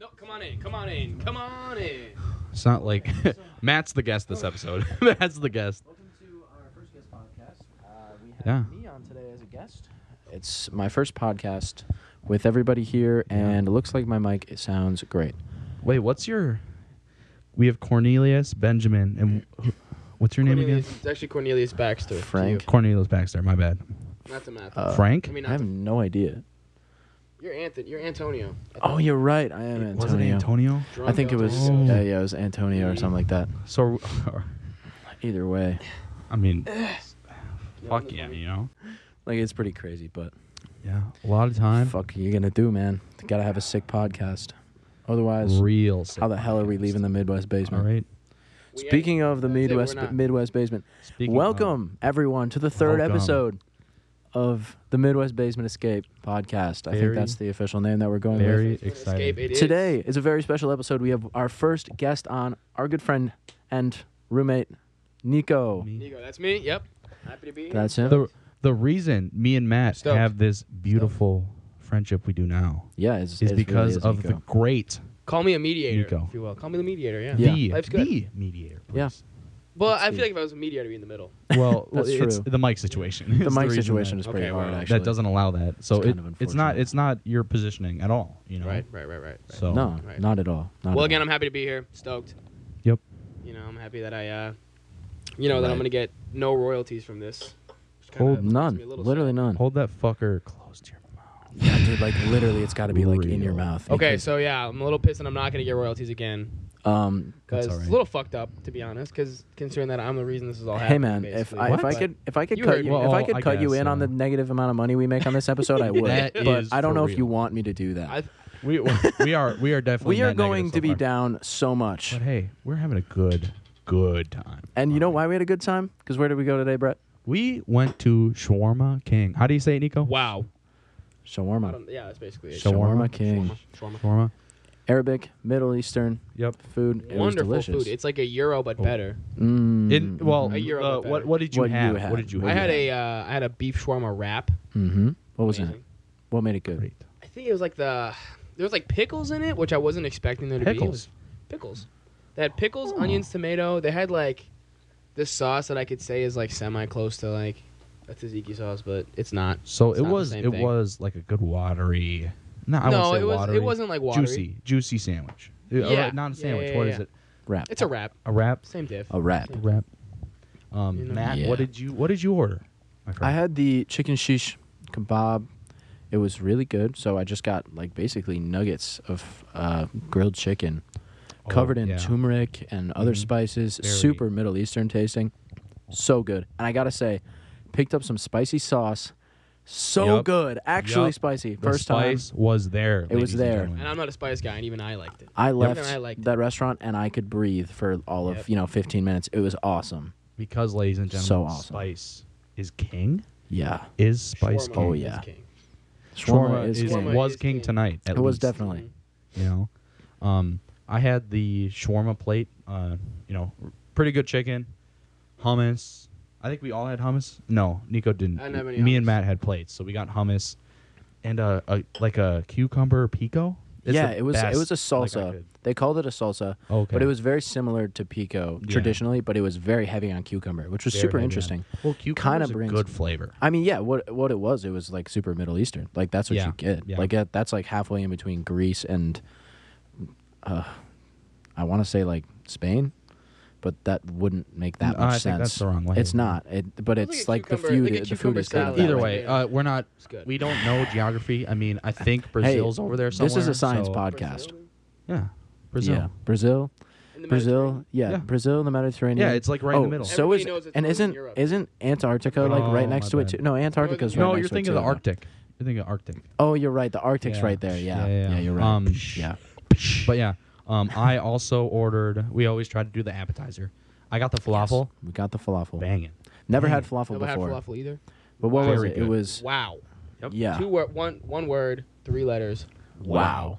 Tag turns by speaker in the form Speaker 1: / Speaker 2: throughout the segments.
Speaker 1: No, come on in. Come on in. Come on in.
Speaker 2: It's not like Matt's the guest this episode. Matt's the guest.
Speaker 3: Welcome to our first guest podcast. Uh, we have
Speaker 2: Yeah.
Speaker 3: me on today as a guest. It's my first podcast with everybody here, and it looks like my mic it sounds great.
Speaker 2: Wait, what's your? We have Cornelius Benjamin and wh- what's your name again?
Speaker 1: Cornelius- It's actually Cornelius Baxter. to you.
Speaker 3: Frank.
Speaker 2: Cornelius Baxter. My bad.
Speaker 1: Not to Matt.
Speaker 3: Uh,
Speaker 2: Frank.
Speaker 1: I mean,
Speaker 3: I
Speaker 1: not
Speaker 3: have
Speaker 1: to,
Speaker 3: no idea.
Speaker 1: you're Anthony. You're Antonio.
Speaker 3: Oh, you're right. I am Antonio.
Speaker 2: Was it Antonio?
Speaker 1: Drunk
Speaker 3: I think it was.
Speaker 1: Antonio.
Speaker 2: Oh.
Speaker 3: Yeah, yeah, it was Antonio or something like that.
Speaker 2: So, are we-
Speaker 3: Either way,
Speaker 2: I mean,
Speaker 1: No,
Speaker 2: fuck
Speaker 1: that's
Speaker 2: yeah,
Speaker 1: fine.
Speaker 2: you know.
Speaker 3: like it's pretty crazy, but
Speaker 2: Yeah, a lot of time.
Speaker 3: fuck, you gonna do, man. Gotta have a sick podcast. Otherwise,
Speaker 2: Real. sick
Speaker 3: how the hell are we
Speaker 2: podcast.
Speaker 3: leaving the Midwest
Speaker 2: All
Speaker 3: basement?
Speaker 2: right.
Speaker 1: We ain't-
Speaker 3: Speaking of the
Speaker 1: that's it, we're
Speaker 3: Midwest
Speaker 1: not.
Speaker 3: Midwest basement,
Speaker 2: Speaking of-
Speaker 3: welcome everyone to the third
Speaker 2: Welcome.
Speaker 3: episode of the Midwest Basement Escape podcast. I think
Speaker 2: Very-
Speaker 3: that's the official name that we're going
Speaker 2: very
Speaker 1: It's
Speaker 3: with.
Speaker 1: an
Speaker 2: excited.
Speaker 1: escape, it is.
Speaker 3: Today is a very special episode. We have our first guest on, our good friend and roommate Nico.
Speaker 2: Me.
Speaker 1: Nico, that's me. Yep. Happy to be here.
Speaker 3: That's him.
Speaker 2: The the reason me and Matt
Speaker 1: Stoked.
Speaker 2: have this beautiful friendship we do now
Speaker 3: yeah, it's,
Speaker 2: is
Speaker 3: it's
Speaker 2: because
Speaker 3: really
Speaker 2: of
Speaker 3: is
Speaker 2: the
Speaker 3: Nico.
Speaker 2: great
Speaker 1: Call me a mediator,
Speaker 2: Nico.
Speaker 1: if you will. Call me the mediator. Yeah.
Speaker 3: Yeah.
Speaker 2: the,
Speaker 1: Life's good.
Speaker 2: the mediator.
Speaker 3: Yeah.
Speaker 2: Please.
Speaker 1: Well,
Speaker 3: Let's
Speaker 1: I
Speaker 3: see.
Speaker 1: feel like if I was a mediator, I'd be in the middle.
Speaker 2: Well,
Speaker 3: That's
Speaker 2: it's
Speaker 3: true.
Speaker 2: the mic situation. is
Speaker 3: the mic
Speaker 2: reason
Speaker 3: situation
Speaker 2: that,
Speaker 3: is pretty
Speaker 1: Okay,
Speaker 3: hard.
Speaker 1: well,
Speaker 3: actually,
Speaker 2: that doesn't allow that. So
Speaker 3: It's
Speaker 2: it,
Speaker 3: kind of
Speaker 2: it's not
Speaker 3: unfortunate.
Speaker 2: it's not your positioning at all. You know.
Speaker 1: Right. Right. Right. Right. right.
Speaker 2: So
Speaker 3: No,
Speaker 1: Right.
Speaker 3: not at all. Not
Speaker 1: well,
Speaker 3: at
Speaker 1: again,
Speaker 3: all.
Speaker 1: I'm happy to be here. Stoked.
Speaker 2: Yep.
Speaker 1: You know, I'm happy that I, uh, you know, that I'm
Speaker 3: Right.
Speaker 1: gonna get no royalties from this. which kinda
Speaker 2: Hold-
Speaker 1: makes me
Speaker 3: none,
Speaker 1: a little
Speaker 3: literally
Speaker 1: sad.
Speaker 3: none.
Speaker 2: hold that fucker close to your mouth.
Speaker 3: Yeah, dude, like literally, it's got to be like in your
Speaker 2: Real.
Speaker 3: mouth.
Speaker 1: Okay,
Speaker 3: because,
Speaker 1: so yeah, I'm a little pissed, and I'm not gonna get royalties again
Speaker 3: um,
Speaker 1: because
Speaker 2: That's all
Speaker 1: it's a
Speaker 2: right.
Speaker 1: little fucked up, to be honest. Because considering that I'm the reason this is all
Speaker 3: hey
Speaker 1: happening.
Speaker 3: man, if
Speaker 1: basically.
Speaker 3: I, if I
Speaker 1: But
Speaker 3: could if I could
Speaker 1: You
Speaker 3: cut
Speaker 1: heard
Speaker 3: you
Speaker 2: me.
Speaker 3: if I
Speaker 2: Well,
Speaker 3: could
Speaker 2: I
Speaker 3: cut you
Speaker 2: guess,
Speaker 3: in on
Speaker 2: yeah.
Speaker 3: the negative amount of money we make on this episode, I would.
Speaker 2: That
Speaker 3: but
Speaker 2: is
Speaker 3: I don't
Speaker 2: for
Speaker 3: know if you
Speaker 2: real.
Speaker 3: want me to do that.
Speaker 1: I've,
Speaker 2: We we are we are definitely.
Speaker 3: we are
Speaker 2: net negative
Speaker 3: going
Speaker 2: so
Speaker 3: to be
Speaker 2: far.
Speaker 3: down so much.
Speaker 2: But hey, we're having a good good time.
Speaker 3: And you know why we had a good time? Because where did we go today, Brett?
Speaker 2: We went to Shawarma King. How do you say it, Nico?
Speaker 1: wow. I
Speaker 3: Shawarma.
Speaker 1: don't, yeah, that's basically it.
Speaker 2: Shawarma.
Speaker 3: Shawarma King.
Speaker 1: Shawarma. Shawarma.
Speaker 2: Shawarma.
Speaker 3: Arabic, Middle Eastern
Speaker 2: Yep.
Speaker 3: food. It was
Speaker 1: Wonderful
Speaker 3: delicious.
Speaker 1: food. It's like a euro, but
Speaker 2: Oh.
Speaker 1: better.
Speaker 3: mm,
Speaker 2: In, well,
Speaker 1: A year
Speaker 2: uh,
Speaker 1: ago,
Speaker 2: what
Speaker 1: better.
Speaker 2: what did you
Speaker 3: What you
Speaker 2: have?
Speaker 3: had.
Speaker 2: What did you?
Speaker 3: What
Speaker 1: I
Speaker 2: have?
Speaker 1: had a uh, I had a beef shawarma wrap.
Speaker 3: hmm What was that?
Speaker 1: Amazing.
Speaker 3: What made it good?
Speaker 2: Great.
Speaker 1: I think it was like the there was like pickles in it, which I wasn't expecting there to be. It
Speaker 2: Pickles.
Speaker 1: was Pickles. They had pickles, onions, tomato. They had like this sauce that I could say is like semi close to like a tzatziki sauce, but it's not.
Speaker 2: So
Speaker 1: It's
Speaker 2: it
Speaker 1: not the
Speaker 2: was
Speaker 1: same
Speaker 2: it
Speaker 1: thing.
Speaker 2: was like a good watery. No, I
Speaker 1: no,
Speaker 2: won't say
Speaker 1: it was
Speaker 2: watery.
Speaker 1: it wasn't like watery.
Speaker 2: Juicy, juicy sandwich. Uh,
Speaker 1: Yeah.
Speaker 2: not a
Speaker 1: Yeah,
Speaker 2: sandwich.
Speaker 1: yeah,
Speaker 2: What is
Speaker 1: yeah.
Speaker 2: it?
Speaker 3: Wrap.
Speaker 1: It's a wrap.
Speaker 2: A wrap.
Speaker 1: Same diff.
Speaker 3: A wrap.
Speaker 2: A wrap. Um,
Speaker 1: You know.
Speaker 2: Matt,
Speaker 3: Yeah.
Speaker 2: what did you what did you order? my friend?
Speaker 3: I had the chicken shish kebab. It was really good. So I just got like basically nuggets of uh, grilled chicken,
Speaker 2: Oh,
Speaker 3: covered in
Speaker 2: yeah.
Speaker 3: turmeric and other
Speaker 2: Mhm.
Speaker 3: spices.
Speaker 2: Very-
Speaker 3: Super Middle Eastern tasting. So good. And I gotta say, picked up some spicy sauce. So
Speaker 2: Yup.
Speaker 3: good. Actually
Speaker 2: Yup.
Speaker 3: spicy.
Speaker 2: The
Speaker 3: First
Speaker 2: spice
Speaker 3: time.
Speaker 2: was there.
Speaker 3: It was
Speaker 2: ladies and
Speaker 3: there.
Speaker 2: gentlemen.
Speaker 1: And I'm not a spice guy, and even I liked it.
Speaker 3: I left
Speaker 1: Even I liked
Speaker 3: that restaurant and I could breathe for all of
Speaker 1: Yep.
Speaker 3: you know 15 minutes. It was awesome.
Speaker 2: because, ladies and gentlemen,
Speaker 3: So awesome.
Speaker 2: spice is king.
Speaker 3: Yeah.
Speaker 2: Is spice
Speaker 1: Shawarma
Speaker 2: king?
Speaker 3: Oh,
Speaker 1: is
Speaker 3: yeah.
Speaker 1: king.
Speaker 2: Shawarma is,
Speaker 1: king. Shawarma
Speaker 2: was
Speaker 1: is
Speaker 2: king,
Speaker 1: king.
Speaker 2: tonight. At
Speaker 3: It was
Speaker 2: least.
Speaker 3: definitely.
Speaker 2: you know. Um, I had the shawarma plate, uh, you know, r- pretty good chicken, hummus. I think we all had hummus. No, Nico didn't.
Speaker 1: I didn't have any
Speaker 2: Me and
Speaker 1: hummus.
Speaker 2: Matt had plates, so we got hummus and a, a like a cucumber pico. It's
Speaker 3: yeah,
Speaker 2: the
Speaker 3: it was
Speaker 2: best,
Speaker 3: it was a
Speaker 2: like, I
Speaker 3: salsa.
Speaker 2: could-
Speaker 3: they called it a salsa,
Speaker 2: Okay.
Speaker 3: but it was very similar to pico
Speaker 2: Yeah.
Speaker 3: traditionally, but it was very heavy on cucumber, which was
Speaker 2: Very
Speaker 3: super
Speaker 2: heavy on-
Speaker 3: interesting.
Speaker 2: Well, cucumber's a
Speaker 3: brings-
Speaker 2: good flavor.
Speaker 3: I mean, yeah, what what it was, it was like super Middle Eastern. Like that's what
Speaker 2: Yeah,
Speaker 3: you get.
Speaker 2: yeah.
Speaker 3: Like that, that's like halfway in between Greece and uh I want to say like Spain, but that wouldn't make that
Speaker 2: No,
Speaker 3: much
Speaker 2: I
Speaker 3: sense.
Speaker 2: think that's the wrong language.
Speaker 3: It's not. It, but
Speaker 1: Look
Speaker 3: it's
Speaker 1: at
Speaker 3: like the
Speaker 1: cucumber- look
Speaker 3: food
Speaker 1: at
Speaker 3: the food
Speaker 1: cucumber
Speaker 3: is good.
Speaker 1: salad.
Speaker 2: Either
Speaker 1: that
Speaker 2: way,
Speaker 1: way.
Speaker 2: uh, we're not.
Speaker 1: Oh, It's good.
Speaker 2: We don't know geography. I mean, I think
Speaker 3: Hey,
Speaker 2: Brazil's over there somewhere.
Speaker 3: This is a science
Speaker 2: so-
Speaker 3: podcast.
Speaker 1: Brazil?
Speaker 2: Yeah, Brazil.
Speaker 3: Yeah, Brazil.
Speaker 1: In the
Speaker 3: Brazil,
Speaker 1: Mediterranean.
Speaker 3: yeah,
Speaker 2: Yeah.
Speaker 3: Brazil, the Mediterranean.
Speaker 2: Yeah, it's, like, right in
Speaker 3: oh,
Speaker 2: the middle.
Speaker 3: So
Speaker 1: Everybody
Speaker 3: is
Speaker 1: knows it's
Speaker 3: and
Speaker 1: Northern
Speaker 3: isn't
Speaker 1: Europe.
Speaker 3: isn't Antarctica like
Speaker 2: Oh,
Speaker 3: right
Speaker 2: my
Speaker 3: next to it
Speaker 2: bad.
Speaker 3: too? No, Antarctica's
Speaker 1: Northern
Speaker 3: right
Speaker 2: No,
Speaker 3: next
Speaker 2: you're
Speaker 3: to it
Speaker 2: thinking of the
Speaker 3: too.
Speaker 2: Arctic. You're thinking of Arctic.
Speaker 3: Oh, you're right. The Arctic's
Speaker 2: Yeah.
Speaker 3: right there.
Speaker 2: Yeah,
Speaker 3: Yeah, yeah,
Speaker 2: yeah.
Speaker 3: you're right.
Speaker 2: Um,
Speaker 3: yeah,
Speaker 2: But yeah, um, I also ordered. We always try to do the appetizer. I got the falafel,
Speaker 3: we got the falafel.
Speaker 2: banging.
Speaker 3: Never
Speaker 2: Dang
Speaker 3: had
Speaker 2: it.
Speaker 3: falafel
Speaker 1: Never had
Speaker 3: before.
Speaker 1: falafel either.
Speaker 3: But what was
Speaker 2: Very
Speaker 3: it? It
Speaker 2: good.
Speaker 3: was
Speaker 1: Wow.
Speaker 2: Yep.
Speaker 3: yeah.
Speaker 1: Two word, one one word, three letters.
Speaker 3: Wow.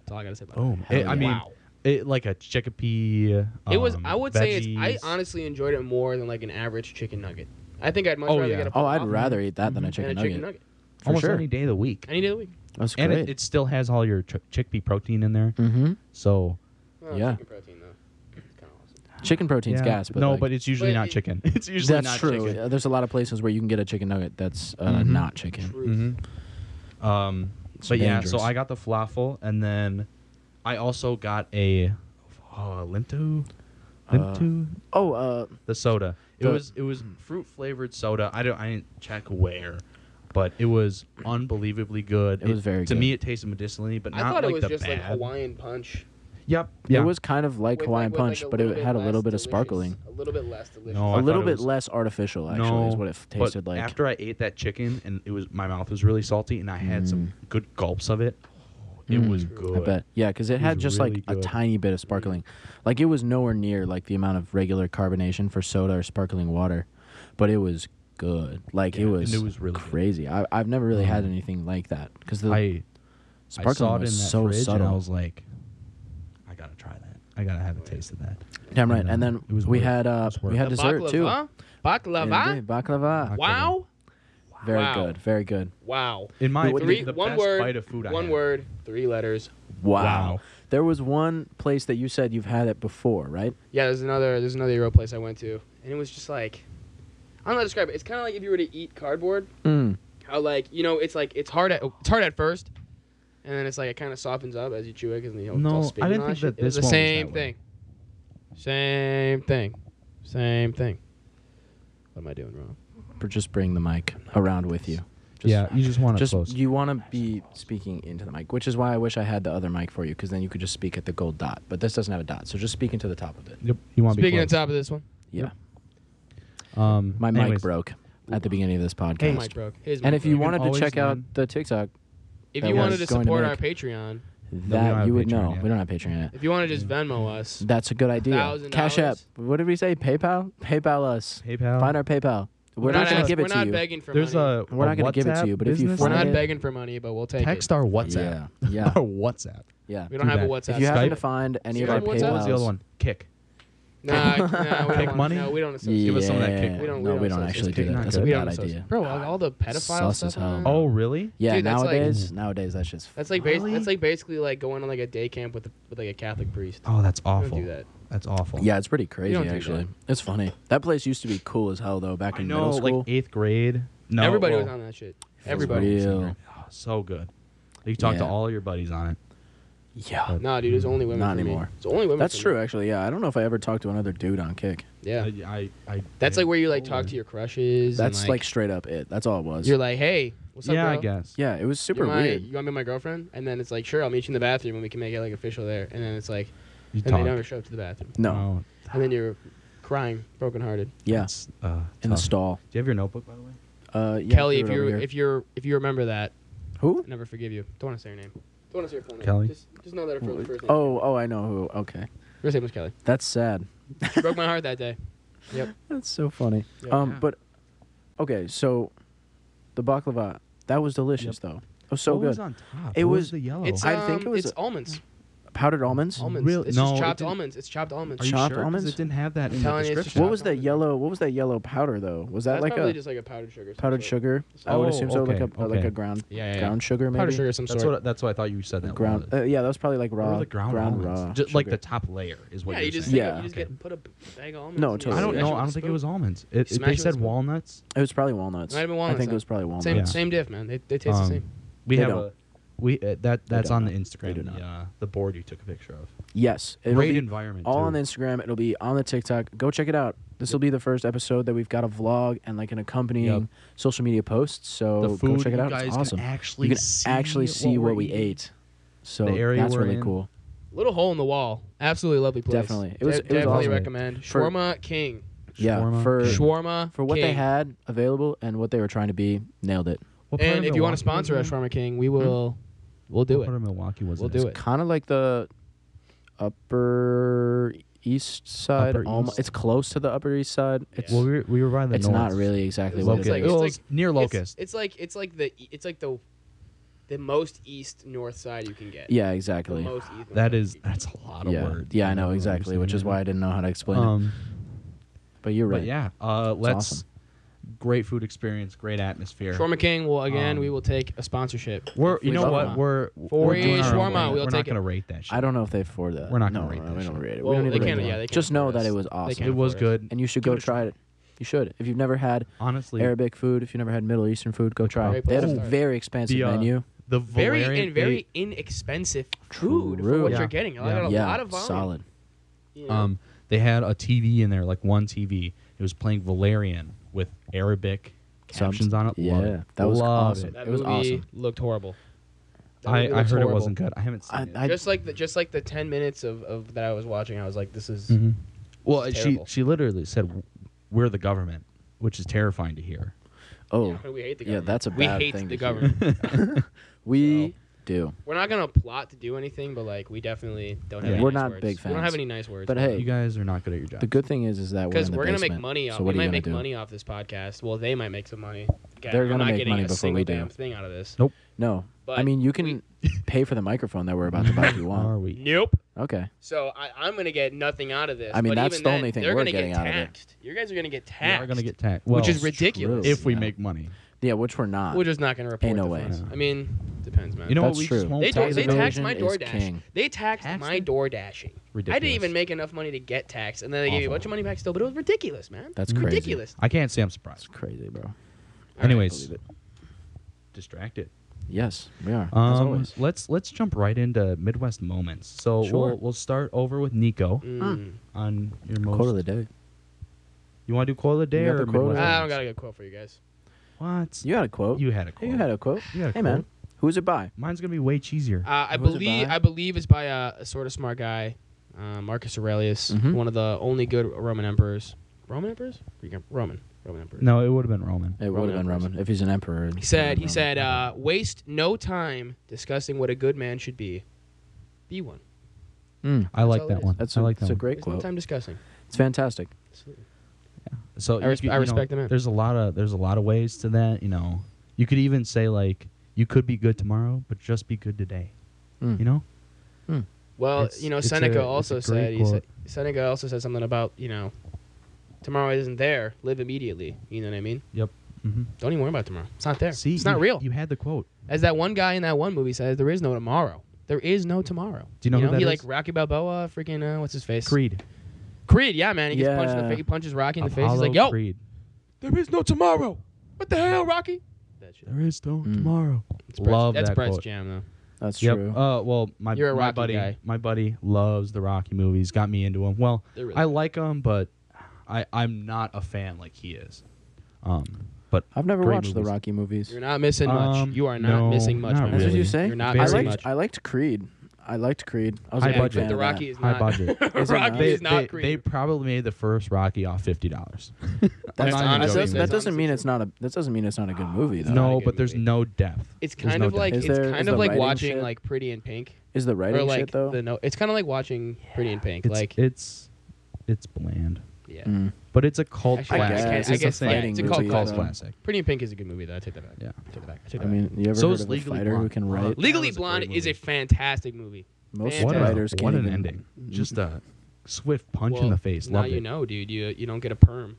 Speaker 1: That's all I gotta say about
Speaker 2: Boom.
Speaker 3: Hell
Speaker 2: It- I
Speaker 3: yeah.
Speaker 2: mean,
Speaker 1: Wow.
Speaker 2: it like a chickpea.
Speaker 1: it. It was.
Speaker 2: um,
Speaker 1: I would say it's. I
Speaker 2: veggies.
Speaker 1: honestly enjoyed it more than like an average chicken nugget. I think I'd much
Speaker 2: Oh,
Speaker 1: rather
Speaker 2: yeah.
Speaker 1: get a
Speaker 3: Oh, I'd
Speaker 1: falafel
Speaker 3: rather eat that than a
Speaker 2: Mhm.
Speaker 1: than
Speaker 3: chicken
Speaker 1: a chicken
Speaker 3: nugget.
Speaker 1: nugget
Speaker 3: for
Speaker 2: almost
Speaker 3: sure.
Speaker 2: any day of the week.
Speaker 1: any day of the week.
Speaker 3: That's
Speaker 2: and
Speaker 3: great.
Speaker 2: it, it still has all your ch- chickpea protein in there.
Speaker 3: mm-hmm.
Speaker 2: So
Speaker 1: Oh,
Speaker 3: Yeah.
Speaker 1: chicken protein though. It's kind of awesome.
Speaker 3: Chicken protein's
Speaker 2: yeah.
Speaker 3: gas, but
Speaker 2: no,
Speaker 3: like,
Speaker 2: but it's usually
Speaker 1: But
Speaker 2: not
Speaker 1: it-
Speaker 2: chicken. It's usually
Speaker 3: that's
Speaker 2: not
Speaker 3: true.
Speaker 2: chicken.
Speaker 3: Uh, There's a lot of places where you can get a chicken nugget that's uh,
Speaker 2: Mhm.
Speaker 3: not chicken.
Speaker 1: Truth.
Speaker 2: Mhm. Um,
Speaker 3: It's
Speaker 2: but yeah, so
Speaker 3: dangerous.
Speaker 2: I got the falafel, and then I also got a uh, lintu,
Speaker 3: Uh,
Speaker 2: lintu,
Speaker 3: Oh, uh,
Speaker 2: the soda. It
Speaker 3: the-
Speaker 2: was it was fruit flavored soda. I don't I didn't check where, but it was unbelievably good.
Speaker 3: It was very
Speaker 2: to
Speaker 3: good.
Speaker 2: me. It tasted medicinally, but
Speaker 1: I
Speaker 2: not
Speaker 1: thought
Speaker 2: like
Speaker 1: it was
Speaker 2: the
Speaker 1: just
Speaker 2: bad.
Speaker 1: like Hawaiian punch.
Speaker 2: Yep. Yeah.
Speaker 3: it was kind of like
Speaker 1: with,
Speaker 3: Hawaiian
Speaker 1: with,
Speaker 3: Punch,
Speaker 1: like,
Speaker 3: but it had a
Speaker 1: less
Speaker 3: little bit
Speaker 1: delicious-
Speaker 3: of sparkling.
Speaker 1: A little bit less delicious.
Speaker 2: No, Oh, I
Speaker 3: a
Speaker 2: thought
Speaker 3: little
Speaker 2: it
Speaker 3: bit
Speaker 2: was-
Speaker 3: less artificial, actually,
Speaker 2: no,
Speaker 3: is what it f-
Speaker 2: but
Speaker 3: tasted like.
Speaker 2: after I ate that chicken and it was my mouth was really salty, and I had some good gulps of it. It
Speaker 3: Mm.
Speaker 2: was
Speaker 3: I
Speaker 2: good.
Speaker 3: I bet. Yeah, because it,
Speaker 2: It
Speaker 3: had
Speaker 2: was
Speaker 3: just
Speaker 2: really
Speaker 3: like a
Speaker 2: good.
Speaker 3: tiny bit of sparkling. Like it was nowhere near like the amount of regular carbonation for soda or sparkling water, but it was good. Like
Speaker 2: Yeah,
Speaker 3: it
Speaker 2: and
Speaker 3: was
Speaker 2: it was really good.
Speaker 3: crazy. I, I've never really had
Speaker 2: Um,
Speaker 3: anything like that because the
Speaker 2: I
Speaker 3: sparkling
Speaker 2: I saw it in
Speaker 3: was
Speaker 2: that
Speaker 3: so
Speaker 2: fridge
Speaker 3: subtle.
Speaker 2: and I was like, I gotta try that. I gotta have a taste of that.
Speaker 3: Damn right.
Speaker 2: and,
Speaker 3: And
Speaker 2: uh,
Speaker 3: then
Speaker 2: it was
Speaker 3: we
Speaker 2: worth it.
Speaker 3: had uh,
Speaker 2: It was
Speaker 3: we
Speaker 2: worth
Speaker 3: had
Speaker 2: it.
Speaker 1: The
Speaker 3: dessert too.
Speaker 1: baklava?
Speaker 3: Yeah, we
Speaker 1: Baklava?
Speaker 3: did. Baklava.
Speaker 1: Wow.
Speaker 3: Very
Speaker 1: Wow.
Speaker 3: good. Very good.
Speaker 1: Wow.
Speaker 2: In my
Speaker 3: Wait,
Speaker 2: opinion,
Speaker 1: Three,
Speaker 2: the
Speaker 1: one
Speaker 2: best
Speaker 1: word.
Speaker 2: bite of food I
Speaker 1: one
Speaker 2: had.
Speaker 1: word. Three letters.
Speaker 3: Wow.
Speaker 2: Wow.
Speaker 3: There was one place that you said you've had it before, right?
Speaker 1: Yeah, there's another there's another Euro place I went to, and it was just like I don't know how to describe it. It's kind of like if you were to eat cardboard,
Speaker 3: Mm.
Speaker 1: how like you know it's like it's hard at it's hard at first, and then it's like it kind of softens up as you chew it because you know, it's
Speaker 2: No,
Speaker 1: all
Speaker 2: I
Speaker 1: spinning
Speaker 2: didn't
Speaker 1: and all
Speaker 2: think
Speaker 1: shit.
Speaker 2: that
Speaker 1: It was
Speaker 2: this
Speaker 1: the
Speaker 2: one was
Speaker 1: same
Speaker 2: that way.
Speaker 1: thing, same thing, same thing. What am I doing wrong?
Speaker 3: But just bring the mic around with you. Just,
Speaker 2: yeah, you just want it
Speaker 3: Just
Speaker 2: close.
Speaker 3: you want to be speaking into the mic, which is why I wish I had the other mic for you, because then you could just speak at the gold dot. But this doesn't have a dot, so just speak into the top of it.
Speaker 2: yep, you want to be
Speaker 1: Speaking on
Speaker 2: close.
Speaker 1: top of this one,
Speaker 3: Yeah.
Speaker 2: um,
Speaker 3: My mic
Speaker 2: anyways,
Speaker 3: broke at the beginning of this
Speaker 1: my
Speaker 3: podcast.
Speaker 1: mic broke. His
Speaker 3: and
Speaker 1: mic
Speaker 3: if you
Speaker 1: broke.
Speaker 2: can
Speaker 3: wanted to
Speaker 2: always
Speaker 3: check out
Speaker 2: learn.
Speaker 3: the TikTok,
Speaker 1: if
Speaker 3: that
Speaker 1: you wanted
Speaker 3: was
Speaker 1: to
Speaker 3: going to
Speaker 1: support
Speaker 3: make-
Speaker 1: our Patreon,
Speaker 2: don't
Speaker 3: that
Speaker 2: have
Speaker 3: you would
Speaker 2: Patreon
Speaker 3: know.
Speaker 2: yet.
Speaker 3: We don't have Patreon yet.
Speaker 1: if you want to just Venmo us,
Speaker 3: That's a good idea.
Speaker 1: $1,000?
Speaker 3: Cash App. What did we say? PayPal? PayPal us.
Speaker 2: PayPal.
Speaker 3: Find our PayPal. We're, not, going
Speaker 1: ask-
Speaker 3: to give
Speaker 1: we're
Speaker 3: it to
Speaker 1: not
Speaker 3: you.
Speaker 1: begging for
Speaker 2: There's
Speaker 1: money.
Speaker 2: a.
Speaker 3: We're
Speaker 2: a
Speaker 3: not gonna give it to
Speaker 2: WhatsApp
Speaker 3: you, but if you
Speaker 2: business
Speaker 1: we're
Speaker 3: find
Speaker 1: not
Speaker 3: it-
Speaker 1: begging for money, but we'll take
Speaker 2: text
Speaker 1: it.
Speaker 2: our WhatsApp.
Speaker 3: Yeah. Yeah.
Speaker 2: our WhatsApp.
Speaker 3: yeah.
Speaker 1: We don't
Speaker 2: do
Speaker 1: have a
Speaker 2: that.
Speaker 1: WhatsApp.
Speaker 3: If you happen
Speaker 2: Skype.
Speaker 3: to find any
Speaker 1: Is
Speaker 3: of
Speaker 1: there a
Speaker 3: our
Speaker 1: WhatsApp?
Speaker 2: What was the other
Speaker 3: PayPals,
Speaker 2: one? Kick.
Speaker 1: Nah, nah, we
Speaker 2: Take
Speaker 1: don't,
Speaker 2: money?
Speaker 1: No, we don't associate.
Speaker 3: yeah.
Speaker 2: Give us some of that kick.
Speaker 1: We don't.
Speaker 3: no,
Speaker 1: we don't, associate.
Speaker 3: actually
Speaker 2: It's
Speaker 3: do that.
Speaker 2: not
Speaker 3: That's
Speaker 2: good.
Speaker 3: a
Speaker 1: we don't
Speaker 3: bad
Speaker 1: associate.
Speaker 3: idea.
Speaker 1: Bro, all, all the pedophile
Speaker 3: Sus as
Speaker 1: stuff. on
Speaker 3: hell.
Speaker 1: there.
Speaker 2: Oh really?
Speaker 3: Yeah,
Speaker 1: Dude, that's like-
Speaker 3: nowadays, nowadays that's just.
Speaker 1: that's like basi-
Speaker 2: Really?
Speaker 1: that's like basically like going on like a day camp with a, with like a Catholic priest.
Speaker 2: Oh, that's
Speaker 1: We
Speaker 2: awful.
Speaker 1: Don't do that.
Speaker 2: That's awful.
Speaker 3: Yeah, it's pretty crazy
Speaker 1: don't do
Speaker 3: actually. It's funny. That place used to be cool as hell though. Back
Speaker 2: I
Speaker 3: in
Speaker 2: know,
Speaker 3: middle school,
Speaker 2: like eighth grade. No,
Speaker 1: Everybody was
Speaker 2: well,
Speaker 1: on that shit.
Speaker 3: Feels
Speaker 1: Everybody.
Speaker 3: weird. Real.
Speaker 2: Oh, so good. You talk to
Speaker 3: Yeah.
Speaker 2: all your buddies on it.
Speaker 3: yeah,
Speaker 1: Nah, dude, it's only women.
Speaker 3: Not
Speaker 1: for
Speaker 3: anymore.
Speaker 1: Me. It's only women.
Speaker 3: that's
Speaker 1: for
Speaker 3: true
Speaker 1: Me.
Speaker 3: actually. Yeah, I don't know if I ever talked to another dude on kick.
Speaker 1: Yeah,
Speaker 2: I, I, I
Speaker 1: that's like where you like talk to your crushes. and,
Speaker 3: That's like, straight up it. That's all it was.
Speaker 1: you're like, hey, what's up,
Speaker 2: yeah, I
Speaker 1: bro?
Speaker 2: guess.
Speaker 3: yeah, it was
Speaker 1: You're
Speaker 3: super
Speaker 1: my,
Speaker 3: weird.
Speaker 1: You want to be my girlfriend? And then it's like, sure, I'll meet you in the bathroom and we can make it like official there. And then it's like,
Speaker 2: You
Speaker 1: and
Speaker 2: talk.
Speaker 1: they never show up to the bathroom.
Speaker 3: No,
Speaker 2: Oh,
Speaker 1: And then you're crying, brokenhearted.
Speaker 3: yeah,
Speaker 2: that's, uh,
Speaker 3: in the
Speaker 2: tough.
Speaker 3: stall.
Speaker 2: Do you have your notebook, by the way?
Speaker 3: Uh, yeah,
Speaker 1: Kelly,
Speaker 3: threw
Speaker 1: if
Speaker 3: it over
Speaker 1: you
Speaker 3: here.
Speaker 1: if you're if you remember that,
Speaker 3: who?
Speaker 1: I never forgive you. Don't want to say your name. Don't want to say your full name.
Speaker 2: Kelly?
Speaker 1: Just, just know that her fir- first name.
Speaker 3: Oh, oh, I know who. Okay,
Speaker 1: first name was Kelly.
Speaker 3: that's sad.
Speaker 1: She broke my heart that day. Yep.
Speaker 3: That's so funny.
Speaker 1: Yeah.
Speaker 3: um,
Speaker 2: Yeah.
Speaker 3: but okay, so the baklava that was delicious though. It was so
Speaker 2: what
Speaker 3: good.
Speaker 2: Was on top?
Speaker 3: It
Speaker 2: What
Speaker 3: was-
Speaker 2: the yellow.
Speaker 1: It's
Speaker 3: Oh. I
Speaker 1: um,
Speaker 3: think it was
Speaker 1: it's
Speaker 3: a-
Speaker 1: almonds.
Speaker 3: Powdered almonds.
Speaker 1: Almonds.
Speaker 2: Really?
Speaker 1: It's
Speaker 2: No,
Speaker 1: just
Speaker 2: it
Speaker 1: chopped
Speaker 2: didn't-
Speaker 1: almonds. It's chopped almonds.
Speaker 2: Are you
Speaker 3: chopped
Speaker 2: sure? 'Cause
Speaker 3: almonds?
Speaker 2: It didn't have that in the
Speaker 1: Italian, it's
Speaker 2: description.
Speaker 1: just
Speaker 3: What was that yellow? What was that yellow powder though? Was that
Speaker 1: That's
Speaker 3: like
Speaker 1: probably
Speaker 3: a
Speaker 1: just like a powdered sugar. of some
Speaker 3: powdered
Speaker 1: sort.
Speaker 3: sugar? I would
Speaker 2: Oh,
Speaker 3: assume so, like a
Speaker 2: okay,
Speaker 3: uh, like a
Speaker 2: okay.
Speaker 3: ground
Speaker 1: Yeah, yeah, yeah.
Speaker 3: ground sugar maybe.
Speaker 1: Powdered sugar of some
Speaker 2: That's
Speaker 1: sort.
Speaker 2: what. That's what I thought you said that.
Speaker 3: ground.
Speaker 2: was.
Speaker 3: uh, yeah, that was probably like
Speaker 2: Or
Speaker 3: raw
Speaker 2: the ground,
Speaker 3: ground
Speaker 2: almonds.
Speaker 3: raw.
Speaker 2: Just like the
Speaker 3: sugar.
Speaker 2: top layer is what
Speaker 1: yeah,
Speaker 2: you're
Speaker 1: you just
Speaker 2: saying.
Speaker 1: yeah,
Speaker 3: Yeah,
Speaker 1: you just
Speaker 2: okay.
Speaker 1: get put a bag of almonds.
Speaker 3: No,
Speaker 1: in your-
Speaker 3: totally.
Speaker 2: I don't
Speaker 1: Smash
Speaker 2: know.
Speaker 1: with
Speaker 2: I
Speaker 1: a
Speaker 2: don't think it
Speaker 1: spoon.
Speaker 2: was almonds. It,
Speaker 1: Smash
Speaker 2: it,
Speaker 1: it
Speaker 2: they
Speaker 1: with a
Speaker 2: said
Speaker 1: spoon.
Speaker 2: walnuts.
Speaker 3: It was probably walnuts.
Speaker 1: Might have been
Speaker 3: I
Speaker 1: walnuts,
Speaker 3: think
Speaker 1: then.
Speaker 3: it was probably walnuts.
Speaker 1: Same
Speaker 2: Yeah.
Speaker 1: same diff, man. They they taste
Speaker 2: Um,
Speaker 1: the same.
Speaker 2: We
Speaker 3: They
Speaker 2: have
Speaker 3: don't.
Speaker 2: a we uh, that that's on
Speaker 3: don't.
Speaker 2: the Instagram.
Speaker 3: do
Speaker 2: the,
Speaker 3: not.
Speaker 2: uh, the board you took a picture of.
Speaker 3: Yes, it'll
Speaker 2: Great
Speaker 3: be
Speaker 2: environment.
Speaker 3: all
Speaker 2: too.
Speaker 3: on the Instagram. It'll be on the TikTok. Go check it out. This will be the first episode that we've got a vlog and like an accompanying
Speaker 2: Yep.
Speaker 3: social media post. So
Speaker 2: the food.
Speaker 3: go check it
Speaker 2: you
Speaker 3: out.
Speaker 2: guys
Speaker 3: it's awesome.
Speaker 2: Can actually
Speaker 3: you can
Speaker 2: see
Speaker 3: actually see what,
Speaker 2: we're
Speaker 3: we
Speaker 2: eating.
Speaker 3: ate. So
Speaker 2: The area
Speaker 3: that's
Speaker 2: we're
Speaker 3: really
Speaker 2: in.
Speaker 3: cool.
Speaker 1: Little hole in the wall. Absolutely lovely place.
Speaker 3: Definitely. It was-
Speaker 1: De-
Speaker 3: it was
Speaker 1: definitely
Speaker 3: awesome.
Speaker 1: recommend.
Speaker 3: For-
Speaker 1: Shawarma King.
Speaker 3: Yeah,
Speaker 2: Shawarma.
Speaker 3: for
Speaker 1: Shawarma
Speaker 3: for what they
Speaker 1: King.
Speaker 3: had available and what they were trying to be, nailed it.
Speaker 2: What part
Speaker 1: And
Speaker 2: of
Speaker 1: if you want to
Speaker 2: Milwaukee was
Speaker 1: sponsor us,
Speaker 2: it in?
Speaker 1: Shawarma King, we will. We'll do
Speaker 2: What part
Speaker 1: it.
Speaker 2: of Milwaukee was
Speaker 1: We'll
Speaker 2: it
Speaker 1: do
Speaker 2: Hmm? in?
Speaker 1: it.
Speaker 3: Kind of like the upper east side.
Speaker 2: Upper
Speaker 3: almo-
Speaker 2: East.
Speaker 3: It's close to the upper east side. It's
Speaker 2: Well, we were, we were by the
Speaker 3: it's
Speaker 2: north.
Speaker 3: not really exactly
Speaker 1: It's
Speaker 3: what
Speaker 1: like-
Speaker 3: it
Speaker 1: it's
Speaker 3: is.
Speaker 2: it
Speaker 1: like-
Speaker 2: was near
Speaker 1: It's,
Speaker 2: Locust.
Speaker 1: it's like it's like the it's like the the most east north side you can get.
Speaker 3: Yeah,
Speaker 1: The
Speaker 3: exactly.
Speaker 1: most east. north
Speaker 2: That
Speaker 1: side
Speaker 2: is
Speaker 1: you can
Speaker 2: that's a lot of
Speaker 3: Yeah,
Speaker 2: words. Um,
Speaker 3: yeah, I
Speaker 2: don't
Speaker 3: know exactly, which is why I
Speaker 2: understand
Speaker 3: didn't know how to
Speaker 2: that.
Speaker 3: explain it.
Speaker 2: Um,
Speaker 3: But you're right.
Speaker 2: but yeah, uh, let's
Speaker 3: awesome.
Speaker 2: great food experience, great atmosphere.
Speaker 1: Shawarma King. Well, again,
Speaker 2: Um,
Speaker 1: we will take a sponsorship.
Speaker 2: We're
Speaker 1: We
Speaker 2: you know
Speaker 1: love
Speaker 2: what
Speaker 1: them.
Speaker 2: we're
Speaker 1: For
Speaker 2: we're doing our own
Speaker 1: shawarma,
Speaker 2: thing.
Speaker 1: we'll
Speaker 2: we're
Speaker 1: take
Speaker 2: not
Speaker 1: it.
Speaker 2: gonna rate that. Shit.
Speaker 3: I don't know if they afford that.
Speaker 2: We're not
Speaker 3: no,
Speaker 2: gonna rate
Speaker 3: no,
Speaker 2: that
Speaker 3: We don't
Speaker 2: shit.
Speaker 3: rate it.
Speaker 1: Well,
Speaker 3: we don't
Speaker 1: they
Speaker 3: need to rate
Speaker 1: can't-
Speaker 3: it.
Speaker 1: yeah, they can't
Speaker 3: Just know
Speaker 1: afford
Speaker 3: that
Speaker 1: us.
Speaker 3: it was awesome.
Speaker 1: can't
Speaker 2: it was
Speaker 1: afford
Speaker 2: good.
Speaker 3: and you should go
Speaker 2: Give it a
Speaker 3: try it. You should. If you've never had
Speaker 2: Honestly,
Speaker 3: Arabic food, if you've never had Middle Eastern food, go try it.
Speaker 1: Great
Speaker 3: They had
Speaker 1: place
Speaker 3: a
Speaker 1: to start.
Speaker 3: very expansive
Speaker 2: The, uh,
Speaker 3: menu.
Speaker 2: the
Speaker 1: Very
Speaker 2: Valerian
Speaker 1: and very inexpensive food for
Speaker 3: True.
Speaker 1: what
Speaker 2: Yeah.
Speaker 1: you're getting. I
Speaker 2: Yeah.
Speaker 1: got a
Speaker 3: yeah,
Speaker 1: lot of volume.
Speaker 3: solid.
Speaker 1: you
Speaker 2: they-
Speaker 1: know?
Speaker 2: um they had a TV in there, like one TV. It was playing Valerian with Arabic
Speaker 3: Subs.
Speaker 2: captions on it.
Speaker 3: Yeah,
Speaker 2: Love it.
Speaker 3: that was
Speaker 2: Love
Speaker 3: awesome.
Speaker 2: it.
Speaker 1: that
Speaker 3: it was
Speaker 1: movie
Speaker 3: awesome.
Speaker 1: looked horrible. That
Speaker 2: I,
Speaker 1: movie
Speaker 2: I
Speaker 1: looks
Speaker 2: heard it
Speaker 1: horrible.
Speaker 2: wasn't good. I haven't seen
Speaker 3: I-
Speaker 2: it.
Speaker 3: I-
Speaker 1: just like the just like the ten minutes of, of that I was watching, I was like, this is
Speaker 2: Mhm. Well,
Speaker 1: It's
Speaker 2: she
Speaker 1: terrible.
Speaker 2: she literally said, "We're the government," which is terrifying to hear.
Speaker 3: Oh,
Speaker 1: we hate the
Speaker 3: yeah,
Speaker 1: government.
Speaker 3: that's a
Speaker 1: we
Speaker 3: bad
Speaker 1: hate
Speaker 3: thing
Speaker 1: the
Speaker 3: to hear.
Speaker 1: government.
Speaker 3: we
Speaker 1: So-
Speaker 3: do.
Speaker 1: We're not gonna plot to do anything, but like we definitely don't have.
Speaker 2: Yeah.
Speaker 1: Any
Speaker 3: We're
Speaker 1: nice
Speaker 3: not
Speaker 1: words.
Speaker 3: big
Speaker 1: We don't have
Speaker 3: fans.
Speaker 1: any nice words.
Speaker 3: But hey,
Speaker 2: You guys are not good at your job.
Speaker 3: The good thing is, is that we're
Speaker 1: because
Speaker 3: in the
Speaker 1: we're gonna make
Speaker 3: basement.
Speaker 1: money off.
Speaker 3: So
Speaker 1: we
Speaker 3: what are
Speaker 1: might
Speaker 3: you
Speaker 1: make
Speaker 3: gonna do?
Speaker 1: money off this podcast. Well, they might make some money. Again,
Speaker 3: They're
Speaker 1: I'm
Speaker 3: gonna
Speaker 1: not
Speaker 3: make
Speaker 1: getting
Speaker 3: money
Speaker 1: a
Speaker 3: before
Speaker 1: single
Speaker 3: we do.
Speaker 1: damn thing out of this.
Speaker 2: Nope.
Speaker 3: No,
Speaker 1: But
Speaker 3: I mean you can
Speaker 1: we-
Speaker 3: pay for the microphone that we're about to buy if you
Speaker 2: are
Speaker 3: want.
Speaker 2: we?
Speaker 1: Nope.
Speaker 3: Okay,
Speaker 1: So I, I'm gonna get nothing out of this.
Speaker 3: I mean,
Speaker 1: but
Speaker 3: that's
Speaker 1: even
Speaker 3: the
Speaker 1: then,
Speaker 3: only thing
Speaker 1: they're
Speaker 3: we're
Speaker 1: gonna
Speaker 3: getting
Speaker 1: get
Speaker 3: out of it.
Speaker 1: taxed. You guys are gonna get
Speaker 2: We
Speaker 1: taxed.
Speaker 2: are gonna get taxed, well,
Speaker 1: which is ridiculous.
Speaker 3: true.
Speaker 2: if we
Speaker 3: Yeah.
Speaker 2: make money.
Speaker 3: yeah, which we're not.
Speaker 1: We're just not gonna report.
Speaker 3: Ain't no
Speaker 1: the
Speaker 3: way.
Speaker 1: funds.
Speaker 2: Yeah.
Speaker 1: I mean, depends, man.
Speaker 2: You know
Speaker 3: That's
Speaker 2: what? We
Speaker 3: true.
Speaker 2: just won't
Speaker 1: They,
Speaker 2: tax
Speaker 1: do, they
Speaker 2: everyone.
Speaker 1: taxed my
Speaker 3: evasion is
Speaker 1: DoorDash.
Speaker 3: king.
Speaker 1: They taxed
Speaker 2: Taxed
Speaker 1: my
Speaker 2: it?
Speaker 1: door dashing. I didn't even make enough money to get taxed, and then they gave me a
Speaker 2: Awful.
Speaker 1: bunch of money back still, but it was ridiculous, man.
Speaker 3: That's
Speaker 1: It's
Speaker 3: crazy.
Speaker 1: ridiculous.
Speaker 2: I can't say I'm
Speaker 3: It's
Speaker 2: surprised.
Speaker 3: crazy, bro.
Speaker 1: right,
Speaker 2: Anyways,
Speaker 3: believe it.
Speaker 2: distracted.
Speaker 3: Yes, we are. as
Speaker 2: Um,
Speaker 3: always.
Speaker 2: let's let's jump right into Midwest moments. So
Speaker 3: Sure.
Speaker 2: we'll we'll start over with Nico
Speaker 1: Mm.
Speaker 2: on your most.
Speaker 3: Quote of the day.
Speaker 2: You want to do quote of the day
Speaker 3: You got
Speaker 2: or
Speaker 3: the quote of
Speaker 2: Midwest?
Speaker 3: the
Speaker 1: I
Speaker 2: moments?
Speaker 1: don't got a good quote for you guys.
Speaker 2: What?
Speaker 3: You had a quote.
Speaker 2: You had a
Speaker 3: Hey,
Speaker 2: quote.
Speaker 3: you had a quote.
Speaker 2: You had a
Speaker 3: hey man,
Speaker 2: quote.
Speaker 3: who's it by?
Speaker 2: Mine's gonna be way cheesier.
Speaker 1: Uh, I
Speaker 3: Who's it
Speaker 1: believe
Speaker 3: by?
Speaker 1: I believe it's by uh, a, a sort of smart guy, uh, Marcus Aurelius,
Speaker 3: Mhm.
Speaker 1: one of the only good Roman emperors. Roman emperors? You can- Roman. Roman emperors.
Speaker 2: No, it would have been Roman.
Speaker 3: It would have been
Speaker 1: Roman
Speaker 3: Roman if he's an emperor.
Speaker 1: He said he said uh, waste no time discussing what a good man should be. Be one.
Speaker 3: Mm,
Speaker 2: I like
Speaker 1: all it
Speaker 2: that
Speaker 1: is.
Speaker 2: one.
Speaker 3: that's
Speaker 2: I
Speaker 3: a,
Speaker 2: like that
Speaker 3: it's a
Speaker 2: one.
Speaker 3: great
Speaker 1: Waste no
Speaker 3: quote.
Speaker 1: time discussing.
Speaker 3: It's fantastic.
Speaker 1: Absolutely.
Speaker 2: So
Speaker 1: I res- I respect the
Speaker 2: know,
Speaker 1: man.
Speaker 2: There's a lot of there's a lot of ways to that. You know, you could even say like you could be good tomorrow, but just be good today.
Speaker 3: Mm.
Speaker 2: You know,
Speaker 1: Well,
Speaker 2: It's-
Speaker 1: you know,
Speaker 2: it's
Speaker 1: Seneca
Speaker 2: a- it's
Speaker 1: also
Speaker 2: a
Speaker 1: said
Speaker 2: great
Speaker 1: he said
Speaker 2: quote.
Speaker 1: Seneca also said something about you know, tomorrow isn't there. Live immediately. You know what I mean?
Speaker 2: mm-hmm.
Speaker 1: Don't even worry about tomorrow. It's not there.
Speaker 2: see,
Speaker 1: it's not
Speaker 2: you-
Speaker 1: real.
Speaker 2: You had the quote.
Speaker 1: As that one guy in that one movie says, there is no tomorrow. There is no tomorrow.
Speaker 2: Do you know who that
Speaker 1: he
Speaker 2: is?
Speaker 1: like Rocky Balboa, freaking uh, what's his face?
Speaker 2: Creed.
Speaker 1: Creed, yeah, man. He gets punched in the
Speaker 3: Yeah.
Speaker 1: face. He punches Rocky in the face.
Speaker 2: Apollo
Speaker 1: He's like, yo,
Speaker 2: Creed.
Speaker 1: there is no tomorrow. What the hell, Rocky? That shit.
Speaker 2: There is no
Speaker 3: Mm.
Speaker 2: tomorrow.
Speaker 1: It's Brett's-
Speaker 2: Love
Speaker 1: that's
Speaker 2: that
Speaker 1: Brett's
Speaker 2: quote.
Speaker 1: jam though.
Speaker 3: That's
Speaker 2: Yep.
Speaker 3: true.
Speaker 2: Uh, well, my
Speaker 1: You're a
Speaker 2: my
Speaker 1: Rocky
Speaker 2: buddy,
Speaker 1: guy.
Speaker 2: my buddy loves the Rocky movies. Got me into them. Well,
Speaker 1: They're really
Speaker 2: I
Speaker 1: good.
Speaker 2: like them, but I I'm not a fan like he is. Um, but
Speaker 3: I've never
Speaker 2: great
Speaker 3: watched the
Speaker 2: movies.
Speaker 3: Rocky movies.
Speaker 1: You're not missing
Speaker 2: Um,
Speaker 1: much. You are not
Speaker 2: no,
Speaker 1: missing much.
Speaker 2: not
Speaker 1: my
Speaker 2: really.
Speaker 1: man.
Speaker 3: That's what you say.
Speaker 1: You're not
Speaker 2: Very
Speaker 3: I
Speaker 1: missing
Speaker 3: liked,
Speaker 1: much.
Speaker 3: I liked Creed. I liked Creed. I was
Speaker 2: High
Speaker 3: a big
Speaker 2: budget.
Speaker 3: fan
Speaker 1: The
Speaker 3: of
Speaker 1: Rocky
Speaker 3: that.
Speaker 1: is
Speaker 2: High
Speaker 1: not.
Speaker 2: budget.
Speaker 3: Is it
Speaker 1: Rocky
Speaker 3: not?
Speaker 2: they,
Speaker 1: is not
Speaker 2: they,
Speaker 1: Creed.
Speaker 2: they probably made the first Rocky off fifty dollars.
Speaker 3: That's
Speaker 1: That's
Speaker 3: not-
Speaker 1: honestly-
Speaker 3: that's- that
Speaker 1: that's
Speaker 3: doesn't
Speaker 1: honestly
Speaker 3: mean
Speaker 1: true.
Speaker 3: it's not a. That doesn't mean it's not a good movie though.
Speaker 1: not a
Speaker 2: No,
Speaker 1: good
Speaker 2: but there's
Speaker 1: movie.
Speaker 2: no depth.
Speaker 1: It's
Speaker 2: There's
Speaker 1: kind
Speaker 2: no
Speaker 1: of
Speaker 2: depth.
Speaker 1: like
Speaker 3: Is
Speaker 1: it's
Speaker 3: there- is
Speaker 1: kind
Speaker 3: the
Speaker 1: of like
Speaker 3: writing
Speaker 1: watching
Speaker 3: shit-
Speaker 1: like Pretty in Pink
Speaker 3: Is the writing
Speaker 1: or like
Speaker 3: shit though?
Speaker 1: the no. It's kind of like watching Pretty in Pink.
Speaker 2: It's,
Speaker 1: like
Speaker 2: it's it's bland,
Speaker 1: yeah,
Speaker 3: Mm.
Speaker 2: but it's a cult
Speaker 1: Actually,
Speaker 3: I
Speaker 2: classic.
Speaker 3: guess-
Speaker 2: It's
Speaker 3: I guess,
Speaker 2: a
Speaker 3: yeah,
Speaker 2: thing.
Speaker 3: it's a
Speaker 2: It's
Speaker 3: cult
Speaker 2: a cult
Speaker 3: classic.
Speaker 2: classic.
Speaker 1: Pretty in Pink is a good movie though. I take that back.
Speaker 2: Yeah.
Speaker 1: I take that back. I, take
Speaker 3: I
Speaker 1: that
Speaker 3: mean, you ever
Speaker 2: So
Speaker 3: heard
Speaker 2: is
Speaker 3: of a
Speaker 2: Legally
Speaker 3: fighter who
Speaker 2: Blonde.
Speaker 3: can
Speaker 2: Uh,
Speaker 3: write?
Speaker 1: back. Legally
Speaker 2: was a great
Speaker 1: Blonde is
Speaker 2: movie.
Speaker 1: a fantastic movie.
Speaker 3: Most
Speaker 1: What a-
Speaker 3: writers can't.
Speaker 2: what an
Speaker 3: even-
Speaker 2: ending! Just a swift punch
Speaker 1: Well,
Speaker 2: in the face.
Speaker 1: Now
Speaker 2: Love
Speaker 1: you
Speaker 2: it.
Speaker 1: know, dude. You you don't get a perm.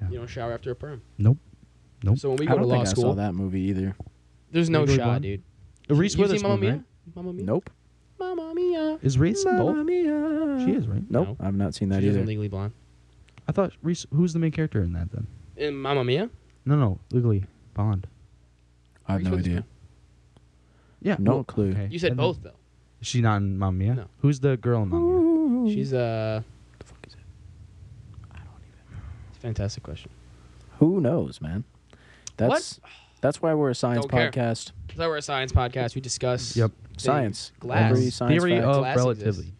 Speaker 2: Yeah.
Speaker 1: You don't shower after a perm.
Speaker 2: Nope. Nope.
Speaker 1: So when we
Speaker 3: I
Speaker 1: go to
Speaker 3: don't
Speaker 1: law
Speaker 3: think I saw
Speaker 1: school,
Speaker 3: that movie either.
Speaker 1: there's no
Speaker 2: Legally
Speaker 1: shot,
Speaker 2: Blonde?
Speaker 1: dude.
Speaker 2: Reese
Speaker 1: you seen Mamma
Speaker 2: Witherspoon,
Speaker 1: Mia?
Speaker 2: right?
Speaker 1: Mamma Mia.
Speaker 3: Nope.
Speaker 1: Mamma Mia.
Speaker 2: Is Reese in
Speaker 3: Mamma
Speaker 2: both?
Speaker 3: mia.
Speaker 2: She is, right?
Speaker 3: Nope,
Speaker 1: No.
Speaker 3: I've not seen
Speaker 1: She
Speaker 3: that
Speaker 1: was in
Speaker 3: either.
Speaker 1: Legally Blonde.
Speaker 2: I thought Reese. Who's the main character in that then?
Speaker 1: In Mamma Mia.
Speaker 2: No, no, legally Bond.
Speaker 3: I have
Speaker 1: Reese
Speaker 3: no
Speaker 1: Witherspoon.
Speaker 3: idea.
Speaker 2: Yeah.
Speaker 3: No
Speaker 2: well,
Speaker 3: clue.
Speaker 2: okay.
Speaker 1: You said
Speaker 2: And then-
Speaker 1: both though.
Speaker 2: Is she not in Mamma Mia?
Speaker 1: No.
Speaker 2: Who's the girl in Mamma Mia?
Speaker 1: She's uh,
Speaker 3: What the fuck is it?
Speaker 1: it's a fantastic question.
Speaker 3: Who knows, man? That's that's why we're a science
Speaker 1: Don't care.
Speaker 3: podcast.
Speaker 1: So we're a science podcast. We discuss
Speaker 2: Yep.
Speaker 1: things.
Speaker 3: Science.
Speaker 1: glass,
Speaker 3: Every science
Speaker 2: Theory
Speaker 3: fact.
Speaker 2: of
Speaker 1: Glass
Speaker 2: relativity.
Speaker 1: exists.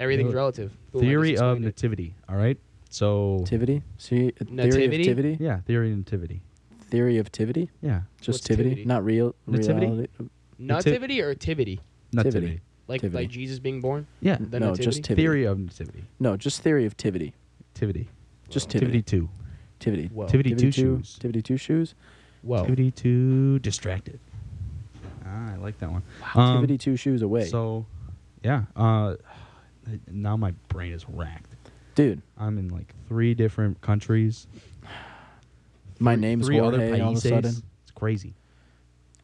Speaker 1: everything's
Speaker 2: Theory-
Speaker 1: relative. Boom, I
Speaker 2: Theory
Speaker 1: just
Speaker 2: of
Speaker 1: explained it.
Speaker 2: nativity. All right. So.
Speaker 3: Tivity? See, uh, theory of
Speaker 1: Nativity?
Speaker 3: tivity?
Speaker 2: Yeah, theory of nativity.
Speaker 3: Theory of tivity?
Speaker 2: Yeah.
Speaker 3: Just
Speaker 1: What's
Speaker 3: tivity?
Speaker 1: tivity?
Speaker 3: Not real.
Speaker 2: Nativity?
Speaker 3: reality-
Speaker 1: nativity or tivity,
Speaker 2: Nativity.
Speaker 1: like
Speaker 3: Tivity.
Speaker 1: like Jesus being born.
Speaker 2: Yeah.
Speaker 1: The
Speaker 3: no,
Speaker 1: nativity?
Speaker 3: just tivity.
Speaker 2: Theory of nativity.
Speaker 3: No, just theory of tivity.
Speaker 2: Tivity.
Speaker 3: Just
Speaker 2: Tivity
Speaker 3: tivity.
Speaker 2: two.
Speaker 3: Tivity.
Speaker 1: Whoa.
Speaker 2: Tivity two
Speaker 3: two
Speaker 2: shoes.
Speaker 3: Tivity two shoes.
Speaker 1: Whoa.
Speaker 2: Tivity two. Distracted. Ah, I like that one. Um,
Speaker 3: Tivity two shoes away.
Speaker 2: So, yeah. Uh, now my brain is racked.
Speaker 3: Dude,
Speaker 2: I'm in like three different countries.
Speaker 3: My name's
Speaker 2: three other
Speaker 3: Jorge all of a
Speaker 2: países.
Speaker 3: sudden.
Speaker 2: It's crazy.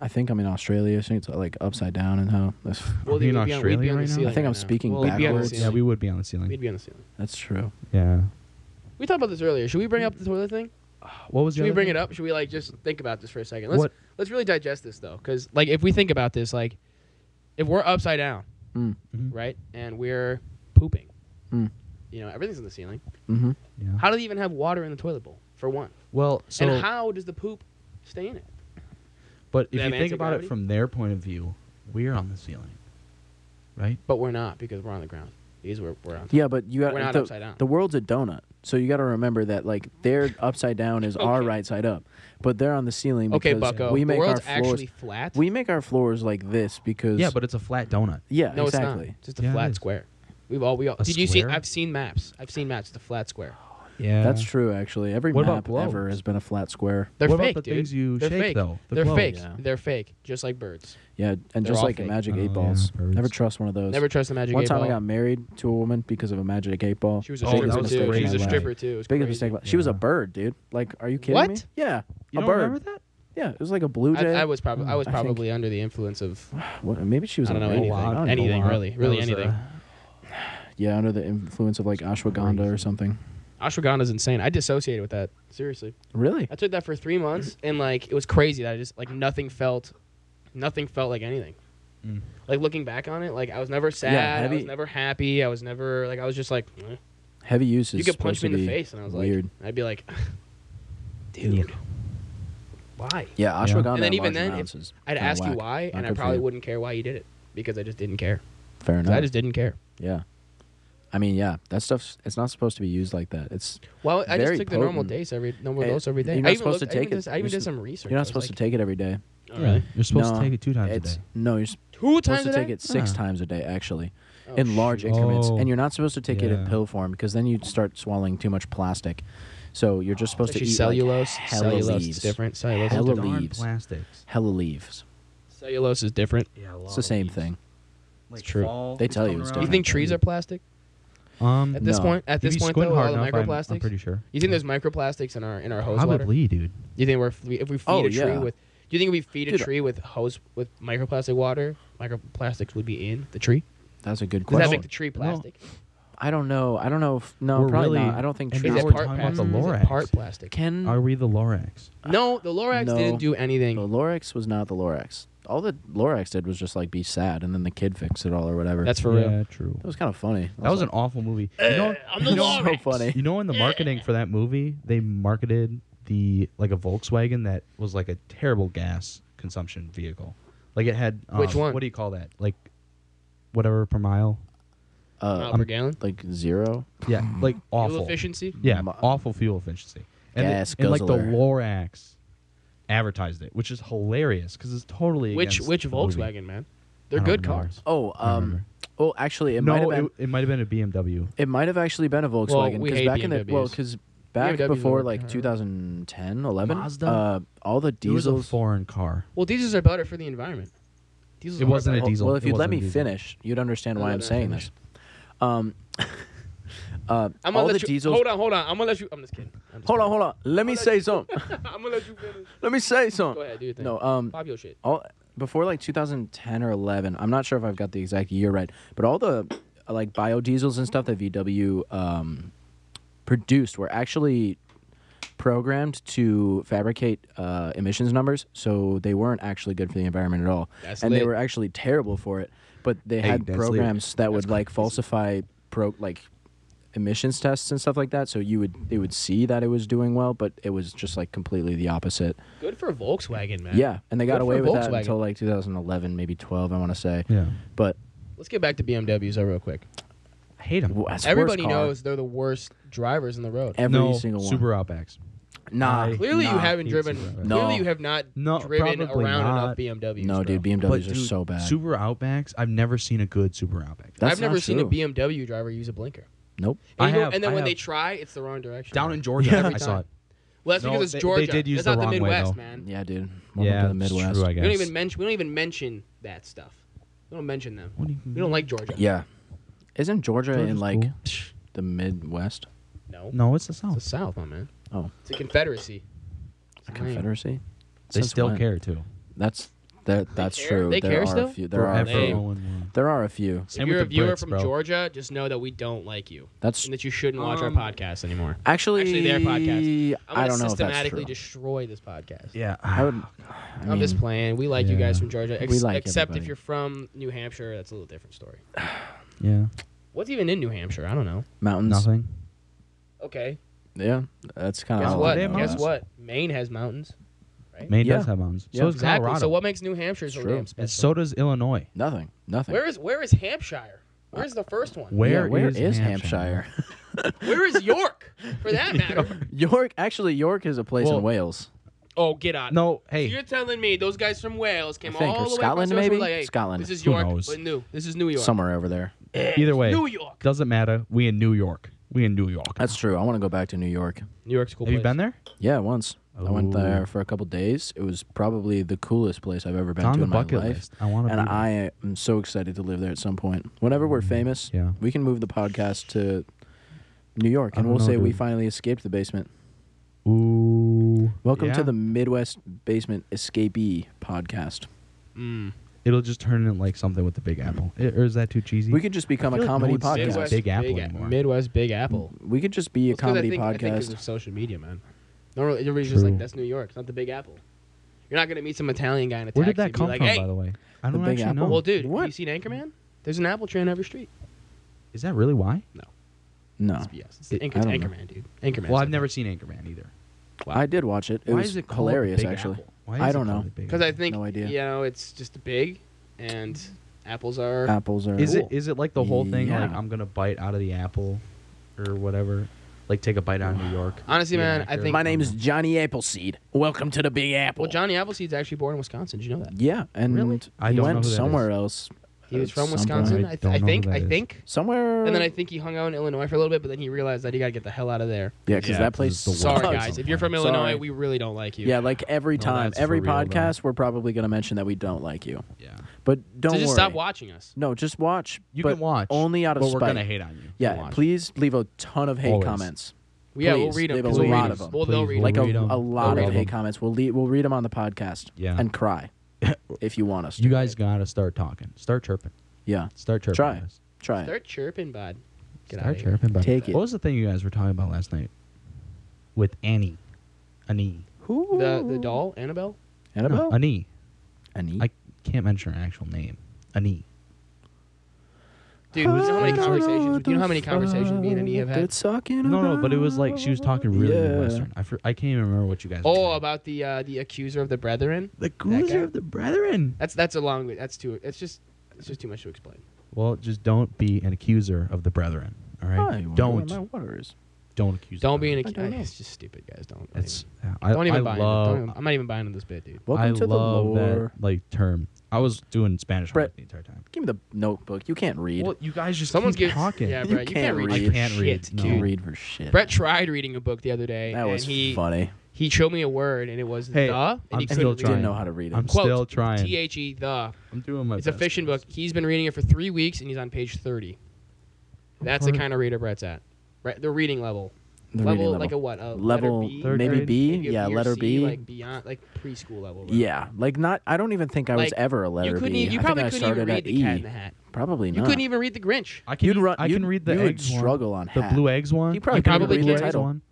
Speaker 3: I think I'm in Australia. I think it's like upside down and how. That's,
Speaker 2: Are you in Australia right now? I
Speaker 3: think I'm speaking
Speaker 1: well, We'd be on the
Speaker 3: backwards.
Speaker 1: ceiling.
Speaker 2: Yeah, we would be on the ceiling.
Speaker 1: We'd be on the ceiling.
Speaker 3: that's true.
Speaker 2: yeah.
Speaker 1: We talked about this earlier. Should we bring up the toilet thing?
Speaker 2: What was
Speaker 1: Should
Speaker 2: your?
Speaker 1: we
Speaker 2: other
Speaker 1: bring
Speaker 2: thing?
Speaker 1: it up? Should we like just think about this for a second? Let's
Speaker 2: What-
Speaker 1: let's really digest this though, because like if we think about this, like if we're upside down,
Speaker 3: Mm.
Speaker 2: Mhm.
Speaker 1: right, and we're pooping,
Speaker 3: Mm.
Speaker 1: you know, everything's on the ceiling.
Speaker 3: Mm-hmm.
Speaker 2: Yeah.
Speaker 1: How do they even have water in the toilet bowl for one?
Speaker 2: Well, so
Speaker 1: and how does the poop stay in it?
Speaker 2: but
Speaker 1: they
Speaker 2: if
Speaker 1: have
Speaker 2: you think about
Speaker 1: anti-gravity?
Speaker 2: it from their point of view, we're on the ceiling, right?
Speaker 1: But we're not because we're on the ground. These were we're on. top.
Speaker 3: Yeah, but you got
Speaker 1: We're not
Speaker 3: the,
Speaker 1: upside down.
Speaker 3: the world's a donut, so you got to remember that like their upside down is our
Speaker 1: Okay.
Speaker 3: right side up, but they're on the ceiling.
Speaker 1: Okay,
Speaker 3: because
Speaker 1: Bucko.
Speaker 3: We
Speaker 1: the
Speaker 3: make our
Speaker 1: world's
Speaker 3: floors.
Speaker 1: actually flat.
Speaker 3: we make our floors like this because
Speaker 2: Yeah, but it's a flat donut.
Speaker 3: yeah,
Speaker 1: no, it's
Speaker 3: exactly.
Speaker 1: not. Just a
Speaker 2: Yeah, it
Speaker 1: flat
Speaker 2: is.
Speaker 1: square. We've all we all.
Speaker 2: A
Speaker 1: did you see?
Speaker 2: square?
Speaker 1: I've seen maps. I've seen maps. It's a flat square.
Speaker 2: Yeah.
Speaker 3: That's true. Actually, every
Speaker 2: What about
Speaker 3: map
Speaker 2: globes?
Speaker 3: ever has been a flat square.
Speaker 1: They're
Speaker 2: what
Speaker 1: fake,
Speaker 2: about the
Speaker 1: dude.
Speaker 2: things you
Speaker 1: They're
Speaker 2: shake
Speaker 1: fake.
Speaker 2: though? The
Speaker 1: They're
Speaker 2: globes.
Speaker 1: fake.
Speaker 3: Yeah.
Speaker 1: They're fake, just like birds.
Speaker 3: Yeah, and
Speaker 1: They're
Speaker 3: just
Speaker 1: all
Speaker 3: like
Speaker 1: fake.
Speaker 3: magic
Speaker 2: Oh,
Speaker 3: eight
Speaker 2: yeah,
Speaker 3: balls.
Speaker 2: birds.
Speaker 3: Never trust one of those.
Speaker 1: Never trust the magic
Speaker 3: one
Speaker 1: eight
Speaker 3: time I
Speaker 1: ball.
Speaker 3: got married to a woman because of a magic eight ball.
Speaker 1: She was a
Speaker 2: Oh,
Speaker 1: stripper
Speaker 2: that was
Speaker 1: too. She was
Speaker 2: crazy.
Speaker 1: a stripper too. It was
Speaker 3: Biggest
Speaker 1: crazy.
Speaker 3: mistake. of my- She was a
Speaker 2: Yeah.
Speaker 3: bird, dude. Like, are you kidding
Speaker 1: What?
Speaker 3: me? Yeah,
Speaker 2: You
Speaker 3: a
Speaker 2: don't
Speaker 3: bird.
Speaker 2: remember that?
Speaker 3: Yeah, it was like a blue jay.
Speaker 1: I, I was probably I was
Speaker 3: I think-
Speaker 1: probably under the influence of
Speaker 3: What- maybe she was
Speaker 1: I don't
Speaker 3: on
Speaker 1: know
Speaker 3: radio.
Speaker 1: anything.
Speaker 3: I don't know.
Speaker 1: Anything, really. Really
Speaker 2: That was,
Speaker 1: anything.
Speaker 2: uh,
Speaker 3: Yeah, under the influence of like ashwagandha or
Speaker 2: crazy.
Speaker 3: something.
Speaker 1: ashwagandha's insane. I dissociated with that. Seriously,
Speaker 3: Really?
Speaker 1: I took that for three months and like it was crazy that I just like nothing felt, nothing felt like anything.
Speaker 2: Mm.
Speaker 1: Like looking back on it, like I was never sad. I was
Speaker 3: heavy-
Speaker 1: never happy. I was never like I was just like eh.
Speaker 3: Heavy use is
Speaker 1: you could punch me
Speaker 3: supposed
Speaker 1: in the
Speaker 3: to be
Speaker 1: face and I was
Speaker 3: weird.
Speaker 1: like I'd be like, dude, why?
Speaker 3: Yeah, ashwagandha.
Speaker 1: And then
Speaker 3: in
Speaker 1: even
Speaker 3: large
Speaker 1: then,
Speaker 3: amounts is
Speaker 1: I'd
Speaker 3: kinda
Speaker 1: ask you
Speaker 3: whack.
Speaker 1: why,
Speaker 3: Not
Speaker 1: and I
Speaker 3: good for
Speaker 1: probably
Speaker 3: you.
Speaker 1: wouldn't care why you did it because I just didn't care.
Speaker 3: Fair
Speaker 1: 'Cause
Speaker 3: enough.
Speaker 1: I just didn't care.
Speaker 3: yeah. I mean, yeah, that stuff's it's not supposed to be used like that. It's
Speaker 1: Well, I just
Speaker 3: Very
Speaker 1: took the normal
Speaker 3: potent.
Speaker 1: days every normal
Speaker 3: Hey,
Speaker 1: dose every day.
Speaker 3: you're
Speaker 1: I
Speaker 3: not
Speaker 1: even
Speaker 3: supposed
Speaker 1: looked-
Speaker 3: to
Speaker 1: I
Speaker 3: take
Speaker 1: even
Speaker 3: it.
Speaker 1: did- I even
Speaker 3: You're
Speaker 1: did
Speaker 3: s-
Speaker 1: some research. I
Speaker 3: you're not
Speaker 1: was
Speaker 3: supposed
Speaker 1: like,
Speaker 3: to take it every day.
Speaker 1: "Oh, really?
Speaker 2: You're supposed
Speaker 3: No,
Speaker 2: to take it two times a
Speaker 3: It's
Speaker 2: day.
Speaker 3: no, you're s-
Speaker 1: Two
Speaker 3: supposed
Speaker 1: times
Speaker 3: to
Speaker 1: a
Speaker 3: take
Speaker 1: day?
Speaker 3: it six
Speaker 2: Huh.
Speaker 3: times a day actually,
Speaker 1: Oh,
Speaker 3: in large
Speaker 2: shoot.
Speaker 3: increments,
Speaker 2: Oh.
Speaker 3: and you're not supposed to take it in
Speaker 2: Yeah.
Speaker 3: pill form because then you start swallowing too much plastic. So you're just supposed
Speaker 1: Especially
Speaker 3: to eat
Speaker 1: cellulose.
Speaker 3: Like hella
Speaker 1: cellulose
Speaker 3: leaves.
Speaker 1: is different. Cellulose,
Speaker 3: Hella
Speaker 1: is
Speaker 2: Darn
Speaker 1: different.
Speaker 3: leaves.
Speaker 2: plastics.
Speaker 3: Hella leaves.
Speaker 1: cellulose is different.
Speaker 2: Yeah,
Speaker 3: It's the same thing.
Speaker 2: Like
Speaker 1: It's true.
Speaker 2: fall,
Speaker 3: They tell you
Speaker 2: coming
Speaker 3: it's
Speaker 2: around.
Speaker 1: You
Speaker 3: different.
Speaker 1: think trees are plastic
Speaker 2: Um,
Speaker 1: at this
Speaker 3: No.
Speaker 1: point? At
Speaker 2: if
Speaker 1: this
Speaker 2: you
Speaker 1: point,
Speaker 2: squint
Speaker 1: though, with
Speaker 2: hard
Speaker 1: all the
Speaker 2: enough, I'm-
Speaker 1: microplastics.
Speaker 2: I'm, pretty sure.
Speaker 1: You think there's microplastics in our in our hose water?
Speaker 2: Probably, dude.
Speaker 1: You think we're if we- if we feed
Speaker 3: Oh,
Speaker 1: a tree
Speaker 3: yeah.
Speaker 1: with? Do you think if we feed a
Speaker 3: Dude,
Speaker 1: tree with hose with microplastic water, microplastics would be in the tree?
Speaker 3: That's a good
Speaker 1: Does that
Speaker 3: question.
Speaker 1: make the tree plastic?
Speaker 3: I don't know. I don't know. If, no,
Speaker 2: We're
Speaker 3: probably
Speaker 2: really-
Speaker 3: not. I don't think
Speaker 2: and
Speaker 3: trees
Speaker 1: Is
Speaker 2: now
Speaker 1: it
Speaker 2: we're
Speaker 1: part
Speaker 2: talking about the
Speaker 1: plastic? Is
Speaker 2: Lorax.
Speaker 1: it part plastic?
Speaker 3: can.
Speaker 2: Are we the Lorax?
Speaker 1: No, the Lorax
Speaker 3: No.
Speaker 1: didn't do anything.
Speaker 3: the Lorax was not the Lorax. All the Lorax did was just like be sad, and then the kid fixed it all or whatever.
Speaker 1: That's for real.
Speaker 2: Yeah, true.
Speaker 3: that was kind of funny.
Speaker 2: That was an awful movie. You know,
Speaker 1: I'm
Speaker 3: Eh, the
Speaker 2: you know-
Speaker 3: Lorax. So funny.
Speaker 2: You know, in the marketing for that movie, they marketed the like a Volkswagen that was like a terrible gas consumption vehicle. Like it had um,
Speaker 1: Which one?
Speaker 2: What do you call that? Like whatever per mile.
Speaker 3: uh,
Speaker 1: Mile per gallon.
Speaker 3: like zero.
Speaker 2: Yeah,
Speaker 3: Mm.
Speaker 2: like awful.
Speaker 1: Fuel efficiency.
Speaker 2: Yeah,
Speaker 3: Mu-
Speaker 2: awful fuel efficiency. And, it-
Speaker 3: Gas
Speaker 2: and like the
Speaker 3: guzzler.
Speaker 2: Lorax advertised it, which is hilarious because it's totally
Speaker 1: Which
Speaker 2: against
Speaker 1: which
Speaker 2: the movie.
Speaker 1: Volkswagen, man? They're
Speaker 2: I don't
Speaker 1: good
Speaker 2: remember.
Speaker 1: cars.
Speaker 3: Oh,
Speaker 2: I don't
Speaker 3: um,
Speaker 2: remember.
Speaker 3: oh, actually, it might have
Speaker 2: no,
Speaker 3: been.
Speaker 2: it, it might have been a BMW.
Speaker 3: It might have actually been a Volkswagen
Speaker 1: we
Speaker 3: because
Speaker 1: hate
Speaker 3: back in the well,
Speaker 1: BMWs.
Speaker 3: because back
Speaker 1: BMWs are
Speaker 3: before
Speaker 1: working
Speaker 3: like
Speaker 1: hard.
Speaker 3: 2010, 11,
Speaker 2: Mazda?
Speaker 3: uh, all the
Speaker 2: It was a
Speaker 3: diesels.
Speaker 2: foreign car.
Speaker 1: Well, diesels are better for the environment. Diesels
Speaker 2: It
Speaker 1: are
Speaker 2: wasn't a
Speaker 1: better.
Speaker 2: diesel.
Speaker 3: Oh, Well, if
Speaker 2: It
Speaker 3: you'd let
Speaker 2: wasn't a
Speaker 3: me
Speaker 2: diesel.
Speaker 3: finish, you'd understand
Speaker 1: No,
Speaker 3: why
Speaker 1: no,
Speaker 3: I'm
Speaker 1: no,
Speaker 3: saying
Speaker 1: finish.
Speaker 3: this. Um, uh,
Speaker 1: I'm gonna
Speaker 3: all
Speaker 1: let
Speaker 3: the
Speaker 1: you,
Speaker 3: diesels.
Speaker 1: Hold on, hold on. I'm gonna let you. I'm just kidding. I'm just
Speaker 3: hold on, hold on. Let me
Speaker 1: I'll let
Speaker 3: say something.
Speaker 1: kidding. I'm gonna let you finish.
Speaker 3: let me say
Speaker 1: Go
Speaker 3: something.
Speaker 1: ahead, do your thing.
Speaker 3: No, um,
Speaker 1: Pop your shit.
Speaker 3: all before like 2010 or 11 i'm not sure if i've got the exact year right but all the uh, like biodiesels and stuff that vw um, produced were actually programmed to fabricate uh, emissions numbers so they weren't actually good for the environment at all
Speaker 1: That's
Speaker 3: and they
Speaker 1: lit.
Speaker 3: were actually terrible for it but they
Speaker 2: Hey,
Speaker 3: had
Speaker 2: that's lit.
Speaker 3: programs that would like falsify pro like emissions tests and stuff like that so you would it would see that it was doing well but it was just like completely the opposite
Speaker 1: Good for Volkswagen, man.
Speaker 3: yeah, and they got
Speaker 1: Good
Speaker 3: away
Speaker 1: for
Speaker 3: with that
Speaker 1: Volkswagen.
Speaker 3: until like 2011, maybe 12, I want to say.
Speaker 2: Yeah,
Speaker 3: But
Speaker 1: Let's get back to BMWs though, real quick.
Speaker 2: I hate them.
Speaker 3: w- that's the worst
Speaker 1: Everybody
Speaker 3: car.
Speaker 1: knows they're the worst drivers on the road.
Speaker 3: every
Speaker 2: no,
Speaker 3: single one.
Speaker 2: Subaru Outbacks.
Speaker 3: nah,
Speaker 2: I-
Speaker 1: Clearly, you
Speaker 3: nah.
Speaker 1: haven't
Speaker 2: he's
Speaker 1: driven.
Speaker 2: right.
Speaker 3: No.
Speaker 1: Clearly, you have not
Speaker 2: No,
Speaker 1: driven
Speaker 2: probably
Speaker 1: around enough
Speaker 2: not.
Speaker 1: BMWs.
Speaker 3: No,
Speaker 1: bro.
Speaker 3: dude, BMWs
Speaker 2: But
Speaker 3: are
Speaker 2: dude,
Speaker 3: so bad.
Speaker 2: Subaru Outbacks. I've never seen a good Subaru Outback.
Speaker 3: That's
Speaker 1: I've never
Speaker 3: not
Speaker 1: seen a
Speaker 3: true.
Speaker 1: BMW driver use a blinker.
Speaker 3: Nope.
Speaker 1: And,
Speaker 2: I
Speaker 1: you go-
Speaker 2: have-
Speaker 1: and then
Speaker 2: I
Speaker 1: when they
Speaker 2: have-
Speaker 1: try, it's the wrong direction.
Speaker 2: Down in Georgia,
Speaker 1: Yeah.
Speaker 2: I saw it.
Speaker 1: Well, that's
Speaker 2: No,
Speaker 1: because it's
Speaker 2: they- they
Speaker 1: Georgia.
Speaker 2: did
Speaker 1: that's
Speaker 2: use the
Speaker 1: not
Speaker 2: wrong way,
Speaker 1: the Midwest,
Speaker 2: though.
Speaker 1: man.
Speaker 3: Yeah, dude. Welcome to the
Speaker 2: it's
Speaker 3: Midwest.
Speaker 2: True, I
Speaker 1: We
Speaker 2: guess.
Speaker 1: don't even mention. We don't even mention that stuff. We don't mention them.
Speaker 2: What do you mean?
Speaker 1: We don't like Georgia.
Speaker 3: Yeah. Isn't Georgia in
Speaker 2: Georgia's
Speaker 3: like
Speaker 2: cool.
Speaker 3: the Midwest?
Speaker 1: No.
Speaker 2: No, it's the
Speaker 1: It's the
Speaker 2: South.
Speaker 1: South, my man.
Speaker 3: Oh.
Speaker 1: It's a Confederacy.
Speaker 3: The
Speaker 1: Lame.
Speaker 3: Confederacy.
Speaker 2: They
Speaker 3: Since
Speaker 2: still
Speaker 3: when?
Speaker 2: care too.
Speaker 3: That's that. That's
Speaker 1: care?
Speaker 3: true.
Speaker 1: They
Speaker 3: there
Speaker 1: care
Speaker 3: are
Speaker 1: still?
Speaker 3: a few. There are a
Speaker 1: Forever.
Speaker 3: few. There are a few.
Speaker 1: If
Speaker 2: Same
Speaker 1: you're a
Speaker 2: with the
Speaker 1: viewer
Speaker 2: Brits,
Speaker 1: from
Speaker 2: bro.
Speaker 1: Georgia, just know that we don't like you
Speaker 3: That's
Speaker 1: and that you shouldn't watch
Speaker 2: Um,
Speaker 1: our podcast anymore.
Speaker 3: actually
Speaker 1: Actually, their podcast. I'm gonna
Speaker 3: I don't know if that's
Speaker 1: systematically
Speaker 3: true.
Speaker 1: destroy this podcast.
Speaker 2: Yeah.
Speaker 3: I would. I
Speaker 1: I'm just
Speaker 3: mean,
Speaker 1: playing. We like you guys
Speaker 2: Yeah.
Speaker 1: from Georgia, ex-
Speaker 3: We like
Speaker 1: except if
Speaker 3: everybody.
Speaker 1: you're from New Hampshire, that's a little different story.
Speaker 2: Yeah.
Speaker 1: What's even in New Hampshire? I don't know.
Speaker 3: mountains.
Speaker 2: Nothing.
Speaker 1: Okay,
Speaker 3: Yeah, that's kind
Speaker 1: guess
Speaker 3: of.
Speaker 1: what?
Speaker 2: they have
Speaker 1: Guess
Speaker 2: mountains.
Speaker 1: what? Maine has mountains.
Speaker 2: Maine
Speaker 3: Yeah.
Speaker 2: does have mountains.
Speaker 3: Yeah.
Speaker 2: So does
Speaker 1: exactly.
Speaker 2: Colorado.
Speaker 1: So what makes New Hampshire so
Speaker 3: It's true.
Speaker 1: damn
Speaker 3: It's
Speaker 1: special?
Speaker 2: and so does Illinois.
Speaker 3: Nothing. Nothing.
Speaker 1: where is where is Hampshire? Where's the first one?
Speaker 2: Where
Speaker 3: yeah, where
Speaker 2: is
Speaker 3: is,
Speaker 2: Hampshire?
Speaker 3: Hampshire?
Speaker 1: Where is York, for that matter?
Speaker 3: York. Actually, York is a place
Speaker 2: Well,
Speaker 3: in Wales.
Speaker 1: Oh, get out!
Speaker 2: No,
Speaker 1: So
Speaker 2: hey,
Speaker 1: you're telling me those guys from Wales came
Speaker 3: I think,
Speaker 1: all
Speaker 3: or
Speaker 1: the
Speaker 3: Scotland,
Speaker 1: way from
Speaker 3: maybe?
Speaker 1: Like, hey,
Speaker 3: Scotland.
Speaker 1: This is
Speaker 2: Who
Speaker 1: York,
Speaker 2: knows?
Speaker 1: but new. This is New York.
Speaker 3: Somewhere over there.
Speaker 2: either way,
Speaker 1: New York.
Speaker 2: doesn't matter. We in New York. We in New York.
Speaker 3: That's true. I want to go back to New York.
Speaker 1: New York's a cool.
Speaker 2: have you
Speaker 1: place.
Speaker 2: been there?
Speaker 3: Yeah, once I went
Speaker 2: Ooh.
Speaker 3: there for a couple days. It was probably the coolest place I've ever
Speaker 2: It's
Speaker 3: been
Speaker 2: on
Speaker 3: to
Speaker 2: the
Speaker 3: in my
Speaker 2: bucket
Speaker 3: life.
Speaker 2: list. I want to.
Speaker 3: And I am so excited to live there at some point. Whenever we're famous,
Speaker 2: Mm-hmm. Yeah.
Speaker 3: we can move the podcast to New York,
Speaker 2: I
Speaker 3: and
Speaker 2: don't
Speaker 3: we'll
Speaker 2: know,
Speaker 3: say we
Speaker 2: dude.
Speaker 3: finally escaped the basement.
Speaker 2: Ooh.
Speaker 3: Welcome
Speaker 2: Yeah.
Speaker 3: to the Midwest Basement Escapee podcast.
Speaker 1: Mm.
Speaker 2: It'll just turn into like something with the Big Apple. I- or is that too cheesy?
Speaker 3: We could just become
Speaker 2: I
Speaker 3: a
Speaker 2: feel like
Speaker 3: comedy
Speaker 2: no one says
Speaker 3: podcast.
Speaker 2: Midwest Big Apple
Speaker 1: A-
Speaker 2: anymore.
Speaker 1: Midwest Big Apple.
Speaker 3: We could just Mm. be a
Speaker 1: It's 'cause
Speaker 3: comedy
Speaker 1: I think, I think 'cause
Speaker 3: podcast.
Speaker 1: of social media, man. Normally, everybody's just
Speaker 2: True.
Speaker 1: like, "That's New York. It's not the Big Apple." You're not gonna meet some Italian guy in a taxi.
Speaker 2: Where did that
Speaker 1: and be
Speaker 2: come
Speaker 1: like,
Speaker 2: from,
Speaker 1: hey, oh,
Speaker 2: by the way? I
Speaker 3: The
Speaker 2: don't
Speaker 3: Big
Speaker 2: actually
Speaker 3: Apple?
Speaker 2: know.
Speaker 1: Well, dude,
Speaker 3: What?
Speaker 1: have you seen Anchorman? There's an Apple tree on every street.
Speaker 2: is that really why?
Speaker 3: no,
Speaker 1: It's BS. It's the Anchor,
Speaker 3: Oh. I don't know.
Speaker 1: Anchorman, dude. Anchorman.
Speaker 2: Well, I've never seen Anchorman either.
Speaker 3: I did watch it. It
Speaker 2: why
Speaker 3: was
Speaker 2: is it called the
Speaker 3: hilarious,
Speaker 2: Big
Speaker 3: actually.
Speaker 2: Apple? Why is
Speaker 3: I
Speaker 2: it
Speaker 3: don't
Speaker 2: called
Speaker 3: know.
Speaker 2: the Big
Speaker 1: because I think
Speaker 3: No idea.
Speaker 1: you know it's just big, and apples are.
Speaker 3: Apples are.
Speaker 2: Is it is it like the whole thing like
Speaker 3: Yeah.
Speaker 2: I'm gonna bite out of the apple, or whatever, like take a bite out of New York?
Speaker 1: Honestly,
Speaker 2: Be an
Speaker 1: man, I
Speaker 2: actor?
Speaker 1: think-
Speaker 3: My name's Johnny Appleseed. Welcome to the Big Apple.
Speaker 1: Well, Johnny Appleseed's actually born in Wisconsin. Did you know that?
Speaker 3: yeah, and
Speaker 1: Really?
Speaker 2: I don't
Speaker 3: he
Speaker 2: know
Speaker 3: went
Speaker 2: who that
Speaker 3: somewhere
Speaker 2: is.
Speaker 3: else.
Speaker 1: He
Speaker 3: uh,
Speaker 1: was from
Speaker 3: somewhere.
Speaker 1: Wisconsin.
Speaker 2: I
Speaker 1: I, th-
Speaker 2: don't
Speaker 1: I
Speaker 2: know who
Speaker 1: think.
Speaker 2: that
Speaker 1: I
Speaker 2: is.
Speaker 1: think.
Speaker 3: Somewhere.
Speaker 1: And then I think he hung out in Illinois for a little bit, but then he realized that he got to get the hell out of there.
Speaker 3: Yeah, because
Speaker 2: Yeah,
Speaker 3: that
Speaker 2: 'cause
Speaker 3: place.
Speaker 2: it's the worst.
Speaker 1: Sorry,
Speaker 3: sucks.
Speaker 1: guys. If you're from
Speaker 3: Sorry.
Speaker 1: Illinois, we really don't like you.
Speaker 3: Yeah, like every
Speaker 2: No,
Speaker 3: time,
Speaker 2: that's
Speaker 3: every
Speaker 2: for real, though.
Speaker 3: podcast, we're probably going to mention that we don't like you.
Speaker 2: Yeah.
Speaker 3: But don't
Speaker 1: So just
Speaker 3: worry.
Speaker 1: stop watching us.
Speaker 3: No, just watch.
Speaker 2: You
Speaker 3: but
Speaker 2: can watch
Speaker 3: only out of
Speaker 2: but
Speaker 3: spite.
Speaker 2: we're gonna hate on you.
Speaker 3: yeah,
Speaker 1: can watch.
Speaker 3: please leave a ton of hate
Speaker 2: Always.
Speaker 3: comments.
Speaker 1: yeah, we'll
Speaker 3: please,
Speaker 1: read
Speaker 3: they
Speaker 1: them.
Speaker 3: have a
Speaker 1: we'll
Speaker 3: lot
Speaker 1: read
Speaker 3: of
Speaker 1: them.
Speaker 3: 'em.
Speaker 1: Well, they'll
Speaker 2: Please,
Speaker 1: read
Speaker 2: we'll
Speaker 3: like
Speaker 1: them.
Speaker 2: read
Speaker 3: a,
Speaker 2: 'em.
Speaker 3: a lot
Speaker 2: We'll
Speaker 3: of
Speaker 2: read
Speaker 3: hate
Speaker 2: 'em.
Speaker 3: comments. We'll le- we'll read them on the podcast.
Speaker 2: Yeah.
Speaker 3: and cry if you want us. To.
Speaker 2: You guys gotta start talking. Start chirping.
Speaker 3: yeah,
Speaker 2: Start chirping.
Speaker 3: Try.
Speaker 2: guys.
Speaker 3: try it.
Speaker 1: Start chirping, bud. Get out
Speaker 2: Start
Speaker 1: of here.
Speaker 2: chirping. Buddy.
Speaker 3: Take it.
Speaker 2: What was the thing you guys were talking about last night? With Annie, Annie,
Speaker 3: Who
Speaker 1: The the doll, Annabelle.
Speaker 3: Annabelle?
Speaker 2: No, Annie.
Speaker 3: Annie?
Speaker 2: Oh. I can't mention her actual name. Annie.
Speaker 1: Dude, you know how many conversations? You know how many conversations me and Annie have had?
Speaker 3: It's talking
Speaker 2: No, no, but it was like she was talking really
Speaker 3: Yeah.
Speaker 2: Midwestern. I, fr- I can't even remember what you guys. were
Speaker 1: Oh,
Speaker 2: saying.
Speaker 1: about the uh, the accuser of the brethren.
Speaker 2: the
Speaker 1: guy?
Speaker 2: cruiser of the brethren.
Speaker 1: That's that's a long. That's too. It's just it's just too much to explain.
Speaker 2: Well, just don't be an accuser of the brethren. All
Speaker 3: I
Speaker 2: right,
Speaker 3: wonder where
Speaker 2: don't
Speaker 3: my water is.
Speaker 2: don't accuse.
Speaker 1: Don't be an
Speaker 3: I don't
Speaker 1: accuser.
Speaker 3: know.
Speaker 1: It's just stupid, guys. Don't. don't
Speaker 2: It's
Speaker 1: even-
Speaker 2: I,
Speaker 1: don't even
Speaker 2: I
Speaker 1: buy
Speaker 2: love,
Speaker 1: it. Don't even, I'm not even buying into this bit, dude.
Speaker 3: Welcome
Speaker 2: I
Speaker 3: to the
Speaker 2: love
Speaker 3: lore.
Speaker 2: that like term. I was doing Spanish homework
Speaker 3: Brett.
Speaker 2: the entire time.
Speaker 3: Give me the notebook. You can't read.
Speaker 2: Well, you guys just
Speaker 1: Someone's
Speaker 2: keep
Speaker 1: getting
Speaker 2: talking.
Speaker 1: Yeah,
Speaker 3: You
Speaker 1: Brett, you,
Speaker 3: can't
Speaker 1: read.
Speaker 3: read.
Speaker 1: for
Speaker 2: I can't read,
Speaker 1: shit,
Speaker 2: no.
Speaker 1: dude.
Speaker 3: can't read for shit.
Speaker 1: Brett tried reading a book the other day,
Speaker 3: that was
Speaker 1: and he
Speaker 3: funny.
Speaker 1: he showed me a word, and it was
Speaker 2: Hey,
Speaker 1: the, and
Speaker 2: I'm
Speaker 1: he couldn't
Speaker 2: still
Speaker 1: read it.
Speaker 2: trying.
Speaker 3: Didn't know how to read it.
Speaker 2: I'm
Speaker 1: Quote,
Speaker 2: still trying.
Speaker 1: T H E the.
Speaker 2: I'm doing my.
Speaker 1: It's a
Speaker 2: best,
Speaker 1: fiction
Speaker 2: guys.
Speaker 1: book. He's been reading it for three weeks, and he's on page thirty. That's the
Speaker 2: Alright.
Speaker 1: kind of reader Brett's at. Right, the reading level.
Speaker 3: The
Speaker 1: level,
Speaker 3: reading level.
Speaker 1: like a what? A
Speaker 3: Level-
Speaker 1: letter B?
Speaker 2: Third
Speaker 3: maybe
Speaker 2: grade?
Speaker 3: B.
Speaker 1: Maybe a
Speaker 3: yeah,
Speaker 1: or
Speaker 3: letter
Speaker 1: C,
Speaker 3: B.
Speaker 1: like beyond, like preschool level. right?
Speaker 3: yeah, like not. I don't even think I was
Speaker 1: Like,
Speaker 3: ever a letter
Speaker 1: you couldn't.
Speaker 3: B.
Speaker 1: even- you
Speaker 3: I
Speaker 1: probably
Speaker 3: think I
Speaker 1: couldn't even
Speaker 3: started
Speaker 1: read
Speaker 3: at
Speaker 1: the
Speaker 3: E.
Speaker 1: Cat in the Hat.
Speaker 3: Probably
Speaker 1: You
Speaker 3: not.
Speaker 1: couldn't e- even read the Grinch.
Speaker 2: I can
Speaker 3: You'd run-
Speaker 2: I
Speaker 3: you'd-
Speaker 2: can read the
Speaker 3: you would
Speaker 2: eggs one.
Speaker 3: struggle on
Speaker 2: the
Speaker 3: hat.
Speaker 2: blue eggs one.
Speaker 3: You
Speaker 1: probably
Speaker 2: I can
Speaker 1: probably
Speaker 2: read the
Speaker 1: can't.
Speaker 2: blue eggs one.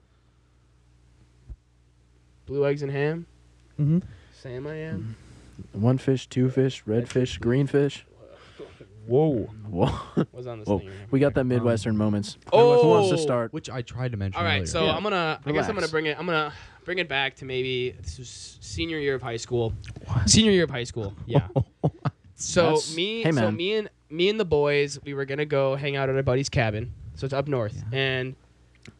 Speaker 1: Blue eggs and ham.
Speaker 2: Mm-hmm.
Speaker 1: Sam, I am.
Speaker 3: One fish, two fish, red fish, green fish.
Speaker 2: Whoa.
Speaker 3: Whoa,
Speaker 1: Was on this
Speaker 3: Whoa.
Speaker 1: thing. right?
Speaker 3: we got that Midwestern moments.
Speaker 1: Oh.
Speaker 3: who wants to start?
Speaker 2: Which I tried to mention.
Speaker 1: All right,
Speaker 2: earlier.
Speaker 1: so I'm gonna. I guess I'm gonna
Speaker 3: Relax.
Speaker 1: bring it. I'm gonna bring it back to maybe this was senior year of high school. Senior year of high school. Yeah. so
Speaker 3: That's-
Speaker 1: me.
Speaker 3: hey,
Speaker 1: so
Speaker 3: man.
Speaker 1: me and me and the boys, we were gonna go hang out at our buddy's cabin. So it's up north and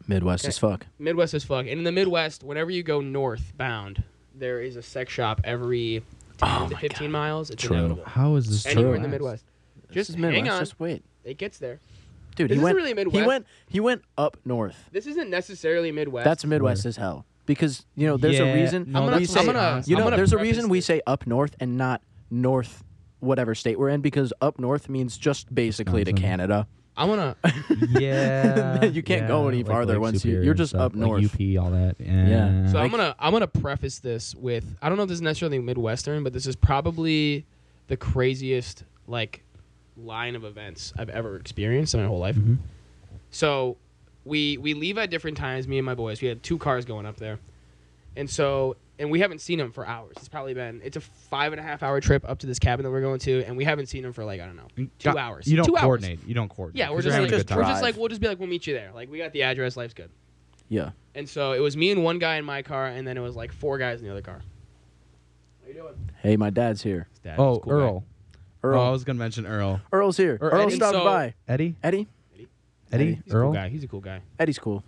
Speaker 3: Midwest
Speaker 1: Okay.
Speaker 3: as fuck.
Speaker 1: Midwest as fuck. And in the Midwest, whenever you go northbound, there is a sex shop every 10
Speaker 3: Oh
Speaker 1: to
Speaker 3: my
Speaker 1: 15 miles. It's
Speaker 3: True.
Speaker 1: inevitable.
Speaker 2: How is this
Speaker 1: Anywhere
Speaker 2: true?
Speaker 1: in the Midwest.
Speaker 3: This
Speaker 1: Just
Speaker 3: is
Speaker 1: hang
Speaker 3: Midwest.
Speaker 1: on.
Speaker 3: Just wait,
Speaker 1: It gets there.
Speaker 3: dude.
Speaker 1: This
Speaker 3: he
Speaker 1: isn't
Speaker 3: went.
Speaker 1: really
Speaker 3: He
Speaker 1: Midwest.
Speaker 3: went. He went up north.
Speaker 1: This isn't necessarily Midwest.
Speaker 3: That's Midwest as hell. Because you know, there's
Speaker 2: Yeah,
Speaker 3: a reason
Speaker 2: no,
Speaker 1: I'm gonna-
Speaker 3: we
Speaker 1: I'm
Speaker 3: say.
Speaker 1: gonna-
Speaker 3: you
Speaker 1: I'm
Speaker 3: know,
Speaker 1: gonna
Speaker 3: there's a
Speaker 1: preface
Speaker 3: reason we
Speaker 1: this.
Speaker 3: say up north and not north, whatever state we're in, because up north means just basically to
Speaker 2: Wisconsin.
Speaker 3: Canada.
Speaker 1: I wanna.
Speaker 2: yeah.
Speaker 3: You can't
Speaker 2: yeah,
Speaker 3: go any
Speaker 2: like
Speaker 3: farther
Speaker 2: Lake
Speaker 3: once you-
Speaker 2: Superior
Speaker 3: you're
Speaker 2: and
Speaker 3: just
Speaker 2: stuff,
Speaker 3: up
Speaker 2: like
Speaker 3: north.
Speaker 2: UP, all that.
Speaker 3: Yeah.
Speaker 2: Yeah.
Speaker 1: So
Speaker 3: I
Speaker 1: I'm gonna I'm gonna preface this with I don't know if this is necessarily Midwestern, but this is probably the craziest like line of events I've ever experienced in my whole life.
Speaker 2: Mhm.
Speaker 1: So we we leave at different times. Me and my boys. We had two cars going up there, and so and we haven't seen them for hours. It's probably been it's a five and a half hour trip up to this cabin that we're going to, and we haven't seen them for like I don't know two
Speaker 2: Got-
Speaker 1: hours.
Speaker 2: You don't
Speaker 1: two hours.
Speaker 2: coordinate. You don't coordinate.
Speaker 1: Yeah, we're
Speaker 2: 'cause
Speaker 1: just
Speaker 2: you're
Speaker 1: like
Speaker 2: having a good
Speaker 1: we're
Speaker 2: time.
Speaker 1: just like we'll just be like we'll meet you there. Like we got the address. Life's good.
Speaker 3: Yeah.
Speaker 1: And so it was me and one guy in my car, and then it was like four guys in the other car. How you doing?
Speaker 3: Hey, my dad's here.
Speaker 2: Oh, Earl.
Speaker 3: Earl.
Speaker 2: Oh, I was gonna mention Earl.
Speaker 3: Earl's here.
Speaker 2: Or
Speaker 3: Earl
Speaker 1: Eddie,
Speaker 3: stopped
Speaker 1: so-
Speaker 3: by.
Speaker 2: Eddie.
Speaker 3: Eddie.
Speaker 2: Eddie.
Speaker 3: Eddie.
Speaker 1: He's a
Speaker 2: Earl.
Speaker 1: cool guy. He's a cool guy.
Speaker 3: Eddie's cool.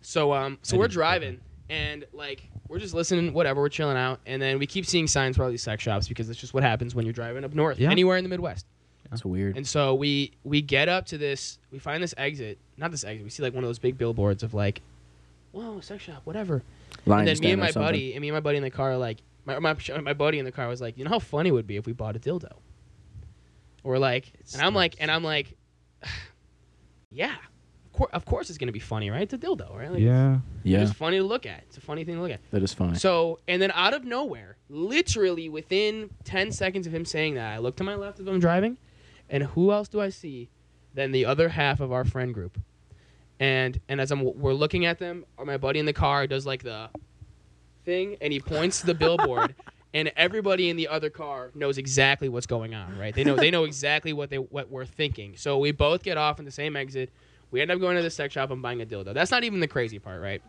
Speaker 1: So um, so
Speaker 2: I
Speaker 1: we're
Speaker 2: didn't know
Speaker 1: driving, and like we're just listening, whatever. We're chilling out, and then we keep seeing signs for all these sex shops because that's just what happens when you're driving up north,
Speaker 2: Yeah.
Speaker 1: anywhere in the Midwest.
Speaker 3: That's weird.
Speaker 1: And so we we get up to this, we find this exit, not this exit. We see like one of those big billboards of like, whoa, sex shop, whatever.
Speaker 3: Lion
Speaker 1: and then me
Speaker 3: stand
Speaker 1: and
Speaker 3: or
Speaker 1: my
Speaker 3: something.
Speaker 1: buddy, and me and my buddy in the car, are like my, my my buddy in the car was like, you know how funny it would be if we bought a dildo. Or like, and I'm like, and I'm like, yeah, of, cour- of course it's gonna be funny, right? It's a dildo, right? Like,
Speaker 2: Yeah.
Speaker 1: It's
Speaker 3: Yeah,
Speaker 1: just funny to look at. It's a funny thing to look at.
Speaker 3: that is funny.
Speaker 1: So, and then out of nowhere, literally within 10 seconds of him saying that, I look to my left as I'm driving, and who else do I see than the other half of our friend group? And and as I'm we're looking at them, or my buddy in the car does like the thing, and he points to the billboard, and everybody in the other car knows exactly what's going on, right? They know they know exactly what they what we're thinking. So we both get off in the same exit. We end up going to the sex shop and buying a dildo. That's not even the crazy part, right?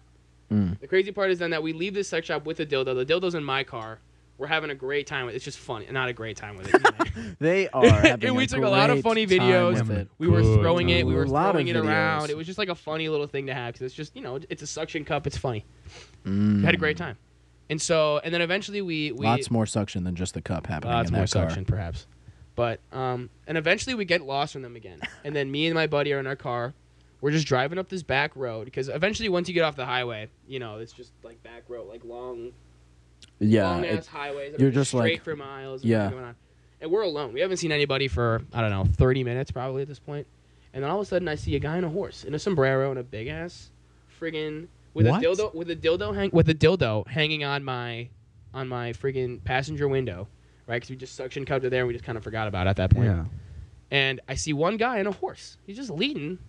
Speaker 3: Mm.
Speaker 1: The crazy part is then that we leave this sex shop with a dildo. The dildo's in my car. We're having a great time with it. It's just funny. Not a great time with it. you know.
Speaker 3: They are. having
Speaker 1: And we
Speaker 3: a
Speaker 1: took a lot of
Speaker 3: great
Speaker 1: funny
Speaker 3: time
Speaker 1: videos.
Speaker 3: with it.
Speaker 1: we were
Speaker 2: Good
Speaker 1: throwing it. We
Speaker 3: time.
Speaker 1: were
Speaker 3: A lot of
Speaker 1: throwing it
Speaker 3: videos.
Speaker 1: around. It was just like a funny little thing to have because it's just, you know, it's a suction cup. It's funny. We had a great time. And so, and then eventually we. we
Speaker 3: Mm. Lots more suction than just the cup happening.
Speaker 1: Lots
Speaker 3: in
Speaker 1: more
Speaker 3: that car.
Speaker 1: suction, perhaps. But um, and eventually we get lost from them again. And then me and my buddy are in our car. We're just driving up this back road because eventually, once you get off the highway, you know it's just like back road, like long,
Speaker 3: Yeah,
Speaker 1: long ass
Speaker 3: it,
Speaker 1: highways. that are
Speaker 3: you're just
Speaker 1: straight
Speaker 3: like-
Speaker 1: for miles.
Speaker 3: yeah.
Speaker 1: Yeah. Going on. And we're alone. We haven't seen anybody for I don't know 30 minutes probably at this point. And then all of a sudden, I see a guy on a horse in a sombrero and a big ass friggin' with
Speaker 2: What?
Speaker 1: a dildo with a dildo hang with a dildo hanging on my on my friggin' passenger window, right? Because we just suction cupped it there and we just kind of forgot about it at that point.
Speaker 2: Yeah.
Speaker 1: And I see one guy on a horse. He's just leading,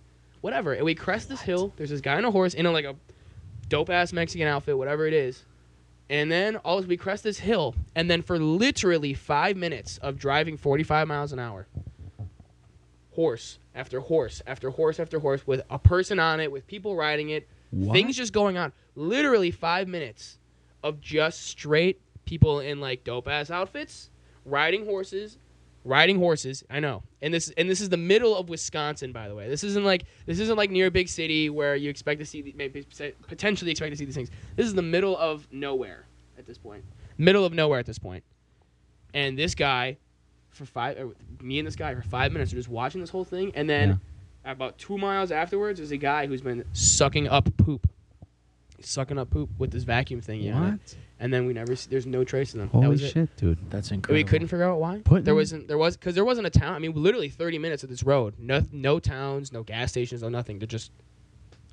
Speaker 1: whatever. And we crest this hill. There's this guy on a horse in a, like a dope ass Mexican outfit, whatever it is. And then all we crest this hill, and then for literally five minutes of driving 45 miles an hour, horse after horse after horse after horse with a person on it, with people riding it,
Speaker 2: What?
Speaker 1: things just going on. Literally five minutes of just straight people in like dope ass outfits riding horses, riding horses. I know, and this and this is the middle of Wisconsin, by the way. This isn't like this isn't like near a big city where you expect to see the, maybe se- potentially expect to see these things. This is the middle of nowhere at this point. Middle of nowhere at this point. And this guy, for five, or me and this guy for five minutes are just watching this whole thing, and then about two miles afterwards is a guy who's been sucking up poop. Sucking up poop with this vacuum thing, yeah.
Speaker 2: What?
Speaker 1: And then we never see. There's no trace of them. that
Speaker 2: Holy
Speaker 1: was It.
Speaker 2: shit, dude.
Speaker 3: that's
Speaker 1: And
Speaker 3: incredible.
Speaker 1: We couldn't figure out why.
Speaker 2: Putting-
Speaker 1: there wasn't there was because there wasn't a town. I mean, literally 30 minutes of this road. No no towns, no gas stations, no nothing. They're just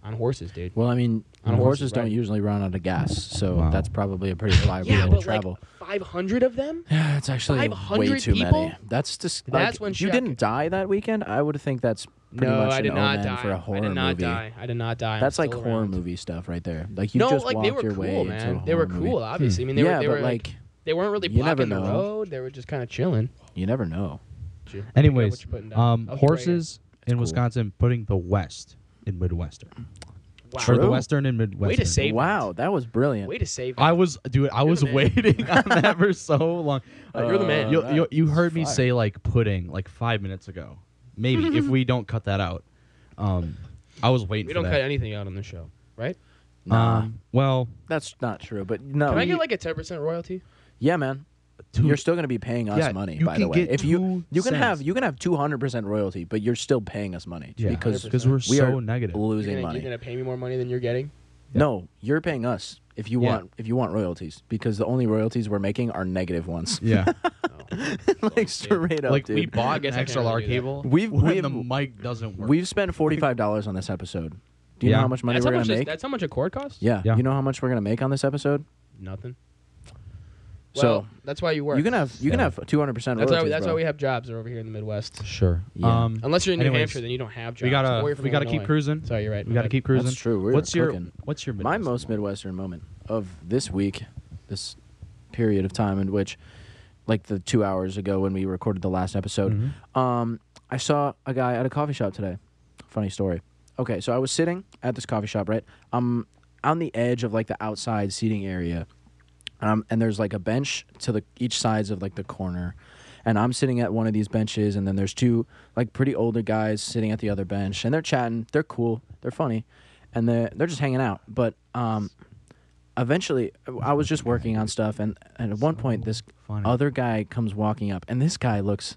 Speaker 1: on horses, dude.
Speaker 3: Well, I mean,
Speaker 1: On horses,
Speaker 3: horses don't
Speaker 1: right?
Speaker 3: usually run out of gas, so
Speaker 2: Wow.
Speaker 3: that's probably a pretty reliable
Speaker 1: Yeah,
Speaker 3: way to
Speaker 1: but
Speaker 3: travel.
Speaker 1: like 500 of them.
Speaker 3: yeah, it's actually way
Speaker 1: 500
Speaker 3: too many.
Speaker 1: people?
Speaker 3: That's just.
Speaker 1: That's
Speaker 3: like,
Speaker 1: when
Speaker 3: you
Speaker 1: shock-
Speaker 3: didn't die that weekend. I would think that's pretty
Speaker 1: no,
Speaker 3: much
Speaker 1: I
Speaker 3: an
Speaker 1: did not
Speaker 3: omen
Speaker 1: die.
Speaker 3: for a horror
Speaker 1: I did not
Speaker 3: movie.
Speaker 1: die. I did not die. I'm
Speaker 3: That's like
Speaker 1: still
Speaker 3: horror
Speaker 1: around.
Speaker 3: movie stuff right there. Like you
Speaker 1: no,
Speaker 3: just
Speaker 1: like
Speaker 3: walked
Speaker 1: they were
Speaker 3: your way
Speaker 1: cool,
Speaker 3: into a
Speaker 1: man.
Speaker 3: horror
Speaker 1: They were
Speaker 3: movie.
Speaker 1: cool, obviously. I mean, they
Speaker 3: yeah,
Speaker 1: were they
Speaker 3: but
Speaker 1: were
Speaker 3: like,
Speaker 1: like, they weren't really
Speaker 3: you never
Speaker 1: blocking the
Speaker 3: know.
Speaker 1: road. They were just kind of chilling.
Speaker 3: you never know.
Speaker 1: Pick up what
Speaker 2: Anyways,
Speaker 1: you're putting down.
Speaker 2: um,
Speaker 1: I'll spray it.
Speaker 2: horses in
Speaker 3: cool.
Speaker 2: Wisconsin putting the West in Midwestern.
Speaker 1: Wow.
Speaker 2: Or the
Speaker 3: True.
Speaker 2: Western and Midwestern.
Speaker 1: Way to save.
Speaker 3: Wow, that was brilliant.
Speaker 1: That. Way to save.
Speaker 2: I
Speaker 1: that.
Speaker 2: was, dude. I
Speaker 1: You're
Speaker 2: was
Speaker 1: the man.
Speaker 2: waiting on that for so long.
Speaker 3: Uh,
Speaker 1: You're the man.
Speaker 2: you, you, you
Speaker 3: that's
Speaker 2: heard me
Speaker 3: fire.
Speaker 2: say like pudding like five minutes ago. Maybe if we don't cut that out, um, I was waiting
Speaker 1: we
Speaker 2: for
Speaker 1: don't
Speaker 2: that.
Speaker 1: cut anything out on the show, right?
Speaker 3: Nah,
Speaker 2: Um, well,
Speaker 3: that's not true. But no,
Speaker 1: Can I
Speaker 3: you-
Speaker 1: get like a 10% royalty?
Speaker 3: yeah, man,
Speaker 2: dude,
Speaker 3: you're still gonna be paying us
Speaker 2: Yeah,
Speaker 3: money.
Speaker 2: you
Speaker 3: By
Speaker 2: can
Speaker 3: the way,
Speaker 2: get
Speaker 3: if you
Speaker 2: two
Speaker 3: you can have
Speaker 2: cents.
Speaker 3: you can have two hundred percent royalty, but you're still paying us money
Speaker 2: yeah,
Speaker 3: because
Speaker 1: 100%.
Speaker 2: because we're
Speaker 3: we
Speaker 2: so
Speaker 3: are
Speaker 2: negative.
Speaker 1: You're
Speaker 3: losing
Speaker 1: gonna,
Speaker 3: money.
Speaker 1: you're gonna pay me more money than you're getting.
Speaker 3: No, you're paying us if you
Speaker 2: Yeah.
Speaker 3: want if you want royalties because the only royalties we're making are negative ones.
Speaker 2: yeah,
Speaker 1: Oh.
Speaker 3: like straight up,
Speaker 2: like
Speaker 3: dude.
Speaker 2: we bought
Speaker 1: guess
Speaker 2: an
Speaker 1: I can't really
Speaker 2: XLR
Speaker 1: do that.
Speaker 2: cable.
Speaker 3: We've-
Speaker 2: when
Speaker 3: we've-
Speaker 2: the mic doesn't work.
Speaker 3: We've spent forty five dollars on this episode. Do you
Speaker 2: Yeah.
Speaker 3: know how much money
Speaker 1: that's,
Speaker 3: we're
Speaker 1: how
Speaker 3: gonna
Speaker 1: much this-
Speaker 3: make?
Speaker 1: that's how much a cord costs?
Speaker 3: yeah.
Speaker 2: Yeah.
Speaker 3: You know how much we're gonna make on this episode?
Speaker 1: Nothing.
Speaker 3: So-
Speaker 1: Well, that's why you work.
Speaker 3: You can have you can
Speaker 2: Yeah.
Speaker 3: have two hundred percent
Speaker 1: that's
Speaker 3: royalties.
Speaker 1: why, that's
Speaker 3: bro.
Speaker 1: why we have jobs are over here in the Midwest.
Speaker 2: sure.
Speaker 3: Yeah.
Speaker 2: Um,
Speaker 1: Unless you're in New
Speaker 2: anyways,
Speaker 1: Hampshire, then you don't have jobs.
Speaker 2: we gotta
Speaker 1: Or you're from
Speaker 2: we gotta keep
Speaker 1: Illinois.
Speaker 2: cruising.
Speaker 1: Sorry, you're right.
Speaker 2: We gotta keep cruising.
Speaker 3: That's true. We're
Speaker 2: what's your
Speaker 3: cooking.
Speaker 2: what's your
Speaker 3: My
Speaker 2: Midwest
Speaker 3: most
Speaker 2: moment?
Speaker 3: Midwestern moment of this week, this period of time in which, like the two hours ago when we recorded the last episode,
Speaker 2: Mm-hmm.
Speaker 3: um, I saw a guy at a coffee shop today. Funny story. Okay, so I was sitting at this coffee shop, right? I'm on the edge of like the outside seating area, um, and there's like a bench to the each sides of like the corner, and I'm sitting at one of these benches, and then there's two like pretty older guys sitting at the other bench, and they're chatting, they're cool, they're funny, and they're they're just hanging out. But um, eventually, I was just working on stuff, and, and at one point, this
Speaker 2: funny.
Speaker 3: other guy comes walking up, and this guy looks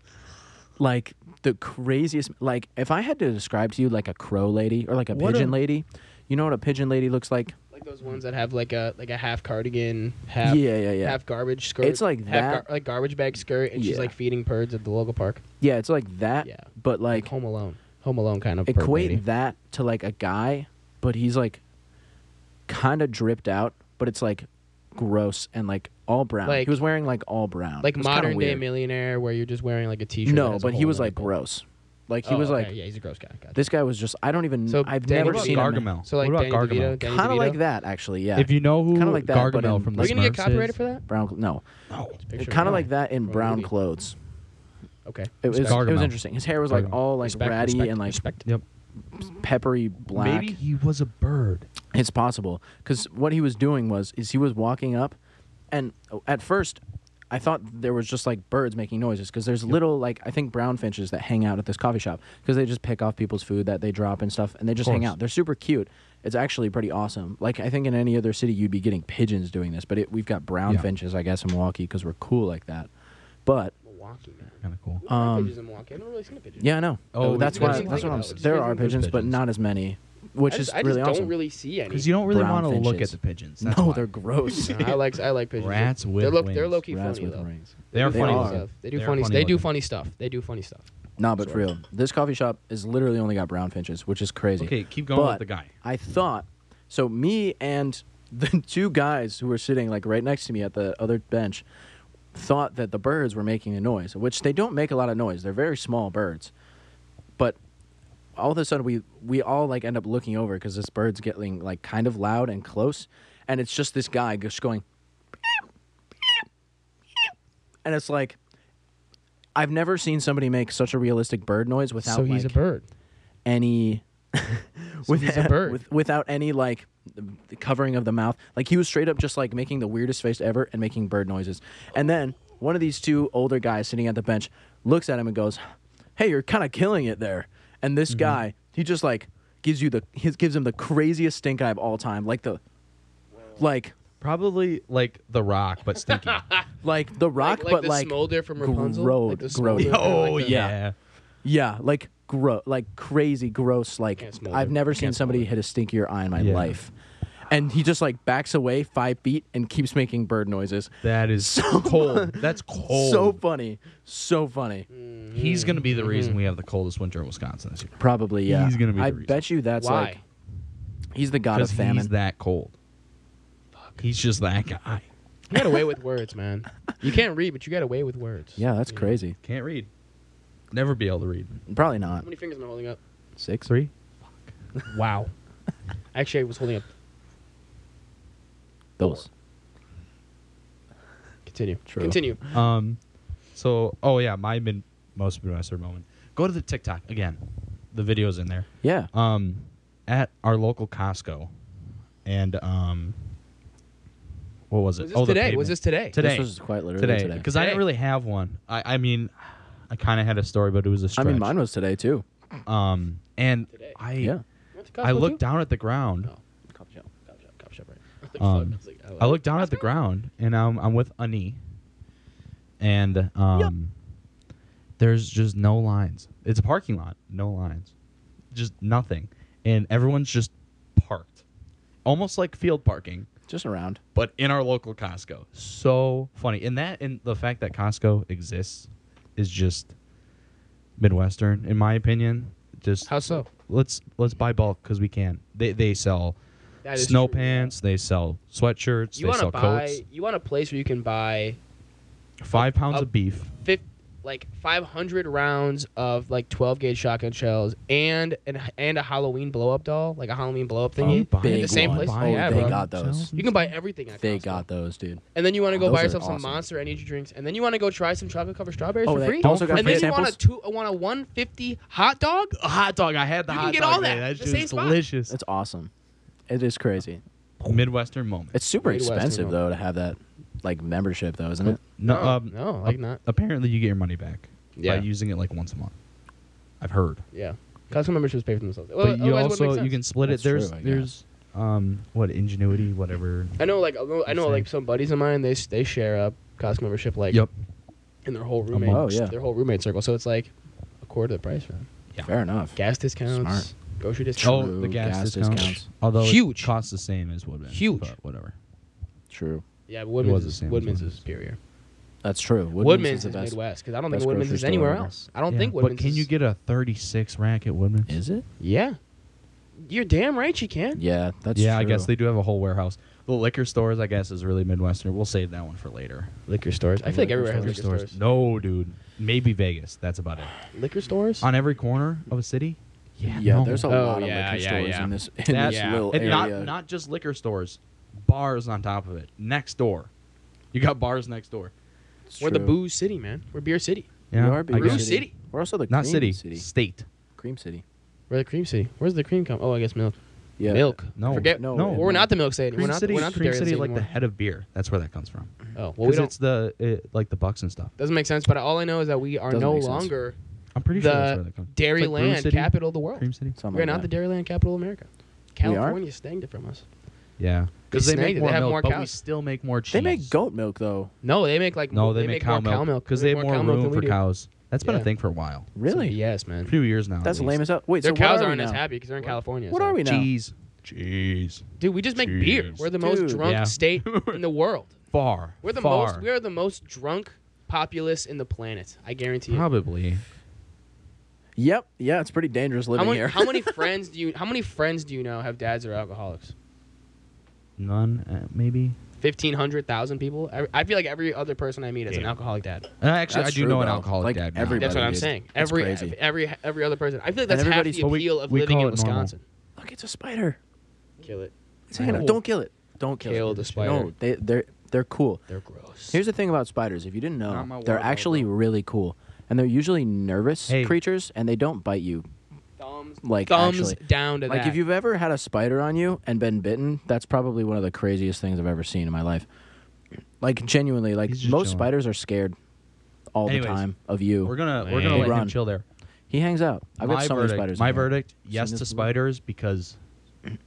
Speaker 3: like the craziest. Like if I had to describe to you like a crow lady or like a
Speaker 2: What
Speaker 3: pigeon
Speaker 2: a-
Speaker 3: lady, you know what a pigeon lady looks like?
Speaker 1: Like those ones that have like a like a half cardigan, half
Speaker 3: yeah, yeah, yeah.
Speaker 1: half garbage skirt.
Speaker 3: It's like
Speaker 1: half
Speaker 3: that.
Speaker 1: like garbage bag skirt, and she's
Speaker 3: Yeah.
Speaker 1: like feeding birds at the local park.
Speaker 3: Yeah, it's like that,
Speaker 1: Yeah.
Speaker 3: but
Speaker 1: Like
Speaker 3: like
Speaker 1: Home Alone, Home Alone kind of. bird
Speaker 3: equate
Speaker 1: lady.
Speaker 3: that to like a guy, but he's like kind of dripped out, but it's like gross and like all brown.
Speaker 1: Like-
Speaker 3: he was wearing like all brown,
Speaker 1: like
Speaker 3: It was kinda
Speaker 1: modern day
Speaker 3: weird.
Speaker 1: millionaire, where you're just wearing like a t-shirt. that
Speaker 3: No,
Speaker 1: has a
Speaker 3: but he
Speaker 1: hole
Speaker 3: was
Speaker 1: in it.
Speaker 3: like gross. Like he
Speaker 1: Oh,
Speaker 3: was
Speaker 1: okay,
Speaker 3: like
Speaker 1: yeah, he's a gross guy. Gotcha.
Speaker 3: this guy was just I don't even
Speaker 1: So
Speaker 3: I've
Speaker 1: Danny
Speaker 3: never
Speaker 2: What about
Speaker 3: seen him.
Speaker 2: Gargamel?
Speaker 1: So like
Speaker 2: what about
Speaker 1: Danny
Speaker 2: Gargamel?
Speaker 1: DeVito, Danny
Speaker 3: Kind of like
Speaker 1: DeVito?
Speaker 3: that actually, yeah.
Speaker 2: If you know who
Speaker 3: Kinda like that, but
Speaker 2: Gargamel
Speaker 3: in-
Speaker 2: from
Speaker 1: Are
Speaker 2: the
Speaker 1: we gonna get
Speaker 2: Smurfs
Speaker 1: copyrighted
Speaker 2: is,
Speaker 1: for that?
Speaker 3: brown no.
Speaker 2: No.
Speaker 1: It's a picture
Speaker 3: Kind
Speaker 1: a
Speaker 3: of like that in
Speaker 1: From a
Speaker 3: brown
Speaker 1: movie.
Speaker 3: clothes.
Speaker 1: Okay.
Speaker 3: It was, it
Speaker 2: Respect.
Speaker 3: was
Speaker 2: Gargamel.
Speaker 3: interesting. His hair was like
Speaker 2: Gargamel.
Speaker 3: all like
Speaker 1: Respect,
Speaker 3: ratty
Speaker 1: respect,
Speaker 3: and like
Speaker 1: respect.
Speaker 2: Yep.
Speaker 3: peppery black.
Speaker 2: Maybe he was a bird.
Speaker 3: It's possible because what he was doing was is he was walking up, and oh, at first, I thought there was just like birds making noises because there's little like I think brown finches that hang out at this coffee shop because they just pick off people's food that they drop and stuff and they just hang
Speaker 2: course.
Speaker 3: out. They're super cute. It's actually pretty awesome. Like I think in any other city you'd be getting pigeons doing this, but it, we've got brown
Speaker 2: Yeah.
Speaker 3: finches, I guess, in Milwaukee because we're cool like that. But
Speaker 1: Milwaukee, man.
Speaker 2: Kind of cool.
Speaker 1: Um,
Speaker 3: Um,
Speaker 1: pigeons in Milwaukee. I don't really see the pigeons.
Speaker 3: yeah, I know.
Speaker 2: Oh,
Speaker 3: that's
Speaker 2: you
Speaker 3: why.
Speaker 2: guys
Speaker 3: That's
Speaker 2: didn't
Speaker 3: what
Speaker 2: think
Speaker 3: I'm.
Speaker 1: about it.
Speaker 3: s- There
Speaker 1: There's
Speaker 3: are
Speaker 1: good
Speaker 3: pigeons, but
Speaker 2: pigeons.
Speaker 3: not as many, which
Speaker 1: I
Speaker 3: is
Speaker 1: just, I just
Speaker 3: really
Speaker 1: don't
Speaker 3: awesome.
Speaker 1: really see any.
Speaker 2: Because you don't really
Speaker 3: Brown
Speaker 2: want to look at
Speaker 3: finches.
Speaker 2: the pigeons. That's
Speaker 3: no,
Speaker 2: why.
Speaker 3: they're gross.
Speaker 1: No, Uh, I like I like pigeons.
Speaker 2: Rats with
Speaker 1: they're low, They're
Speaker 2: wings.
Speaker 1: low key
Speaker 3: Rats
Speaker 1: funny
Speaker 3: with
Speaker 1: though.
Speaker 3: rings.
Speaker 2: They are
Speaker 1: do
Speaker 2: funny.
Speaker 3: are.
Speaker 2: looking.
Speaker 1: Stuff. They do
Speaker 2: are
Speaker 1: funny.
Speaker 2: funny
Speaker 1: they do
Speaker 2: looking.
Speaker 1: funny stuff. They do funny stuff.
Speaker 3: Nah, but for
Speaker 1: Sorry.
Speaker 3: real, this coffee shop is literally only got brown finches, which is crazy.
Speaker 2: Okay, keep going
Speaker 3: But
Speaker 2: with the guy.
Speaker 3: I thought so. Me and the two guys who were sitting like right next to me at the other bench thought that the birds were making a noise, which they don't make a lot of noise. They're very small birds, but all of a sudden we we all like end up looking over because this bird's getting like kind of loud and close, and it's just this guy just going, and it's like. I've never seen somebody make such a realistic bird noise without
Speaker 1: so he's
Speaker 3: like,
Speaker 1: a bird.
Speaker 3: any with,
Speaker 1: he's a bird.
Speaker 3: with- without any like the covering of the mouth. Like he was straight up just like making the weirdest face ever and making bird noises. And then one of these two older guys sitting at the bench looks at him and goes, "Hey, you're kind of killing it there." And
Speaker 1: Mm-hmm.
Speaker 3: this guy, he just like gives you the his, gives him the craziest stink eye of all time, like the like
Speaker 2: Probably like The Rock, but stinky.
Speaker 3: like the rock,
Speaker 1: like, like
Speaker 3: but
Speaker 1: the
Speaker 3: like
Speaker 1: smolder from Rapunzel.
Speaker 3: grode-
Speaker 1: like the
Speaker 3: grode.
Speaker 1: smolder, kinda
Speaker 2: oh
Speaker 1: like the-
Speaker 2: yeah.
Speaker 3: Yeah, like gross, like crazy gross. Like
Speaker 1: Can't smell
Speaker 3: I've
Speaker 1: it.
Speaker 3: never
Speaker 1: Can't
Speaker 3: seen
Speaker 1: smell
Speaker 3: somebody
Speaker 1: it.
Speaker 3: hit a stinkier eye in my
Speaker 2: Yeah.
Speaker 3: life. And he just like backs away five feet and keeps making bird noises.
Speaker 2: That is cold. That's cold.
Speaker 3: So funny, so funny.
Speaker 2: He's gonna be the reason we have the coldest winter in Wisconsin this year.
Speaker 3: Probably yeah.
Speaker 2: He's gonna be the
Speaker 3: I
Speaker 2: reason.
Speaker 3: bet you that's
Speaker 1: Why?
Speaker 3: like he's the god of
Speaker 2: Because
Speaker 3: famine.
Speaker 2: he's that cold. He's just that guy.
Speaker 1: you got away with words, man. You can't read, but you got away with words.
Speaker 3: yeah, that's
Speaker 1: You know?
Speaker 3: crazy.
Speaker 2: Can't read. Never be able to read.
Speaker 3: Probably
Speaker 1: How
Speaker 3: not
Speaker 1: many fingers am I holding up?
Speaker 3: six.
Speaker 2: Three.
Speaker 1: Wow. Actually, I was holding up.
Speaker 3: Those.
Speaker 1: Continue.
Speaker 3: True.
Speaker 1: Continue.
Speaker 2: Um, so oh yeah, my mid- most Midwestern moment. Go to the TikTok again. The video's in there.
Speaker 3: Yeah.
Speaker 2: Um, at our local Costco, and um, what was it?
Speaker 1: Was this
Speaker 2: oh, the
Speaker 1: today? Was
Speaker 2: pavement.
Speaker 1: this today?
Speaker 2: Today.
Speaker 3: This was quite literally
Speaker 2: today?
Speaker 3: today.
Speaker 2: Because I didn't
Speaker 1: Today.
Speaker 2: really have one. I I mean, I kind of had a story, but it was a
Speaker 3: I
Speaker 2: stretch.
Speaker 3: mean, mine was today too.
Speaker 2: Um, and
Speaker 1: Today.
Speaker 2: I
Speaker 3: Yeah.
Speaker 1: You went to Costco
Speaker 2: I looked
Speaker 1: too? Oh.
Speaker 2: down at the ground.
Speaker 1: No. Cop shop. Cop shop. Cop shop. Right.
Speaker 2: Um,
Speaker 1: I was like, oh,
Speaker 2: I look down at the ground and I'm I'm with Ani, and um, there's just no lines. It's a parking lot, no lines, just nothing, and everyone's just parked, almost like field parking,
Speaker 3: Just around.
Speaker 2: but in our local Costco. So funny. And that and the fact that Costco exists is just Midwestern, in my opinion. Just
Speaker 1: How so?
Speaker 2: let's let's buy bulk because we can. They they sell
Speaker 1: That is
Speaker 2: snow
Speaker 1: true.
Speaker 2: pants, they sell sweatshirts,
Speaker 1: You
Speaker 2: they
Speaker 1: want to
Speaker 2: sell
Speaker 1: buy?
Speaker 2: coats.
Speaker 1: You want a place where you can buy
Speaker 2: Five pounds
Speaker 1: a-
Speaker 2: of beef.
Speaker 1: fif- like 500 rounds of like 12 gauge shotgun shells and an, and a Halloween blow up doll, like a Halloween blow up thingy.
Speaker 2: buy-
Speaker 1: at the same
Speaker 3: one.
Speaker 1: place.
Speaker 3: Oh,
Speaker 1: yeah,
Speaker 3: they
Speaker 1: bro.
Speaker 3: got those.
Speaker 1: You can buy everything at
Speaker 3: They
Speaker 1: Costco.
Speaker 3: got those, dude.
Speaker 1: And then you want to go
Speaker 3: Those
Speaker 1: buy
Speaker 3: are
Speaker 1: yourself some
Speaker 3: awesome.
Speaker 1: Monster Energy drinks, and then you want to go try some chocolate covered strawberries
Speaker 3: Oh,
Speaker 1: for
Speaker 3: they
Speaker 1: free.
Speaker 3: also got
Speaker 1: and then
Speaker 3: free
Speaker 1: you want a
Speaker 3: samples?
Speaker 1: two, want a 150 hot dog.
Speaker 2: a hot dog. I had the
Speaker 1: You can
Speaker 2: hot
Speaker 1: get
Speaker 2: dog.
Speaker 1: all that
Speaker 2: today.
Speaker 1: at the
Speaker 2: shit
Speaker 1: same
Speaker 2: is
Speaker 1: spot.
Speaker 2: delicious.
Speaker 3: It's awesome. It is crazy.
Speaker 2: Midwestern moment.
Speaker 3: It's super
Speaker 1: Midwestern
Speaker 3: expensive
Speaker 1: one.
Speaker 3: though to have that like membership though, isn't it?
Speaker 2: no, um,
Speaker 1: no, like not.
Speaker 2: Apparently, you get your money back
Speaker 1: Yeah.
Speaker 2: by using it like once a month. I've heard.
Speaker 1: Yeah, Costco memberships pay for themselves. Well,
Speaker 2: but you
Speaker 1: otherwise it wouldn't
Speaker 2: also
Speaker 1: make
Speaker 2: you can
Speaker 1: sense.
Speaker 2: split
Speaker 3: That's
Speaker 2: it. There's
Speaker 3: true, I
Speaker 2: there's um what ingenuity whatever.
Speaker 1: I know, like I know- I know,
Speaker 2: Insane.
Speaker 1: like some buddies of mine, they s- they share a Costco membership, like
Speaker 2: Yep.
Speaker 1: in their whole roommate,
Speaker 3: Amongst. Oh, yeah.
Speaker 1: their whole roommate circle. So it's like a quarter of the price for them.
Speaker 2: Yeah.
Speaker 3: Fair enough.
Speaker 1: Gas discounts,
Speaker 3: Smart.
Speaker 1: grocery
Speaker 2: Oh,
Speaker 1: discounts.
Speaker 3: True,
Speaker 2: the gas,
Speaker 3: gas
Speaker 2: discounts.
Speaker 3: discounts.
Speaker 2: Although
Speaker 1: Huge.
Speaker 2: it costs the same as Woodman.
Speaker 1: Huge.
Speaker 2: But whatever.
Speaker 3: True.
Speaker 1: Yeah, but
Speaker 2: It was
Speaker 1: Woodman's
Speaker 2: the
Speaker 1: is,
Speaker 2: same as
Speaker 1: Woodman's is
Speaker 2: Woodman's.
Speaker 1: superior.
Speaker 3: That's true. Woodman's,
Speaker 1: Woodman's is,
Speaker 3: is the best.
Speaker 1: Midwest because I don't
Speaker 3: best
Speaker 1: think Woodman's
Speaker 3: grocery
Speaker 1: is
Speaker 3: store
Speaker 1: anywhere
Speaker 3: ever.
Speaker 1: else. I don't
Speaker 2: Yeah,
Speaker 1: think
Speaker 2: But
Speaker 1: Woodman's.
Speaker 2: can you
Speaker 1: is-
Speaker 2: get a 36 rack at Woodman's?
Speaker 3: Is it?
Speaker 1: Yeah, you're damn right you can.
Speaker 3: Yeah, that's
Speaker 2: yeah, I
Speaker 3: true.
Speaker 2: guess they do have a whole warehouse. The liquor stores, I guess, is really Midwestern. We'll save that one for later.
Speaker 1: Liquor stores. I feel like
Speaker 3: Liquor
Speaker 1: everywhere has
Speaker 3: stores.
Speaker 1: liquor stores.
Speaker 2: No, dude. Maybe Vegas. That's about it.
Speaker 1: Liquor stores.
Speaker 2: On every corner of a city. Yeah.
Speaker 3: Yeah,
Speaker 2: no.
Speaker 3: there's a
Speaker 1: Oh,
Speaker 3: lot of
Speaker 1: yeah,
Speaker 3: liquor
Speaker 1: yeah,
Speaker 3: stores
Speaker 1: yeah.
Speaker 3: in this in
Speaker 2: That-
Speaker 3: this little
Speaker 2: and
Speaker 3: area.
Speaker 2: not not just liquor stores, bars on top of it. Next door, you got bars next door.
Speaker 3: It's
Speaker 1: We're the
Speaker 3: true.
Speaker 1: booze city, man. We're beer city.
Speaker 3: We are Beer
Speaker 1: guess.
Speaker 3: City.
Speaker 1: Brew City.
Speaker 3: We're also the
Speaker 2: not
Speaker 3: cream
Speaker 2: city,
Speaker 3: city.
Speaker 2: state.
Speaker 3: Cream city.
Speaker 1: We're the cream city. Where's the cream come? Oh, I guess milk.
Speaker 3: Yeah.
Speaker 1: Milk.
Speaker 2: No,
Speaker 1: Forget.
Speaker 3: no,
Speaker 2: no.
Speaker 1: Well, we're not the milk city.
Speaker 2: Cream
Speaker 1: we're not.
Speaker 2: City.
Speaker 1: we're not the
Speaker 2: Cream
Speaker 1: dairy
Speaker 2: City,
Speaker 1: city
Speaker 2: is like the
Speaker 1: anymore.
Speaker 2: head of beer. That's where that comes from.
Speaker 1: Oh well, we
Speaker 2: Because
Speaker 1: don't.
Speaker 2: it's the it, like the bucks and stuff.
Speaker 1: Doesn't make sense, but all I know is that we are
Speaker 3: Doesn't
Speaker 1: no
Speaker 3: make sense.
Speaker 1: longer
Speaker 2: I'm pretty sure that's where
Speaker 1: the
Speaker 2: that comes. It's like Brew
Speaker 1: Dairyland
Speaker 2: City,
Speaker 1: capital of the world.
Speaker 2: Cream City.
Speaker 3: Something
Speaker 1: We're
Speaker 3: like
Speaker 1: not the
Speaker 3: that.
Speaker 1: Dairyland capital of America.
Speaker 3: Oh We are?
Speaker 1: California snagged it from us.
Speaker 2: Yeah, because they
Speaker 1: snagged
Speaker 2: make
Speaker 1: it. They
Speaker 2: more
Speaker 1: have
Speaker 2: milk,
Speaker 1: more
Speaker 2: but we
Speaker 1: cows.
Speaker 2: still make more cheese.
Speaker 3: They make goat milk though.
Speaker 1: No, they make like
Speaker 2: No,
Speaker 1: more-
Speaker 2: they, make, cow
Speaker 1: more
Speaker 2: milk because they
Speaker 1: make
Speaker 2: have more
Speaker 1: cow milk
Speaker 2: room
Speaker 1: than
Speaker 2: for
Speaker 1: we do.
Speaker 2: cows. That's been
Speaker 1: Yeah.
Speaker 2: a thing for a while.
Speaker 3: Really?
Speaker 1: So, yes,
Speaker 2: A
Speaker 1: man.
Speaker 2: few years now. at
Speaker 3: That's
Speaker 2: least.
Speaker 3: lame as hell. Wait,
Speaker 1: Their
Speaker 3: so
Speaker 1: cows
Speaker 3: what are we
Speaker 1: aren't as
Speaker 3: now?
Speaker 1: happy because they're in California.
Speaker 3: What
Speaker 1: so-
Speaker 3: are we now?
Speaker 2: Cheese, cheese,
Speaker 1: Dude, we just make beer.
Speaker 2: Jeez.
Speaker 1: We're the most
Speaker 3: Dude.
Speaker 1: drunk
Speaker 2: Yeah.
Speaker 1: state in the world.
Speaker 2: far.
Speaker 1: We're the
Speaker 2: far.
Speaker 1: most. We are the most drunk populace in the planet. I guarantee you.
Speaker 2: Probably.
Speaker 3: Yep. Yeah, it's pretty dangerous
Speaker 1: How
Speaker 3: living
Speaker 1: many,
Speaker 3: here.
Speaker 1: how many friends do you? How many friends do you know have dads that are alcoholics?
Speaker 2: None, uh, maybe.
Speaker 1: Fifteen hundred thousand people. I, I feel like every other person I meet is an
Speaker 2: Damn.
Speaker 1: alcoholic dad.
Speaker 2: And I actually, I
Speaker 3: That's
Speaker 2: do
Speaker 3: true,
Speaker 2: know an
Speaker 3: though.
Speaker 2: alcoholic
Speaker 3: Like,
Speaker 2: dad. now.
Speaker 3: everybody.
Speaker 1: That's what I'm
Speaker 3: dude.
Speaker 1: saying.
Speaker 3: That's
Speaker 1: Every
Speaker 3: crazy.
Speaker 1: every every other person. I feel like that's
Speaker 3: And
Speaker 1: half
Speaker 3: everybody's-
Speaker 1: the
Speaker 2: But we-
Speaker 1: appeal of
Speaker 2: we
Speaker 1: living
Speaker 2: call
Speaker 1: in
Speaker 2: it normal.
Speaker 1: Wisconsin.
Speaker 3: Look, it's a spider.
Speaker 1: Kill it.
Speaker 3: It's hanging out.
Speaker 2: Cool.
Speaker 3: Don't kill it. Don't kill,
Speaker 1: Kill
Speaker 3: it.
Speaker 1: the spider.
Speaker 3: No, they they're they're cool.
Speaker 1: They're gross.
Speaker 3: Here's the thing about spiders. If you didn't know,
Speaker 2: Not my
Speaker 3: they're
Speaker 2: world,
Speaker 3: actually really cool, and they're usually nervous
Speaker 2: Hey.
Speaker 3: creatures, and they don't bite you.
Speaker 1: thumbs
Speaker 3: Like,
Speaker 1: thumbs
Speaker 3: actually-
Speaker 1: down to
Speaker 3: Like
Speaker 1: that.
Speaker 3: if you've ever had a spider on you and been bitten, that's probably one of the craziest things I've ever seen in my life. Like genuinely, like
Speaker 2: He's
Speaker 3: most
Speaker 2: just chilling.
Speaker 3: spiders are scared all
Speaker 2: Anyways,
Speaker 3: the time of you.
Speaker 2: We're gonna we're gonna
Speaker 1: Hey.
Speaker 2: let
Speaker 3: Run.
Speaker 2: him chill there.
Speaker 3: he hangs out. I've got
Speaker 2: my
Speaker 3: so many
Speaker 2: verdict,
Speaker 3: spiders. in
Speaker 2: my
Speaker 3: here.
Speaker 2: verdict,
Speaker 3: Seen
Speaker 2: yes
Speaker 3: this
Speaker 2: to
Speaker 3: movie?
Speaker 2: spiders because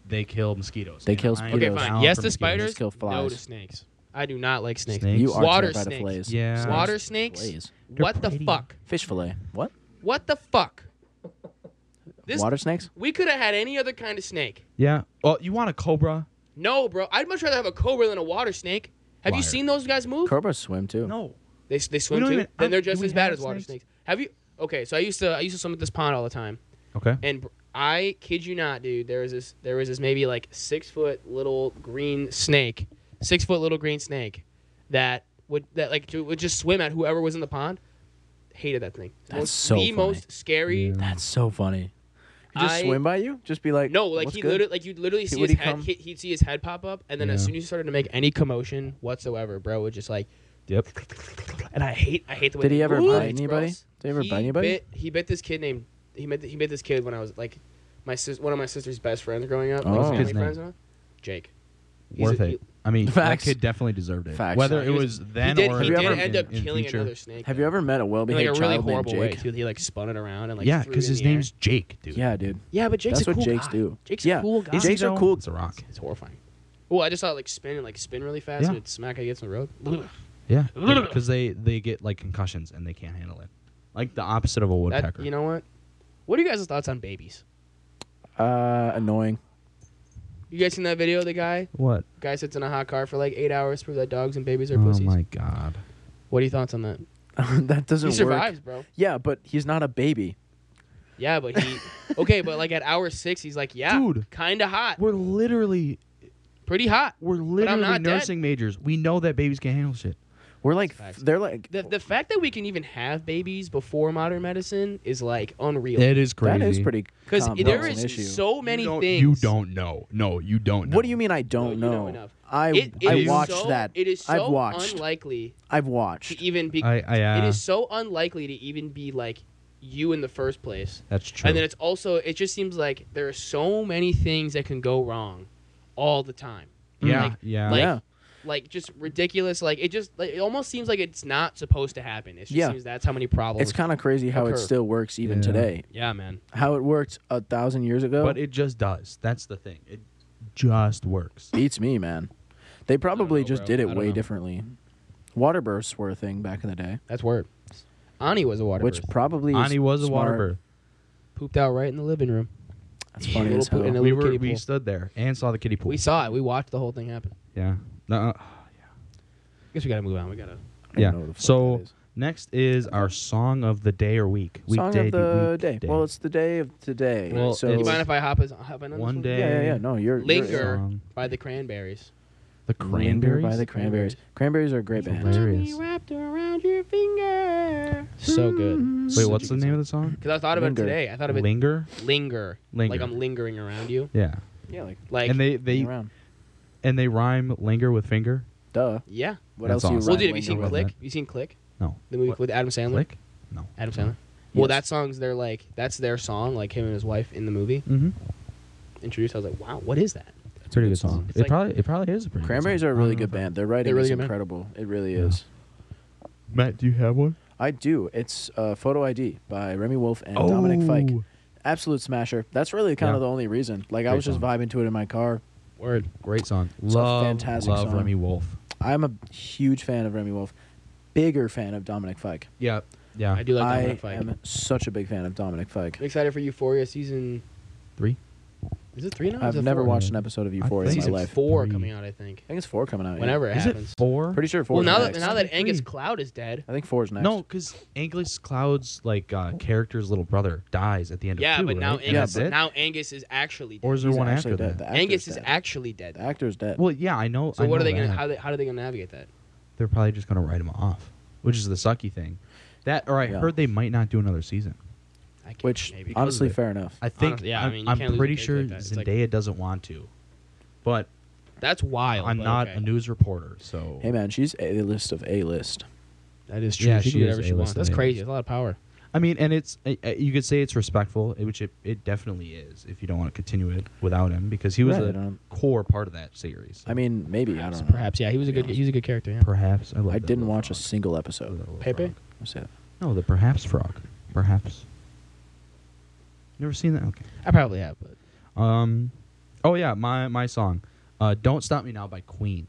Speaker 2: they kill mosquitoes.
Speaker 3: They
Speaker 2: and
Speaker 3: kill
Speaker 2: I
Speaker 1: okay,
Speaker 2: am
Speaker 3: mosquitoes.
Speaker 2: down
Speaker 1: fine.
Speaker 2: for
Speaker 1: Yes to
Speaker 2: mosquitoes.
Speaker 1: spiders.
Speaker 3: kill
Speaker 1: No
Speaker 3: flies.
Speaker 1: to snakes. I do not like snakes.
Speaker 2: Snakes?
Speaker 3: You are
Speaker 1: Water
Speaker 3: terrified
Speaker 1: snakes.
Speaker 3: of flies.
Speaker 2: Yeah.
Speaker 3: Snakes.
Speaker 1: Water snakes.
Speaker 3: Flies.
Speaker 2: They're
Speaker 1: What the
Speaker 2: pretty.
Speaker 1: fuck?
Speaker 3: Fish fillet. What?
Speaker 1: What the fuck? This
Speaker 3: Water snakes?
Speaker 1: we could have had any other kind of snake.
Speaker 2: Yeah. Well, you want a cobra?
Speaker 1: No, bro. I'd much rather have a cobra than a water snake. Have
Speaker 2: Liar.
Speaker 1: you seen those guys move?
Speaker 3: Cobras swim too.
Speaker 2: No.
Speaker 1: They, they swim
Speaker 2: don't
Speaker 1: too.
Speaker 2: even-
Speaker 1: then they're
Speaker 2: I'm- do
Speaker 1: just
Speaker 2: we
Speaker 1: as bad
Speaker 2: have
Speaker 1: as water
Speaker 2: snakes?
Speaker 1: snakes. Have you? Okay, so I used to I used to swim at this pond all the time,
Speaker 2: Okay.
Speaker 1: and br- I kid you not, dude. There was this there was this maybe like six foot little green snake, six foot little green snake, that would that like ju- would just swim at whoever was in the pond. Hated that thing.
Speaker 3: That's
Speaker 1: Most-
Speaker 3: so
Speaker 1: the
Speaker 3: funny.
Speaker 1: most scary.
Speaker 3: That's so funny. You just
Speaker 1: I-
Speaker 3: swim by you? Just be like
Speaker 1: No, like
Speaker 3: "What's
Speaker 1: he
Speaker 3: good?"
Speaker 1: literally, like you'd literally see
Speaker 3: would
Speaker 1: his
Speaker 3: he
Speaker 1: head.
Speaker 3: come?
Speaker 1: He, he'd see his head pop up, and then as
Speaker 2: Yeah.
Speaker 1: soon as he started to make any commotion whatsoever, bro would just like.
Speaker 2: Yep.
Speaker 1: And I hate, I hate the way.
Speaker 3: Did he
Speaker 1: they
Speaker 3: ever
Speaker 1: move.
Speaker 3: bite
Speaker 1: It's
Speaker 3: anybody?
Speaker 1: gross.
Speaker 3: Did he ever bite anybody?
Speaker 1: Bit, he bit this kid named. He met. He bit this kid when I was like, my sis, one of my sister's best friends growing up. like,
Speaker 3: Oh.
Speaker 1: family
Speaker 2: Kid's name?
Speaker 1: friends, huh? Jake. He's
Speaker 2: Worth
Speaker 1: a-
Speaker 2: it. I mean,
Speaker 3: Facts.
Speaker 2: that kid definitely deserved it.
Speaker 3: Facts.
Speaker 2: Whether
Speaker 1: He
Speaker 2: it
Speaker 1: was-
Speaker 2: was
Speaker 1: He, he
Speaker 2: then
Speaker 1: did.
Speaker 2: or
Speaker 1: He
Speaker 3: you
Speaker 1: did
Speaker 2: in-
Speaker 3: ever-
Speaker 1: end
Speaker 2: in-
Speaker 1: up
Speaker 2: in
Speaker 1: killing
Speaker 2: future.
Speaker 1: another snake.
Speaker 3: Have you ever met a
Speaker 1: In like
Speaker 3: well-behaved
Speaker 1: a really
Speaker 3: child
Speaker 1: horrible way
Speaker 3: named Jake?
Speaker 1: too. He like spun it around and like.
Speaker 2: yeah,
Speaker 1: threw it
Speaker 2: because
Speaker 1: in
Speaker 2: his
Speaker 1: the air.
Speaker 2: name's Jake, dude.
Speaker 3: Yeah, dude.
Speaker 1: Yeah, but Jake's
Speaker 3: That's
Speaker 1: a
Speaker 3: what
Speaker 1: cool
Speaker 3: Jakes
Speaker 1: guy.
Speaker 3: do.
Speaker 1: Jake's
Speaker 3: Yeah.
Speaker 1: a cool guy.
Speaker 3: Is he Jakes are
Speaker 2: though?
Speaker 3: cool.
Speaker 2: It's a rock.
Speaker 1: It's horrifying. Oh, I just saw it like spin and like spin really fast
Speaker 2: Yeah.
Speaker 1: and it smack against the road. Ugh.
Speaker 2: Yeah. Because they they get like concussions and they can't handle it, like the opposite of a woodpecker.
Speaker 1: That, you know what? What are you guys' thoughts on babies?
Speaker 3: Uh, annoying.
Speaker 1: You guys seen that video? of The guy
Speaker 2: What?
Speaker 1: guy sits in a hot car for like eight hours, prove that dogs and babies are
Speaker 2: oh
Speaker 1: pussies.
Speaker 2: my god.
Speaker 1: What are your thoughts on that?
Speaker 3: that doesn't
Speaker 1: He
Speaker 3: work.
Speaker 1: survives, bro.
Speaker 3: Yeah, but he's not a baby.
Speaker 1: Yeah, but he okay, but like at hour six, he's like, yeah,
Speaker 2: Dude.
Speaker 1: kind of hot,
Speaker 2: We're literally
Speaker 1: pretty hot.
Speaker 2: we're literally
Speaker 1: not dead.
Speaker 2: nursing majors. We know that babies can handle shit.
Speaker 3: We're like
Speaker 1: Facts.
Speaker 3: they're like
Speaker 1: The the fact that we can even have babies before modern medicine is like unreal.
Speaker 2: That is crazy.
Speaker 3: that is pretty
Speaker 1: Because
Speaker 3: complex
Speaker 1: there
Speaker 3: an
Speaker 1: is
Speaker 3: issue.
Speaker 1: so many
Speaker 2: you don't,
Speaker 1: things.
Speaker 2: You don't know. No, you don't. know.
Speaker 3: What do you mean I don't
Speaker 1: No, you know
Speaker 3: know?
Speaker 1: enough.
Speaker 3: I
Speaker 1: It- it
Speaker 3: I
Speaker 1: is
Speaker 3: watched
Speaker 1: so-
Speaker 3: that.
Speaker 1: It is so
Speaker 3: I've watched.
Speaker 1: unlikely
Speaker 3: I've
Speaker 1: to
Speaker 3: watched.
Speaker 1: even be.
Speaker 2: I, I uh,
Speaker 1: it is so unlikely to even be like you in the first place.
Speaker 2: That's true.
Speaker 1: And then it's also it just seems like there are so many things that can go wrong, all the time.
Speaker 2: yeah,
Speaker 1: like-
Speaker 2: yeah.
Speaker 1: like-
Speaker 3: yeah.
Speaker 1: Like just ridiculous. Like it just like, it almost seems like it's not supposed to happen. It just
Speaker 3: Yeah.
Speaker 1: seems that's how many problems.
Speaker 3: It's kind of crazy how
Speaker 1: occur.
Speaker 3: it still works even
Speaker 2: Yeah.
Speaker 3: today.
Speaker 1: yeah, man.
Speaker 3: How it worked a thousand years ago
Speaker 2: but it just does. That's the thing. It just works.
Speaker 3: beats me, man. They probably
Speaker 1: know,
Speaker 3: just
Speaker 1: bro.
Speaker 3: did
Speaker 1: I
Speaker 3: it
Speaker 1: don't
Speaker 3: way
Speaker 1: know.
Speaker 3: differently. Water bursts were a thing back in the day,
Speaker 1: That's word. Ani was a water
Speaker 3: which
Speaker 1: bird.
Speaker 3: probably is
Speaker 2: Ani was a
Speaker 3: smart.
Speaker 2: water bird.
Speaker 1: pooped out right in the living room.
Speaker 3: That's funny
Speaker 1: Little
Speaker 3: as hell.
Speaker 1: poo- and a
Speaker 2: We
Speaker 1: little
Speaker 2: were
Speaker 1: kiddie
Speaker 2: we
Speaker 1: pool.
Speaker 2: stood there and saw the kiddie pool.
Speaker 1: We saw it. We watched the whole thing happen.
Speaker 2: yeah. No, uh,
Speaker 1: I guess we gotta move on. We gotta.
Speaker 3: I don't
Speaker 2: yeah.
Speaker 3: know who the fuck
Speaker 2: So
Speaker 3: that is.
Speaker 2: next is our song of the day or week.
Speaker 3: song
Speaker 2: Weekday,
Speaker 3: of the
Speaker 2: week-
Speaker 3: day. Well, it's the day of today.
Speaker 2: Well,
Speaker 3: so
Speaker 1: Do you
Speaker 2: it's-
Speaker 1: mind if I hop, as, hop in on this
Speaker 2: One day.
Speaker 3: yeah, yeah, yeah. No, you're you're-
Speaker 1: Linger
Speaker 2: Song.
Speaker 1: by the Cranberries.
Speaker 2: the
Speaker 3: Linger
Speaker 2: cranberries
Speaker 3: by the Cranberries. Cranberries are a great band.
Speaker 2: Hilarious. There it is.
Speaker 1: wrapped around your finger. So good.
Speaker 2: Wait, what's the name of the song?
Speaker 1: Because I thought about
Speaker 3: Linger.
Speaker 1: it today. I thought of it
Speaker 2: Linger.
Speaker 1: linger.
Speaker 2: Linger.
Speaker 1: Like I'm lingering around you.
Speaker 2: Yeah.
Speaker 3: Yeah, like
Speaker 1: Like
Speaker 2: and they they
Speaker 3: hang around.
Speaker 2: and they rhyme linger with finger.
Speaker 3: Duh.
Speaker 1: yeah.
Speaker 3: What
Speaker 2: That's
Speaker 3: else do
Speaker 2: awesome.
Speaker 3: you
Speaker 1: Well,
Speaker 2: Right
Speaker 1: dude, have you
Speaker 2: winger
Speaker 1: seen
Speaker 2: with
Speaker 1: Click?
Speaker 2: that.
Speaker 1: You seen Click?
Speaker 2: No.
Speaker 1: The movie
Speaker 2: What?
Speaker 1: with Adam Sandler.
Speaker 2: Click? No.
Speaker 1: Adam Sandler. Well,
Speaker 3: Yes.
Speaker 1: that song's their like that's their song. Like him and his wife in the movie
Speaker 2: Mm-hmm.
Speaker 1: introduced. I was like, wow, what is that?
Speaker 2: It's a pretty good song.
Speaker 1: It's
Speaker 2: It
Speaker 1: like-
Speaker 2: probably it probably is a pretty.
Speaker 3: Cranberries
Speaker 2: good
Speaker 3: are
Speaker 2: song. Uh,
Speaker 3: a really good band. Their writing
Speaker 1: They're really
Speaker 3: is
Speaker 1: good band.
Speaker 3: incredible. It really
Speaker 2: Yeah.
Speaker 3: is.
Speaker 2: Matt, do you have one?
Speaker 3: I do. It's uh, Photo ID by Remy Wolf and Dominic Fike. Absolute smasher. That's really kind
Speaker 2: Oh. Yeah.
Speaker 3: of the only reason. Like I
Speaker 2: Great
Speaker 3: was just
Speaker 2: song.
Speaker 3: vibing to it in my car.
Speaker 1: Word.
Speaker 2: Great song.
Speaker 3: It's a
Speaker 2: love,
Speaker 3: fantastic
Speaker 2: love
Speaker 3: song.
Speaker 2: Remy Wolf.
Speaker 3: I'm a huge fan of Remy Wolf. Bigger fan of Dominic Fike.
Speaker 2: Yeah. Yeah.
Speaker 1: I do like Dominic
Speaker 3: I
Speaker 1: Fike.
Speaker 3: am such a big fan of Dominic Fike.
Speaker 1: I'm excited for Euphoria season.
Speaker 2: Three.
Speaker 1: Is it three now?
Speaker 3: I've
Speaker 1: Is it
Speaker 3: never
Speaker 1: four?
Speaker 3: watched an episode of Euphoria in my
Speaker 2: think
Speaker 1: Season
Speaker 3: life.
Speaker 1: four
Speaker 2: Three.
Speaker 1: coming out, I think.
Speaker 3: I think it's four coming out. yeah.
Speaker 1: Whenever it
Speaker 2: Is
Speaker 1: happens.
Speaker 2: it four?
Speaker 3: Pretty sure four.
Speaker 1: Well,
Speaker 3: is
Speaker 1: now that
Speaker 3: next.
Speaker 1: now that
Speaker 2: Three.
Speaker 1: Angus Cloud is dead.
Speaker 3: I think four's next.
Speaker 2: No, because Angus Cloud's like uh, character's little brother dies at the end of
Speaker 1: Yeah,
Speaker 2: two.
Speaker 1: but
Speaker 2: right?
Speaker 1: now
Speaker 2: And that's
Speaker 1: Angus
Speaker 2: it?
Speaker 1: now Angus is actually dead.
Speaker 2: or is there
Speaker 3: He's
Speaker 2: one
Speaker 3: actually
Speaker 2: after
Speaker 3: dead.
Speaker 2: that?
Speaker 3: The actor's
Speaker 1: Angus is
Speaker 3: dead.
Speaker 1: actually dead.
Speaker 3: The actor's dead.
Speaker 2: Well, yeah, I know.
Speaker 1: So
Speaker 2: I
Speaker 1: what
Speaker 2: know
Speaker 1: are they
Speaker 2: that.
Speaker 1: gonna how they how are they gonna navigate that?
Speaker 2: They're probably just gonna write him off, which is the sucky thing. That or I
Speaker 3: Yeah.
Speaker 2: heard they might not do another season.
Speaker 1: I can't,
Speaker 3: which
Speaker 1: maybe.
Speaker 3: honestly,
Speaker 2: of it.
Speaker 3: fair enough.
Speaker 2: I think.
Speaker 1: Honestly, yeah, I
Speaker 2: I'm,
Speaker 1: mean, you
Speaker 2: I'm
Speaker 1: can't lose a
Speaker 2: pretty
Speaker 1: case
Speaker 2: sure
Speaker 1: like that. It's like-
Speaker 2: Zendaya doesn't want to, but
Speaker 1: that's wild.
Speaker 2: I'm
Speaker 1: Oh, but
Speaker 2: not
Speaker 1: okay.
Speaker 2: a news reporter, so
Speaker 3: Hey man, she's a list of a list.
Speaker 1: That is true.
Speaker 2: Yeah,
Speaker 1: she, can
Speaker 2: she
Speaker 1: do
Speaker 2: is
Speaker 1: whatever she
Speaker 2: A-list
Speaker 1: wants. That's
Speaker 2: and
Speaker 1: crazy.
Speaker 2: A-list.
Speaker 1: That's a lot of power.
Speaker 2: I mean, and it's uh, uh, you could say it's respectful, uh, which it, it definitely is. If you don't want to continue it without him, because he was
Speaker 3: Right, I
Speaker 2: a
Speaker 3: don't-
Speaker 2: core part of that series.
Speaker 3: I mean, maybe I don't know.
Speaker 1: Perhaps, yeah. He was a good. He was a good character. Yeah.
Speaker 2: perhaps I, love
Speaker 3: I
Speaker 2: that
Speaker 3: didn't
Speaker 2: little
Speaker 3: watch a
Speaker 2: frog.
Speaker 3: single
Speaker 2: I love
Speaker 3: episode.
Speaker 2: that little
Speaker 1: Pepe?
Speaker 2: frog.
Speaker 3: That's it.
Speaker 2: No, the perhaps frog. Perhaps. Never seen that. Okay.
Speaker 1: I probably have, but
Speaker 2: Um. Oh yeah, my my song, uh, "Don't Stop Me Now" by Queen.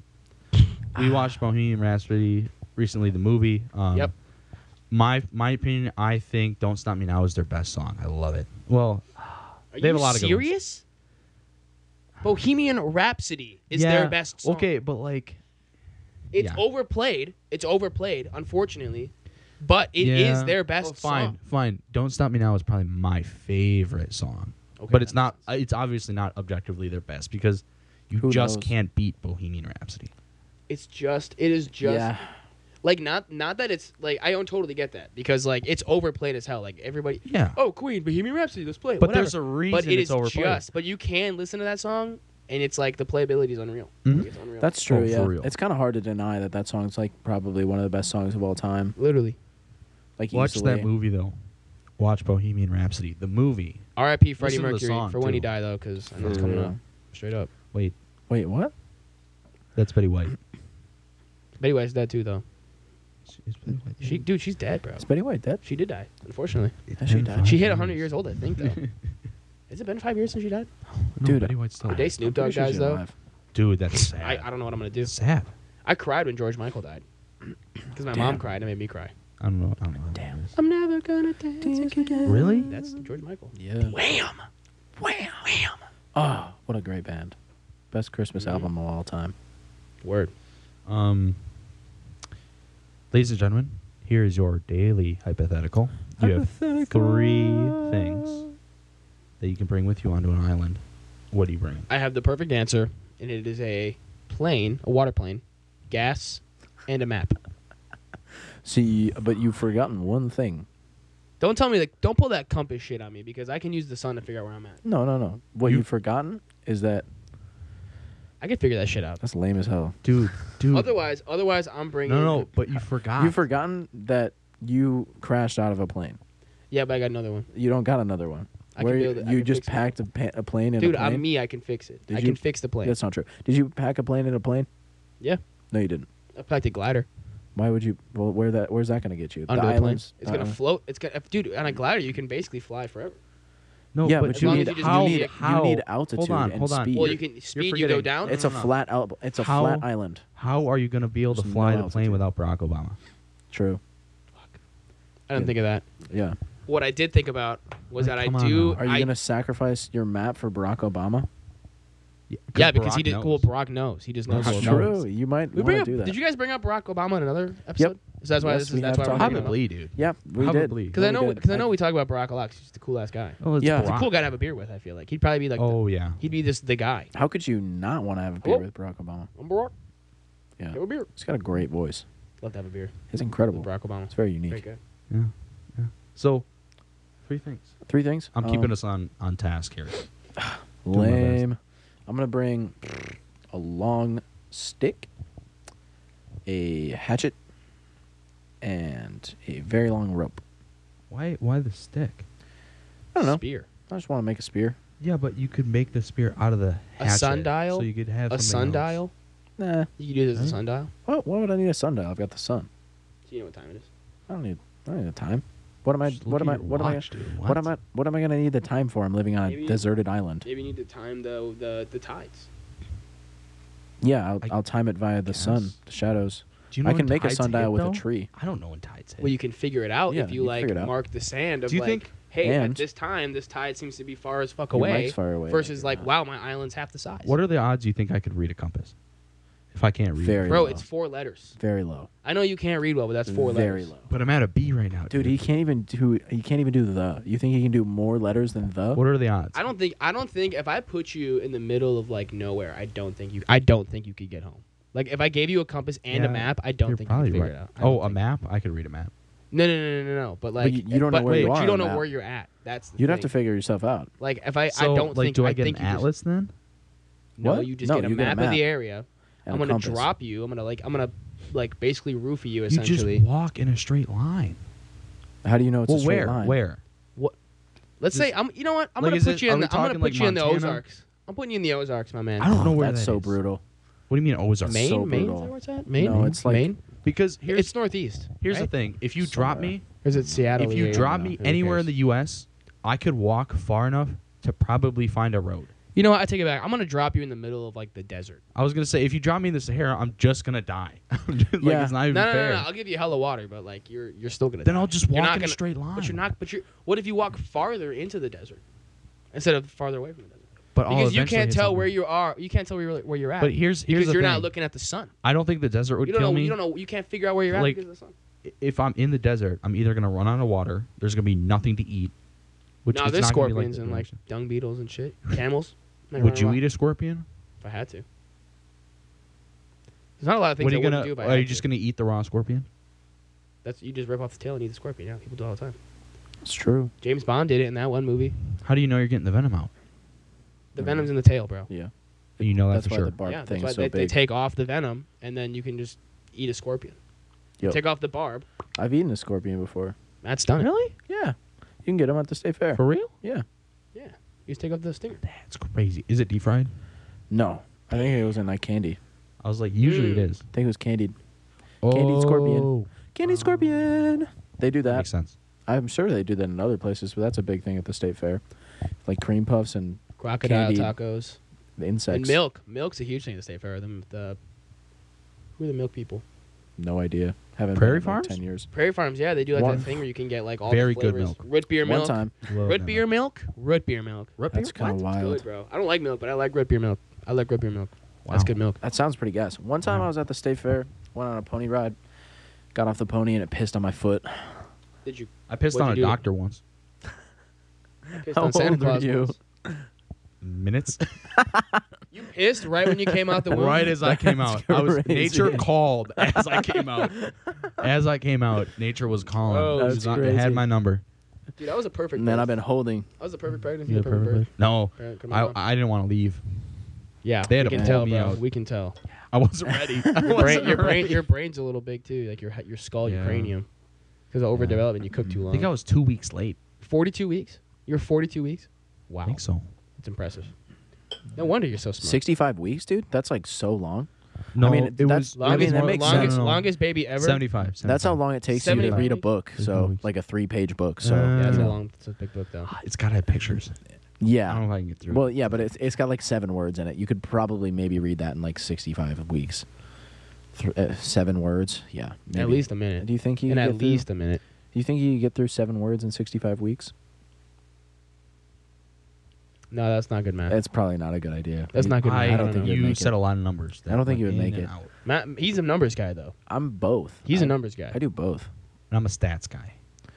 Speaker 2: We watched Bohemian Rhapsody recently, the movie. Um,
Speaker 1: Ah. Yep.
Speaker 2: My my opinion, I think "Don't Stop Me Now" is their best song. I love it. Well,
Speaker 1: are
Speaker 2: They have
Speaker 1: you
Speaker 2: a lot of good ones.
Speaker 1: serious? Bohemian Rhapsody is
Speaker 2: yeah,
Speaker 1: their best song.
Speaker 2: Okay, but like,
Speaker 1: It's
Speaker 2: yeah.
Speaker 1: overplayed. It's overplayed, unfortunately, but it is
Speaker 2: Yeah.
Speaker 1: their best
Speaker 2: Oh, fine,
Speaker 1: song.
Speaker 2: fine. "Don't Stop Me Now" is probably my favorite song.
Speaker 1: Okay,
Speaker 2: but it's
Speaker 1: that
Speaker 2: not. uh,
Speaker 1: makes
Speaker 2: It's obviously not objectively their best because you
Speaker 3: Who
Speaker 2: just
Speaker 3: knows?
Speaker 2: can't beat Bohemian Rhapsody.
Speaker 1: It's just. It is just.
Speaker 3: yeah,
Speaker 1: Like not. Not that it's like I don't totally get that because like it's overplayed as hell. Like everybody.
Speaker 2: Yeah.
Speaker 1: Oh, Queen, Bohemian Rhapsody, let's play. it,
Speaker 2: But
Speaker 1: whatever.
Speaker 2: there's a reason
Speaker 1: But it
Speaker 2: it's
Speaker 1: is
Speaker 2: overplayed.
Speaker 1: just. But you can listen to that song, and it's like the playability is unreal.
Speaker 2: Mhm.
Speaker 1: Like, it's unreal.
Speaker 2: Oh,
Speaker 3: that's true.
Speaker 2: for
Speaker 3: yeah,
Speaker 2: real.
Speaker 3: it's kind of hard to deny that that song's like probably one of the best songs of all time.
Speaker 1: literally.
Speaker 3: Like
Speaker 2: Watch
Speaker 3: easily.
Speaker 2: that movie though. Watch Bohemian Rhapsody. The movie.
Speaker 1: R.I.P. Freddie
Speaker 2: Listen to the
Speaker 1: Mercury
Speaker 2: song,
Speaker 1: for when he
Speaker 2: too.
Speaker 1: died though, because I know it's
Speaker 3: For
Speaker 1: coming
Speaker 3: real.
Speaker 1: up straight up.
Speaker 2: Wait,
Speaker 3: Wait, what?
Speaker 2: that's Betty White.
Speaker 1: Betty White's dead too though.
Speaker 2: Is Betty White
Speaker 1: She, dude, she's dead, bro.
Speaker 3: Is Betty White dead?
Speaker 1: She did die, unfortunately.
Speaker 2: dead?
Speaker 3: Has she died?
Speaker 1: She hit 100 years old, I think though. Has it been five years since she died?
Speaker 2: No,
Speaker 3: Dude,
Speaker 2: Betty White's still
Speaker 1: The day
Speaker 2: alive.
Speaker 1: Snoop
Speaker 3: I'm pretty
Speaker 1: Dogg
Speaker 3: sure
Speaker 1: dies
Speaker 3: she's
Speaker 1: though,
Speaker 3: alive.
Speaker 2: Dude, that's sad.
Speaker 1: I, I don't know what I'm gonna do.
Speaker 2: Sad.
Speaker 1: I cried when George Michael died, because my mom
Speaker 3: Damn.
Speaker 1: cried. It made me cry.
Speaker 2: I don't know. I don't know.
Speaker 3: Damn.
Speaker 1: I'm never gonna dance again.
Speaker 2: Really?
Speaker 1: That's George Michael.
Speaker 3: Yeah.
Speaker 1: Wham, wham, wham.
Speaker 3: Oh, Ah, what a great band. Best Christmas album of all time.
Speaker 1: Word.
Speaker 2: Um, ladies and gentlemen, here is your daily hypothetical. You have three things that you can bring with you onto an island. What are you bringing?
Speaker 1: I have the perfect answer, and it is a plane, a water plane, gas, and a map.
Speaker 3: See, but you've forgotten one thing.
Speaker 1: Don't tell me that. Don't pull that compass shit on me because I can use the sun to figure out where I'm at.
Speaker 3: No, no, no. What
Speaker 2: You-
Speaker 3: you, have forgotten is that
Speaker 1: I can figure that shit out.
Speaker 3: that's lame as hell.
Speaker 2: Dude, dude.
Speaker 1: Otherwise, otherwise I'm bringing.
Speaker 2: no, no, but you
Speaker 1: Ah.
Speaker 2: forgot.
Speaker 3: You've forgotten that you crashed out of a plane.
Speaker 1: Yeah, but I got another one.
Speaker 3: You don't got another one.
Speaker 1: I can
Speaker 3: Where
Speaker 1: build it. I
Speaker 3: you
Speaker 1: can
Speaker 3: just
Speaker 1: fix it.
Speaker 3: packed a, pa- a plane in
Speaker 1: Dude,
Speaker 3: a plane.
Speaker 1: I'm me. I can fix it.
Speaker 3: Did
Speaker 1: I
Speaker 3: you-
Speaker 1: can fix the plane.
Speaker 3: That's not true. Did you pack a plane in a plane?
Speaker 1: Yeah,
Speaker 3: No, you didn't.
Speaker 1: I packed a glider
Speaker 3: Why would you? Well, where that? Where's that going to get you?
Speaker 1: under
Speaker 3: the
Speaker 1: a plane. It's
Speaker 3: islands.
Speaker 1: gonna
Speaker 3: Uh-uh.
Speaker 1: float. It's gonna, if- dude. On a glider, you can basically fly forever.
Speaker 2: no,
Speaker 3: yeah,
Speaker 2: but,
Speaker 3: but
Speaker 1: you
Speaker 2: dude,
Speaker 1: need- you just
Speaker 2: how,
Speaker 1: need- you need
Speaker 2: how, Hold
Speaker 3: altitude
Speaker 2: on,
Speaker 3: and
Speaker 2: hold on.
Speaker 3: speed.
Speaker 1: Well, you can speed. You go
Speaker 2: forgetting.
Speaker 1: down.
Speaker 3: It's
Speaker 2: No,
Speaker 3: a
Speaker 2: no, no.
Speaker 3: flat out. It's a
Speaker 2: How-
Speaker 3: flat island.
Speaker 2: How are you going to be able to
Speaker 3: There's
Speaker 2: fly
Speaker 3: no
Speaker 2: the plane
Speaker 3: altitude.
Speaker 2: without Barack Obama?
Speaker 3: True.
Speaker 1: I didn't think of that.
Speaker 3: Yeah.
Speaker 1: What I did think about was
Speaker 2: Like,
Speaker 1: that I
Speaker 2: come on
Speaker 1: do.
Speaker 2: now.
Speaker 3: Are you
Speaker 1: I-
Speaker 3: going to sacrifice your map for Barack Obama?
Speaker 1: Yeah, because he
Speaker 2: Barack
Speaker 1: did.
Speaker 2: knows.
Speaker 1: Well, Barack knows. He just knows.
Speaker 2: Barack
Speaker 1: all
Speaker 2: knows.
Speaker 1: about it.
Speaker 2: knows.
Speaker 3: True. You might
Speaker 1: We bring
Speaker 3: want
Speaker 1: up.
Speaker 3: to do that.
Speaker 1: Did you guys bring up Barack Obama in another episode? Is that why
Speaker 3: Yes,
Speaker 1: this
Speaker 3: we
Speaker 1: is that's why
Speaker 3: have
Speaker 1: we're bringing
Speaker 3: talked
Speaker 1: him
Speaker 3: about
Speaker 1: up?
Speaker 2: Probably, dude.
Speaker 3: yeah, we
Speaker 2: Probably.
Speaker 3: did.
Speaker 1: Because I
Speaker 3: No,
Speaker 1: know
Speaker 3: we did.
Speaker 1: because I know we talk about Barack a lot. 'cause he's the coolest guy.
Speaker 2: Oh, it's
Speaker 3: Yeah.
Speaker 1: He's a
Speaker 2: Barack.
Speaker 1: cool guy to have a beer with. I feel like he'd probably be like. the-
Speaker 2: oh, yeah.
Speaker 1: he'd be just the guy.
Speaker 3: How could you not want to have a beer
Speaker 1: Hello?
Speaker 3: with Barack Obama?
Speaker 1: I'm Barack.
Speaker 3: Yeah.
Speaker 1: Have a beer.
Speaker 3: He's got a great voice.
Speaker 1: Love to have a beer.
Speaker 3: It's incredible.
Speaker 1: With Barack Obama.
Speaker 3: It's very
Speaker 1: Very
Speaker 3: unique.
Speaker 1: good.
Speaker 2: Yeah. yeah. So, three things.
Speaker 3: Three things.
Speaker 2: I'm keeping
Speaker 1: Oh.
Speaker 3: Um,
Speaker 2: us on, on task here. my best.
Speaker 3: lame. I'm gonna bring a long stick, a hatchet, and a very long rope.
Speaker 2: Why, why the stick?
Speaker 3: I don't know.
Speaker 1: Spear.
Speaker 3: I just want to make a spear.
Speaker 2: Yeah, but you could make the spear out of the
Speaker 1: A
Speaker 2: hatchet,
Speaker 1: sundial?
Speaker 2: So you could have
Speaker 1: A
Speaker 2: something
Speaker 1: sundial.
Speaker 2: else.
Speaker 3: Nah.
Speaker 1: You could do this as a
Speaker 2: Right.
Speaker 1: sundial.
Speaker 3: What? Why would I need a sundial? I've got the sun.
Speaker 1: So you know what time it is.
Speaker 3: I don't need. I don't need a time. What am I?
Speaker 2: Just look
Speaker 3: What
Speaker 2: at
Speaker 3: am I?
Speaker 2: your
Speaker 3: What am I?
Speaker 2: watch, dude.
Speaker 3: What? am I? What am I gonna need the time for? I'm living on a
Speaker 1: Maybe-
Speaker 3: deserted island.
Speaker 1: Maybe you need to time the the, the tides.
Speaker 3: Yeah, I'll,
Speaker 2: I
Speaker 3: I will time it via the sun,
Speaker 2: guess.
Speaker 3: the shadows.
Speaker 2: Do you know
Speaker 3: I
Speaker 2: when
Speaker 3: can make a
Speaker 2: tides
Speaker 3: sundial
Speaker 2: hit,
Speaker 3: with
Speaker 2: though?
Speaker 3: a tree.
Speaker 2: I don't know when tides hit.
Speaker 1: Well, you can figure it out
Speaker 3: Yeah,
Speaker 1: if you,
Speaker 3: you
Speaker 1: like
Speaker 3: figure it out.
Speaker 1: mark the sand of
Speaker 2: Do you
Speaker 1: like,
Speaker 2: think-
Speaker 1: hey,
Speaker 3: And-
Speaker 1: at this time, this tide seems to be far as fuck
Speaker 3: Your
Speaker 1: away,
Speaker 3: mic's far away,
Speaker 1: versus
Speaker 3: like
Speaker 1: like,
Speaker 3: you're
Speaker 1: wow, my island's half the size.
Speaker 2: what are the odds you think I could read a compass? If I can't read,
Speaker 3: Very
Speaker 1: Bro,
Speaker 3: low.
Speaker 1: it's four letters.
Speaker 3: Very low.
Speaker 1: I know you can't read well, but that's four
Speaker 3: Very
Speaker 1: letters.
Speaker 3: low.
Speaker 2: But I'm at a B right now,
Speaker 3: Dude,
Speaker 2: dude.
Speaker 3: he can't even do. He can't even do the. You think he can do more letters than the?
Speaker 2: What are the odds?
Speaker 1: I don't think I don't think if I put you in the middle of like nowhere, I don't think you I don't think you could get home. Like if I gave you a compass and a
Speaker 2: Yeah,
Speaker 1: map, I don't
Speaker 2: You're
Speaker 1: think you could
Speaker 2: probably
Speaker 1: figure
Speaker 2: right.
Speaker 1: it out. I don't
Speaker 2: Oh, a
Speaker 1: think-
Speaker 2: map? I could read a map.
Speaker 1: No, no, no, no, no, no. But like,
Speaker 3: you- you don't know
Speaker 1: but-
Speaker 3: where you
Speaker 1: but
Speaker 3: are
Speaker 1: don't
Speaker 3: on a
Speaker 1: know
Speaker 3: map.
Speaker 1: where you're at. That's the
Speaker 3: You'd
Speaker 1: thing.
Speaker 3: have to figure yourself out.
Speaker 1: Like if I,
Speaker 2: So,
Speaker 1: I don't
Speaker 2: like,
Speaker 1: think
Speaker 2: do I get
Speaker 1: think
Speaker 2: an
Speaker 1: you just-
Speaker 2: atlas then?
Speaker 1: no,
Speaker 3: What?
Speaker 1: you just
Speaker 3: No,
Speaker 1: get, a,
Speaker 3: you get a
Speaker 1: map of the
Speaker 3: map.
Speaker 1: area.
Speaker 3: and
Speaker 1: I'm
Speaker 3: a
Speaker 1: gonna
Speaker 3: compass.
Speaker 1: drop you. I'm gonna like I'm gonna like basically roof you
Speaker 2: You just
Speaker 1: essentially.
Speaker 2: walk in a straight line.
Speaker 3: How do you know it's
Speaker 2: well,
Speaker 3: a straight
Speaker 2: where?
Speaker 3: line?
Speaker 2: Where?
Speaker 1: what? Let's
Speaker 2: Just-
Speaker 1: say I'm. You know what? I'm
Speaker 2: Like,
Speaker 1: gonna
Speaker 2: is
Speaker 1: put
Speaker 2: it-
Speaker 1: you
Speaker 2: are
Speaker 1: in.
Speaker 2: we
Speaker 1: The, I'm gonna
Speaker 2: talking,
Speaker 1: put
Speaker 2: like,
Speaker 1: you in the
Speaker 2: Montana?
Speaker 1: Ozarks. I'm putting you in the Ozarks, my man.
Speaker 2: I don't know where
Speaker 3: Oh, That's
Speaker 2: that
Speaker 3: so
Speaker 2: is.
Speaker 3: brutal.
Speaker 2: What do you mean Ozarks?
Speaker 1: Maine,
Speaker 3: so
Speaker 1: Maine. Is
Speaker 3: brutal.
Speaker 1: that where it's at? Maine.
Speaker 3: No, it's like-
Speaker 1: Maine.
Speaker 2: Because here's
Speaker 1: it's northeast.
Speaker 2: here's
Speaker 1: right?
Speaker 2: the thing. If you drop
Speaker 3: Somewhere.
Speaker 2: me,
Speaker 1: Is it Seattle?
Speaker 2: if you
Speaker 1: area?
Speaker 2: drop
Speaker 1: No,
Speaker 2: me
Speaker 1: who
Speaker 2: anywhere
Speaker 1: cares?
Speaker 2: in the U.S., I could walk far enough to probably find a road.
Speaker 1: you know what? I take it back. I'm gonna drop you in the middle of like the desert.
Speaker 2: I was gonna say if you drop me in the Sahara, I'm just gonna die. I'm just- like
Speaker 3: Yeah.
Speaker 2: it's not
Speaker 1: No,
Speaker 2: even
Speaker 1: no,
Speaker 2: fair.
Speaker 1: no, no. I'll give you hella water, but like you're you're still gonna.
Speaker 2: Then
Speaker 1: die.
Speaker 2: I'll just
Speaker 1: You're
Speaker 2: walk
Speaker 1: not
Speaker 2: in a
Speaker 1: gonna-
Speaker 2: straight line.
Speaker 1: But you're not. But you're. What if you walk farther into the desert instead of farther away from the desert?
Speaker 2: But I'll
Speaker 1: Because you
Speaker 2: Oh, eventually
Speaker 1: can't
Speaker 2: hit
Speaker 1: tell
Speaker 2: something.
Speaker 1: where you are. You can't tell where you're, where you're at.
Speaker 2: But here's here's
Speaker 1: because
Speaker 2: the
Speaker 1: you're
Speaker 2: thing.
Speaker 1: not looking at the sun.
Speaker 2: I don't think the desert would
Speaker 1: You don't
Speaker 2: kill
Speaker 1: know.
Speaker 2: me.
Speaker 1: You don't know. You can't figure out where you're
Speaker 2: Like-
Speaker 1: at because of the sun.
Speaker 2: If I'm in the desert, I'm either gonna run out of water. There's gonna be nothing to eat. Which
Speaker 1: No,
Speaker 2: is
Speaker 1: there's
Speaker 2: not gonna be
Speaker 1: scorpions
Speaker 2: like
Speaker 1: and like dung beetles and shit. Camels. Not
Speaker 2: Would
Speaker 1: gonna
Speaker 2: you
Speaker 1: lie.
Speaker 2: eat a scorpion?
Speaker 1: if I had to? There's not a lot of things
Speaker 2: What are
Speaker 1: I
Speaker 2: you
Speaker 1: wouldn't
Speaker 2: gonna?
Speaker 1: do. If I
Speaker 2: are
Speaker 1: had
Speaker 2: you just
Speaker 1: to.
Speaker 2: gonna eat the raw scorpion?
Speaker 1: That's you just rip off the tail and eat the scorpion. Yeah, people do it all the time.
Speaker 3: It's true.
Speaker 1: James Bond did it in that one movie.
Speaker 2: How do you know you're getting the venom out?
Speaker 1: The
Speaker 3: Mhm.
Speaker 1: venom's in the tail, bro.
Speaker 3: Yeah.
Speaker 2: You know that
Speaker 3: That's
Speaker 2: for
Speaker 3: why
Speaker 2: sure.
Speaker 3: the barb
Speaker 1: yeah, that's
Speaker 3: thing
Speaker 1: why
Speaker 3: is so
Speaker 1: they, they
Speaker 3: big.
Speaker 1: take off the venom and then you can just eat a scorpion.
Speaker 3: Yep.
Speaker 1: Take off the barb.
Speaker 3: I've eaten a scorpion before.
Speaker 1: Matt's done it.
Speaker 2: really?
Speaker 3: Yeah. You can get them at the state fair.
Speaker 2: For real?
Speaker 3: yeah.
Speaker 1: Yeah, you just take off the stinger.
Speaker 2: That's crazy. Is it deep fried?
Speaker 3: No, I think it was in like candy.
Speaker 2: I was like, usually it
Speaker 1: Mm.
Speaker 2: is.
Speaker 3: I think it was candied.
Speaker 2: Oh,
Speaker 3: Candied scorpion. Candied scorpion. They do
Speaker 2: That
Speaker 3: that.
Speaker 2: makes sense.
Speaker 3: I'm sure they do that in other places, but that's a big thing at the state fair, like cream puffs and
Speaker 1: Crocodile
Speaker 3: Candied.
Speaker 1: tacos
Speaker 3: the insects.
Speaker 1: and milk. Milk's a huge thing to stay fair. Them the who are the milk people?
Speaker 3: No idea. Haven't been
Speaker 2: Prairie
Speaker 3: in, like,
Speaker 2: Farms?
Speaker 3: Ten years.
Speaker 1: Prairie Farms. Yeah, they do like
Speaker 3: One-
Speaker 1: that thing where you can get like all
Speaker 2: Very
Speaker 1: the
Speaker 2: good
Speaker 1: flavors.
Speaker 2: milk.
Speaker 1: Root beer
Speaker 3: One
Speaker 1: milk.
Speaker 3: time.
Speaker 2: Love
Speaker 1: Root
Speaker 2: that.
Speaker 1: beer milk. Root beer milk.
Speaker 2: Root
Speaker 3: That's
Speaker 2: beer?
Speaker 3: kind of
Speaker 2: What?
Speaker 1: It's
Speaker 3: wild.
Speaker 1: good, bro. I don't like milk, but I like root beer milk. I like root beer milk. That's
Speaker 2: Wow.
Speaker 1: good milk.
Speaker 3: That sounds pretty gas. One time I was at the state fair, went on a pony ride, got off the pony and it pissed on my foot.
Speaker 1: Did you
Speaker 2: I pissed
Speaker 1: What'd
Speaker 2: on a
Speaker 1: you do?
Speaker 2: doctor once.
Speaker 1: piss
Speaker 3: How
Speaker 1: on Santa
Speaker 3: old were
Speaker 1: Claus?
Speaker 3: you?
Speaker 1: once?
Speaker 2: Minutes.
Speaker 1: You pissed right when you came out the womb.
Speaker 2: right as I came out, I was
Speaker 3: crazy.
Speaker 2: nature called as I came out. As I came out, nature was calling.
Speaker 1: Oh,
Speaker 2: It was
Speaker 3: that's
Speaker 2: not- it
Speaker 3: crazy.
Speaker 2: had my number.
Speaker 1: dude. I was a perfect.
Speaker 3: And then
Speaker 1: birth.
Speaker 3: I've been holding.
Speaker 1: I was a perfect pregnancy. a perfect birth.
Speaker 2: No,
Speaker 1: Parent, come
Speaker 2: I,
Speaker 1: on.
Speaker 2: I didn't want to leave.
Speaker 1: yeah,
Speaker 2: they had
Speaker 1: we
Speaker 2: to
Speaker 1: can
Speaker 2: pull
Speaker 1: tell,
Speaker 2: me
Speaker 1: bro.
Speaker 2: out.
Speaker 1: We can tell.
Speaker 2: I wasn't ready. I
Speaker 1: Your brain,
Speaker 2: wasn't
Speaker 1: your
Speaker 2: ready.
Speaker 1: brain, your brain's a little big too. Like your he- your skull, your
Speaker 2: Yeah.
Speaker 1: cranium, because of overdevelopment. You cook too
Speaker 2: I
Speaker 1: long.
Speaker 2: think I was two weeks late.
Speaker 1: 42 weeks. You're 42 weeks. Wow,
Speaker 2: I think so.
Speaker 1: it's impressive. No wonder you're so smart.
Speaker 3: 65 weeks, dude? That's like so long.
Speaker 2: No,
Speaker 3: mean,
Speaker 2: it was
Speaker 3: that's- I mean,
Speaker 1: Longest,
Speaker 3: that makes
Speaker 1: longest,
Speaker 2: sense.
Speaker 1: longest baby ever.
Speaker 2: 75.
Speaker 3: That's how long it takes you to
Speaker 1: 75
Speaker 3: read a
Speaker 1: weeks?
Speaker 3: book.
Speaker 2: Seventy-five
Speaker 3: So,
Speaker 2: weeks.
Speaker 3: like a three page book. So,
Speaker 2: Uh,
Speaker 1: Yeah, that's
Speaker 2: Yeah.
Speaker 1: a long, it's a big book though.
Speaker 2: It's got to have pictures. I don't
Speaker 3: yeah.
Speaker 2: know if I can get through
Speaker 3: Well,
Speaker 2: it.
Speaker 3: yeah, but it's, it's got like seven words in it. You could probably maybe read that in like 65 weeks. Th- uh, seven words? Yeah.
Speaker 1: At
Speaker 3: maybe.
Speaker 1: least a minute.
Speaker 3: Do you think you
Speaker 1: And
Speaker 3: could
Speaker 1: at
Speaker 3: get through-
Speaker 1: least a minute.
Speaker 3: Do you think you could get through seven words in 65 weeks?
Speaker 1: No, that's not good math.
Speaker 3: That's probably not a good idea.
Speaker 1: That's not good.
Speaker 2: I,
Speaker 1: I don't
Speaker 2: don't think
Speaker 1: know.
Speaker 3: you'd
Speaker 2: you
Speaker 3: make
Speaker 2: said a
Speaker 3: it.
Speaker 2: lot of numbers.
Speaker 3: I don't think you would
Speaker 2: went in
Speaker 3: make
Speaker 2: and
Speaker 3: it.
Speaker 2: out.
Speaker 1: Matt, he's a numbers guy though.
Speaker 3: I'm both.
Speaker 1: He's
Speaker 3: a
Speaker 1: a numbers guy.
Speaker 3: I do both.
Speaker 2: And I'm a stats guy,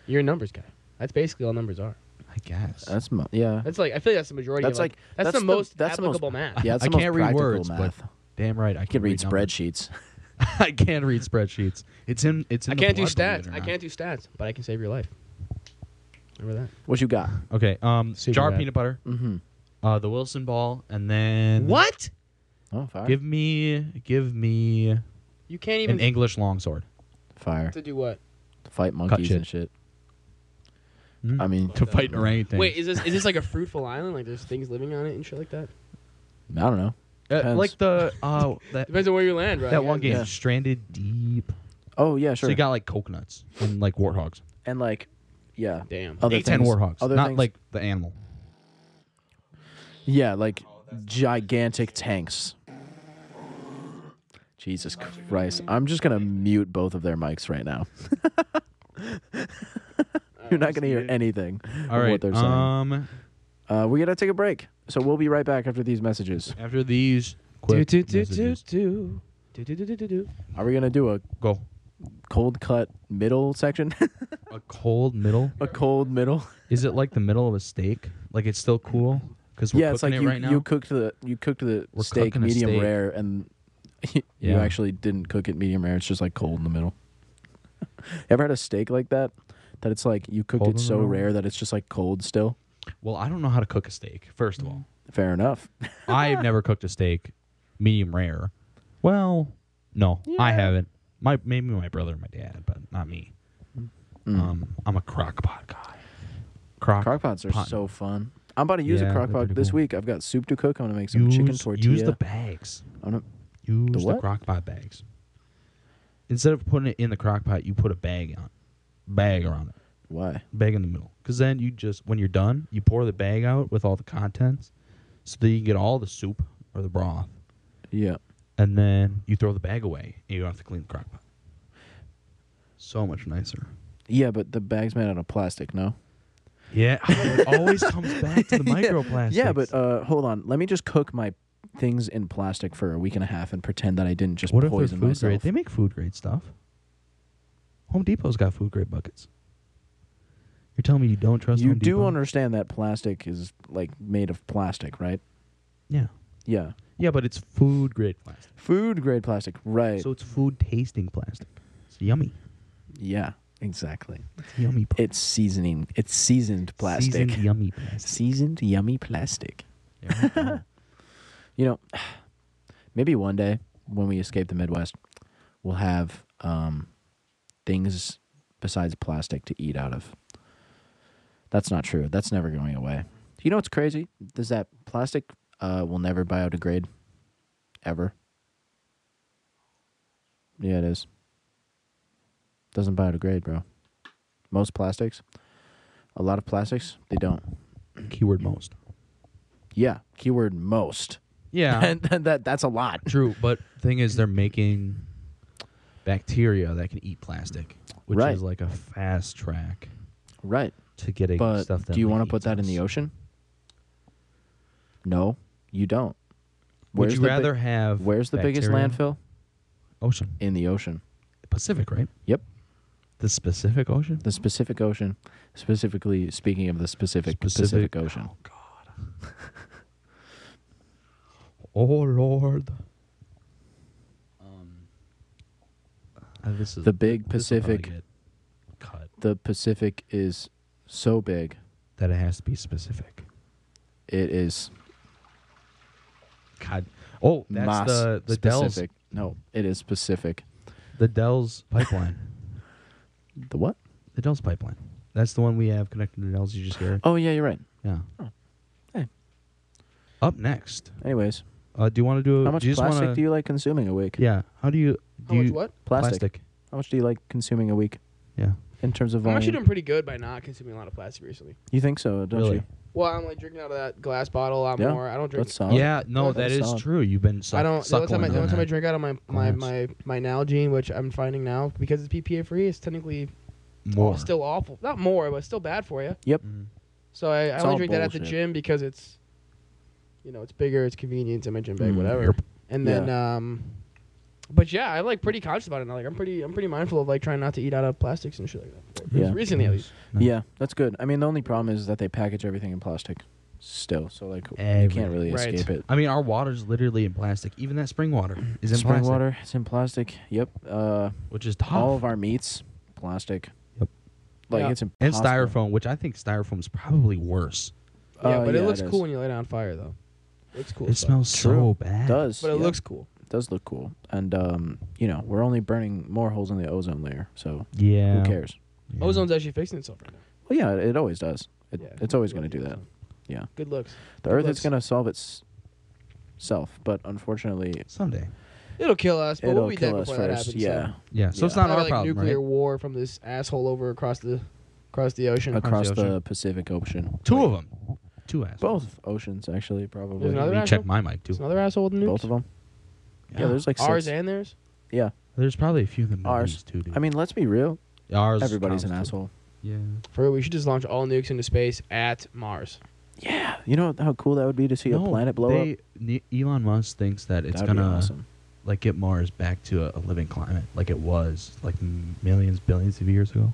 Speaker 1: You're a numbers guy. That's basically all numbers are.
Speaker 2: I guess.
Speaker 3: That's mo- yeah.
Speaker 1: That's like I feel like that's the majority.
Speaker 3: That's
Speaker 1: of like,
Speaker 3: like-
Speaker 1: that's,
Speaker 3: that's
Speaker 1: the,
Speaker 3: the-
Speaker 1: most
Speaker 3: that's the most-
Speaker 1: applicable math.
Speaker 3: yeah, it's
Speaker 2: I
Speaker 3: the most
Speaker 2: can't read
Speaker 3: practical
Speaker 2: words, but-
Speaker 3: math.
Speaker 2: Damn right. I
Speaker 3: I can read
Speaker 2: numbers.
Speaker 3: spreadsheets.
Speaker 2: I can read spreadsheets. It's in. It's
Speaker 1: I
Speaker 2: in. the
Speaker 1: can't do
Speaker 2: blood, believe it
Speaker 1: stats.
Speaker 2: or
Speaker 1: I
Speaker 2: not.
Speaker 1: can't do stats, but I can save your life. Remember that?
Speaker 3: What you got?
Speaker 2: Okay. Um,
Speaker 1: Super
Speaker 2: jar of
Speaker 1: bad.
Speaker 2: peanut butter.
Speaker 3: Mm-hmm.
Speaker 2: Uh, the Wilson ball, and then
Speaker 1: What?
Speaker 3: Oh, fire!
Speaker 2: Give me, give me
Speaker 1: You can't even
Speaker 2: an English longsword.
Speaker 3: fire!
Speaker 1: to do what?
Speaker 3: Fight monkeys
Speaker 2: shit.
Speaker 3: and shit.
Speaker 2: Hmm?
Speaker 3: I mean,
Speaker 2: to fight an orangutan.
Speaker 1: Wait, is this is this like a fruitful island? Like there's things living on it and shit like that.
Speaker 3: I don't know.
Speaker 2: uh,
Speaker 3: depends.
Speaker 2: like the uh, that,
Speaker 1: Depends on where you land, right?
Speaker 2: that one game,
Speaker 3: Yeah.
Speaker 2: Stranded Deep.
Speaker 3: Oh yeah, sure.
Speaker 2: So you got like coconuts and like warthogs.
Speaker 3: and like, yeah,
Speaker 1: Damn.
Speaker 3: Other
Speaker 2: Eight ten
Speaker 3: things-
Speaker 2: warthogs,
Speaker 3: other
Speaker 2: not
Speaker 3: things-
Speaker 2: like the animal.
Speaker 3: yeah, like gigantic tanks. Jesus Christ! I'm just gonna mute both of their mics right now. You're not gonna hear anything.
Speaker 2: All
Speaker 3: what
Speaker 2: right.
Speaker 3: they're saying.
Speaker 2: um,
Speaker 3: Uh, we gotta take a break, so we'll be right back after these messages.
Speaker 2: after these,
Speaker 1: Do
Speaker 2: quick
Speaker 1: do do do
Speaker 2: messages.
Speaker 1: do. Do, do, do, do, do, do.
Speaker 3: Are we gonna do a
Speaker 2: go
Speaker 3: cold cut middle section?
Speaker 2: a cold middle.
Speaker 3: a cold middle?
Speaker 2: Is it like the middle of a steak? Like it's still cool because we're
Speaker 3: yeah,
Speaker 2: cooking
Speaker 3: it's like
Speaker 2: it
Speaker 3: you,
Speaker 2: right now.
Speaker 3: you cooked the you cooked the
Speaker 2: We're
Speaker 3: steak
Speaker 2: cooking a
Speaker 3: medium
Speaker 2: steak.
Speaker 3: rare, and you
Speaker 2: Yeah.
Speaker 3: actually didn't cook it medium rare. It's just like cold in the middle. Ever had a steak like that? That it's like you cooked
Speaker 2: Cold in
Speaker 3: it
Speaker 2: the
Speaker 3: so
Speaker 2: middle?
Speaker 3: rare that it's just like cold still.
Speaker 2: well, I don't know how to cook a steak. First of all,
Speaker 3: Fair enough.
Speaker 2: I've never cooked a steak medium rare. Well, no, I haven't. My maybe my brother and my dad, but not me.
Speaker 3: Mm.
Speaker 2: Um, I'm a crock pot guy. Crock,
Speaker 3: Crockpots are
Speaker 2: pot.
Speaker 3: so fun. I'm about to use
Speaker 2: Yeah,
Speaker 3: a
Speaker 2: they're
Speaker 3: crockpot
Speaker 2: pretty
Speaker 3: this
Speaker 2: cool.
Speaker 3: week. I've got soup to cook. I'm gonna make some
Speaker 2: Use,
Speaker 3: chicken tortilla.
Speaker 2: use the bags.
Speaker 3: I'm gonna-
Speaker 2: Use the,
Speaker 3: what?
Speaker 2: crock pot bags. Instead of putting it in the crock pot, you put a bag on, bag around it,
Speaker 3: why?
Speaker 2: bag in the middle. Because then you just when you're done, you pour the bag out with all the contents, so that you can get all the soup or the broth,
Speaker 3: Yeah.
Speaker 2: and then you throw the bag away and you don't have to clean the crock pot. So much nicer.
Speaker 3: Yeah, but the bag's made out of plastic, no?
Speaker 2: Yeah, it always comes back to the microplastics.
Speaker 3: Yeah, but uh, hold on. Let me just cook my things in plastic for a week and a half and pretend that I didn't just
Speaker 2: what if they're
Speaker 3: poison
Speaker 2: food
Speaker 3: myself.
Speaker 2: grade? They make food grade stuff. Home Depot's got food grade buckets. You're telling me you don't trust
Speaker 3: you
Speaker 2: Home
Speaker 3: do
Speaker 2: Depot?
Speaker 3: understand that plastic is like made of plastic, right?
Speaker 2: yeah,
Speaker 3: Yeah.
Speaker 2: yeah, but it's food grade plastic,
Speaker 3: Food grade plastic, right?
Speaker 2: so it's food tasting plastic. It's yummy,
Speaker 3: yeah, exactly.
Speaker 2: it's yummy. pl-
Speaker 3: It's seasoning. It's seasoned plastic.
Speaker 2: seasoned yummy plastic.
Speaker 3: Seasoned yummy plastic.
Speaker 2: There we go.
Speaker 3: You know, maybe one day when we escape the Midwest, we'll have um, things besides plastic to eat out of. That's not true. That's never going away. You know what's crazy? Is that plastic uh, will never biodegrade, ever. Yeah, it is. Doesn't biodegrade, bro. Most plastics, a lot of plastics, they don't.
Speaker 2: Keyword most.
Speaker 3: Yeah, keyword most.
Speaker 2: Yeah,
Speaker 3: and that that's a lot.
Speaker 2: True, but thing is, they're making bacteria that can eat plastic, which
Speaker 3: Right.
Speaker 2: is like a fast track
Speaker 3: Right.
Speaker 2: to getting
Speaker 3: But
Speaker 2: stuff. That
Speaker 3: do you
Speaker 2: want to
Speaker 3: put that in the ocean? No, you don't.
Speaker 2: Would
Speaker 3: Where's
Speaker 2: you
Speaker 3: the big-
Speaker 2: rather have
Speaker 3: Where's the biggest
Speaker 2: bacteria?
Speaker 3: landfill?
Speaker 2: Ocean,
Speaker 3: In the ocean.
Speaker 2: Pacific, right?
Speaker 3: Yep.
Speaker 2: The Pacific Ocean.
Speaker 3: The Pacific Ocean. Specifically speaking of the specific
Speaker 2: Specific-
Speaker 3: Pacific Ocean.
Speaker 2: Oh God. oh Lord. Um, uh, this is
Speaker 3: The big
Speaker 2: this will probably
Speaker 3: Pacific-
Speaker 2: get Cut.
Speaker 3: The Pacific is so big.
Speaker 2: That it has to be specific.
Speaker 3: It is
Speaker 2: God. Oh, that's
Speaker 3: mass
Speaker 2: the the Dells
Speaker 3: specific. No, it is Pacific.
Speaker 2: the Dells pipeline.
Speaker 3: The what?
Speaker 2: The Dells pipeline. That's the one we have connected to Dells. You just hear it.
Speaker 3: Oh yeah, you're right.
Speaker 2: Yeah.
Speaker 3: Oh. Hey.
Speaker 2: Up next,
Speaker 3: Anyways,
Speaker 2: uh, do you want to do?
Speaker 3: how much
Speaker 2: do you just
Speaker 3: plastic
Speaker 2: wanna,
Speaker 3: do you like consuming a week?
Speaker 2: Yeah. How do you?
Speaker 1: How
Speaker 2: do
Speaker 1: much
Speaker 2: you-
Speaker 1: what?
Speaker 3: Plastic. How much do you like consuming a week
Speaker 2: Yeah.
Speaker 3: in terms of
Speaker 1: I'm
Speaker 3: volume?
Speaker 1: actually doing pretty good by not consuming a lot of plastic recently.
Speaker 3: you think so, don't
Speaker 2: really.
Speaker 3: you?
Speaker 1: Well, I'm like drinking out of that glass bottle a lot
Speaker 3: Yeah,
Speaker 1: more. I don't drink.
Speaker 3: That's solid.
Speaker 2: Yeah. No,
Speaker 1: That's
Speaker 2: that is
Speaker 3: solid.
Speaker 2: true. You've been. Suck,
Speaker 1: I don't. The only time I,
Speaker 2: suckling
Speaker 1: the
Speaker 2: on
Speaker 1: only time I
Speaker 2: that.
Speaker 1: drink out of my my,
Speaker 2: Glass.
Speaker 1: my my Nalgene, which I'm finding now because it's PPA free, it's technically
Speaker 2: more.
Speaker 1: all still awful. Not more, but it's still bad for you.
Speaker 2: Mhm.
Speaker 1: So I, I
Speaker 3: It's
Speaker 1: only
Speaker 3: all
Speaker 1: drink that at the
Speaker 3: bullshit.
Speaker 1: gym because it's, you know, it's bigger, it's convenient, it's in my gym bag,
Speaker 2: Mm,
Speaker 1: whatever.
Speaker 2: yep.
Speaker 1: And then, um, but yeah, I like pretty conscious about it now. Like I'm pretty, I'm pretty mindful of like trying not to eat out of plastics and shit like that. Like,
Speaker 3: Yeah.
Speaker 1: Recently, at least.
Speaker 2: No.
Speaker 3: Yeah, that's good. I mean, the only problem is that they package everything in plastic still. So, like, you
Speaker 2: Everything.
Speaker 3: can't really
Speaker 1: Right.
Speaker 3: escape it.
Speaker 2: I mean, our water's literally in plastic. Even that spring water is in
Speaker 3: Spring
Speaker 2: plastic,
Speaker 3: water, it's in plastic. Yep. Uh,
Speaker 2: which is tough.
Speaker 3: all of our meats, plastic.
Speaker 2: Yep.
Speaker 3: Like,
Speaker 1: Yeah.
Speaker 3: it's impossible.
Speaker 2: and styrofoam, which I think styrofoam's probably worse.
Speaker 1: yeah,
Speaker 3: Uh,
Speaker 1: but
Speaker 3: yeah,
Speaker 1: it looks
Speaker 3: is.
Speaker 1: cool when you light it on fire, though. It's cool.
Speaker 2: it
Speaker 1: as fuck.
Speaker 2: smells so
Speaker 3: True.
Speaker 2: bad.
Speaker 3: It does.
Speaker 1: But it
Speaker 3: yeah.
Speaker 1: looks cool.
Speaker 3: It does look cool. And, um, you know, we're only burning more holes in the ozone layer. So,
Speaker 2: Yeah.
Speaker 3: who cares?
Speaker 2: Yeah.
Speaker 1: Ozone's actually fixing itself right now.
Speaker 3: Well, yeah, it always does. It,
Speaker 1: Yeah,
Speaker 3: it's always
Speaker 1: good
Speaker 3: going to do
Speaker 1: looks.
Speaker 3: that. Yeah.
Speaker 1: Good looks.
Speaker 3: The
Speaker 1: Good
Speaker 3: earth is
Speaker 1: looks.
Speaker 3: going to solve its- self, but unfortunately,
Speaker 2: someday.
Speaker 1: It'll kill us, but
Speaker 3: it'll
Speaker 1: we'll be dead
Speaker 3: kill us
Speaker 1: before that
Speaker 3: first.
Speaker 1: happens.
Speaker 3: yeah.
Speaker 1: so.
Speaker 2: Yeah. So
Speaker 3: Yeah.
Speaker 2: it's not
Speaker 1: Probably,
Speaker 2: our
Speaker 1: like
Speaker 2: problem,
Speaker 1: nuclear
Speaker 2: right?
Speaker 1: war from this asshole over across the across the ocean.
Speaker 2: Ac-
Speaker 3: across
Speaker 2: the
Speaker 3: the,
Speaker 2: ocean.
Speaker 3: Pacific Ocean.
Speaker 2: Two of them. Two assholes.
Speaker 3: Both oceans, actually, probably.
Speaker 1: There's another
Speaker 2: Let me check
Speaker 1: asshole?
Speaker 2: my mic too.
Speaker 1: It's another asshole with nukes.
Speaker 3: Both of them. Yeah, there's like six.
Speaker 1: Ours and theirs.
Speaker 3: yeah,
Speaker 2: There's probably a few of them.
Speaker 3: Ours.
Speaker 2: movies, too, dude.
Speaker 3: I mean, let's be real.
Speaker 2: ours.
Speaker 3: Everybody's an
Speaker 2: counts, too.
Speaker 3: asshole.
Speaker 2: Yeah.
Speaker 1: For real, we should just launch all nukes into space at Mars.
Speaker 3: Yeah, you know how cool that would be to see a planet blow
Speaker 2: they,
Speaker 3: up.
Speaker 2: Ne- Elon Musk thinks that it's
Speaker 3: That'd
Speaker 2: gonna
Speaker 3: be awesome.
Speaker 2: like get Mars back to a, a living climate, like it was like m- millions, billions of years ago.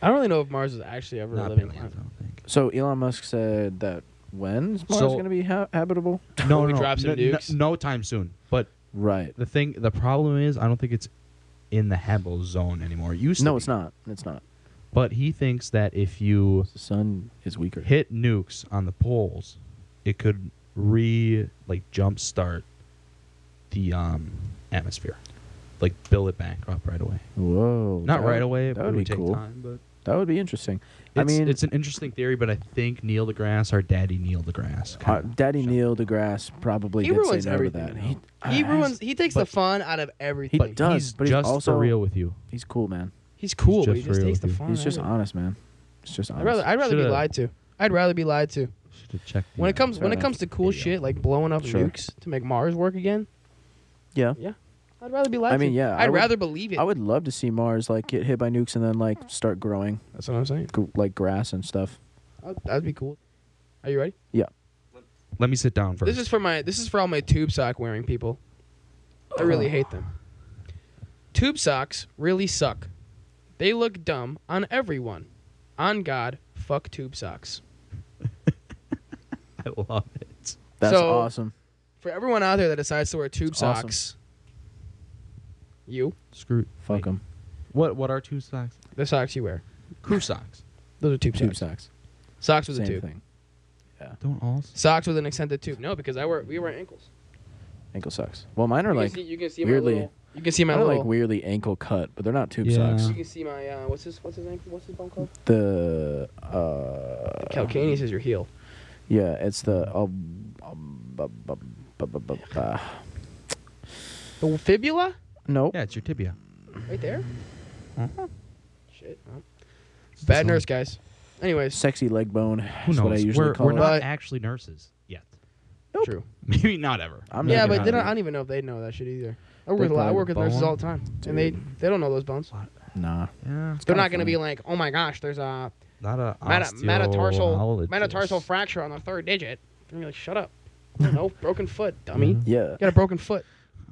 Speaker 1: I don't really know if Mars is actually ever a
Speaker 2: Not
Speaker 1: living
Speaker 2: billions,
Speaker 1: planet.
Speaker 2: I don't think.
Speaker 3: So Elon Musk said that when's Mars
Speaker 2: So-
Speaker 3: gonna be ha- habitable?
Speaker 2: No,
Speaker 1: When
Speaker 2: no,
Speaker 1: we
Speaker 2: no,
Speaker 1: drop some
Speaker 2: no,
Speaker 1: nukes?
Speaker 2: no time soon. But
Speaker 3: Right.
Speaker 2: the thing, the problem is, I don't think it's in the habitable zone anymore. It used to
Speaker 3: No,
Speaker 2: be.
Speaker 3: it's not. It's not.
Speaker 2: But he thinks that if you
Speaker 3: The sun is weaker.
Speaker 2: hit nukes on the poles, it could re like jumpstart the um atmosphere, like build it back up right away.
Speaker 3: Whoa.
Speaker 2: Not
Speaker 3: that-
Speaker 2: right away.
Speaker 3: That
Speaker 2: but it
Speaker 3: would be
Speaker 2: take
Speaker 3: cool.
Speaker 2: Time, but
Speaker 3: That would be interesting.
Speaker 2: it's,
Speaker 3: I mean,
Speaker 2: it's an interesting theory, but I think Neil deGrasse, our daddy Neil deGrasse,
Speaker 3: uh,
Speaker 2: kind of-
Speaker 3: Daddy Neil deGrasse probably
Speaker 1: He
Speaker 3: did
Speaker 1: ruins
Speaker 3: say no to
Speaker 1: everything
Speaker 3: that.
Speaker 1: now.
Speaker 3: He, ah,
Speaker 1: He
Speaker 3: I-
Speaker 1: ruins. He takes the
Speaker 2: but-
Speaker 1: fun out of everything.
Speaker 2: but
Speaker 3: does,
Speaker 2: he's
Speaker 3: but he's
Speaker 2: just
Speaker 3: also-
Speaker 2: for real with you.
Speaker 3: He's cool, man.
Speaker 1: he's cool,
Speaker 2: he's
Speaker 1: but
Speaker 2: just
Speaker 1: he just
Speaker 2: real
Speaker 1: takes
Speaker 2: with
Speaker 1: the
Speaker 2: you.
Speaker 1: fun.
Speaker 3: He's
Speaker 1: out
Speaker 3: just
Speaker 1: of it.
Speaker 3: honest, man. He's just honest.
Speaker 1: I'd rather. I'd rather be
Speaker 2: Should've-
Speaker 1: lied to. I'd rather be lied to.
Speaker 2: Should have checked. the,
Speaker 1: When it
Speaker 2: uh,
Speaker 1: comes when
Speaker 3: fair
Speaker 1: it comes to cool
Speaker 2: video.
Speaker 1: shit like blowing up
Speaker 3: Sure.
Speaker 1: nukes to make Mars work again,
Speaker 3: yeah.
Speaker 1: I'd rather be lied
Speaker 3: I
Speaker 1: to.
Speaker 3: mean, yeah, I
Speaker 1: I'd
Speaker 3: would-
Speaker 1: rather believe it.
Speaker 3: I would love to see Mars like get hit by nukes and then like start growing
Speaker 1: That's what I'm saying.
Speaker 3: gr- like grass and stuff.
Speaker 1: I'd- Oh, That'd be cool. Are you ready?
Speaker 2: let me sit down first.
Speaker 1: This is for my. This is for all my tube sock wearing people. I
Speaker 3: Oh.
Speaker 1: really hate them. Tube socks really suck. They look dumb on everyone. On God, fuck tube socks.
Speaker 2: I love it.
Speaker 3: That's
Speaker 1: So-
Speaker 3: awesome.
Speaker 1: For everyone out there that decides to wear tube
Speaker 3: It's awesome.
Speaker 1: socks, you
Speaker 2: Screw.
Speaker 3: Fuck them.
Speaker 2: What? What are two socks?
Speaker 1: the socks you wear.
Speaker 2: Crew socks.
Speaker 1: Those are tube,
Speaker 3: Tube
Speaker 1: socks.
Speaker 3: socks.
Speaker 1: Socks with
Speaker 3: Same
Speaker 1: a tube.
Speaker 3: thing. Yeah.
Speaker 2: Don't all. s-
Speaker 1: Socks with an extended tube. No, because I wear we wear ankles.
Speaker 3: Ankle socks. Well, mine
Speaker 1: You
Speaker 3: are
Speaker 1: can
Speaker 3: like
Speaker 1: see, you can see
Speaker 3: weirdly-
Speaker 1: my little. You can see my
Speaker 3: mine are
Speaker 1: little.
Speaker 3: like weirdly ankle cut, but they're not tube
Speaker 2: Yeah.
Speaker 3: socks.
Speaker 1: you can see my uh, what's his what's his ankle what's his bone called?
Speaker 3: The uh
Speaker 1: Calcaneus is your heel.
Speaker 3: yeah, it's the um, um, bu- bu- bu- bu- bu- uh,
Speaker 1: The fibula,
Speaker 3: nope.
Speaker 2: Yeah, it's your tibia.
Speaker 1: right there.
Speaker 2: Uh-huh.
Speaker 1: Shit. oh.
Speaker 2: It's
Speaker 1: Mm-hmm. Bad
Speaker 2: the
Speaker 1: nurse,
Speaker 2: song.
Speaker 1: guys. Anyways,
Speaker 3: Sexy leg bone.
Speaker 2: Who
Speaker 3: Is
Speaker 2: knows?
Speaker 3: what I usually
Speaker 2: we're
Speaker 3: call
Speaker 2: we're
Speaker 3: it.
Speaker 2: not
Speaker 1: But-
Speaker 2: actually nurses yet.
Speaker 3: Nope.
Speaker 1: true.
Speaker 2: Maybe not ever.
Speaker 3: I'm
Speaker 2: Maybe
Speaker 1: yeah,
Speaker 3: not
Speaker 1: but they
Speaker 3: gonna-
Speaker 1: don't, I don't even know if they know that shit either. I
Speaker 3: They
Speaker 1: work, with, I
Speaker 3: probably
Speaker 1: work with
Speaker 2: bone.
Speaker 1: nurses all the time, and they they don't know those bones.
Speaker 3: Nah.
Speaker 2: Yeah,
Speaker 1: They're
Speaker 3: kinda
Speaker 1: not going to be
Speaker 3: funny.
Speaker 1: like, oh my gosh, there's a
Speaker 2: not a
Speaker 1: meta, metatarsal
Speaker 2: osteoologist.
Speaker 1: metatarsal fracture on the third digit. They're gonna be like, shut up. No, broken foot, dummy.
Speaker 2: Mm-hmm.
Speaker 1: You
Speaker 3: Yeah.
Speaker 1: got a broken foot.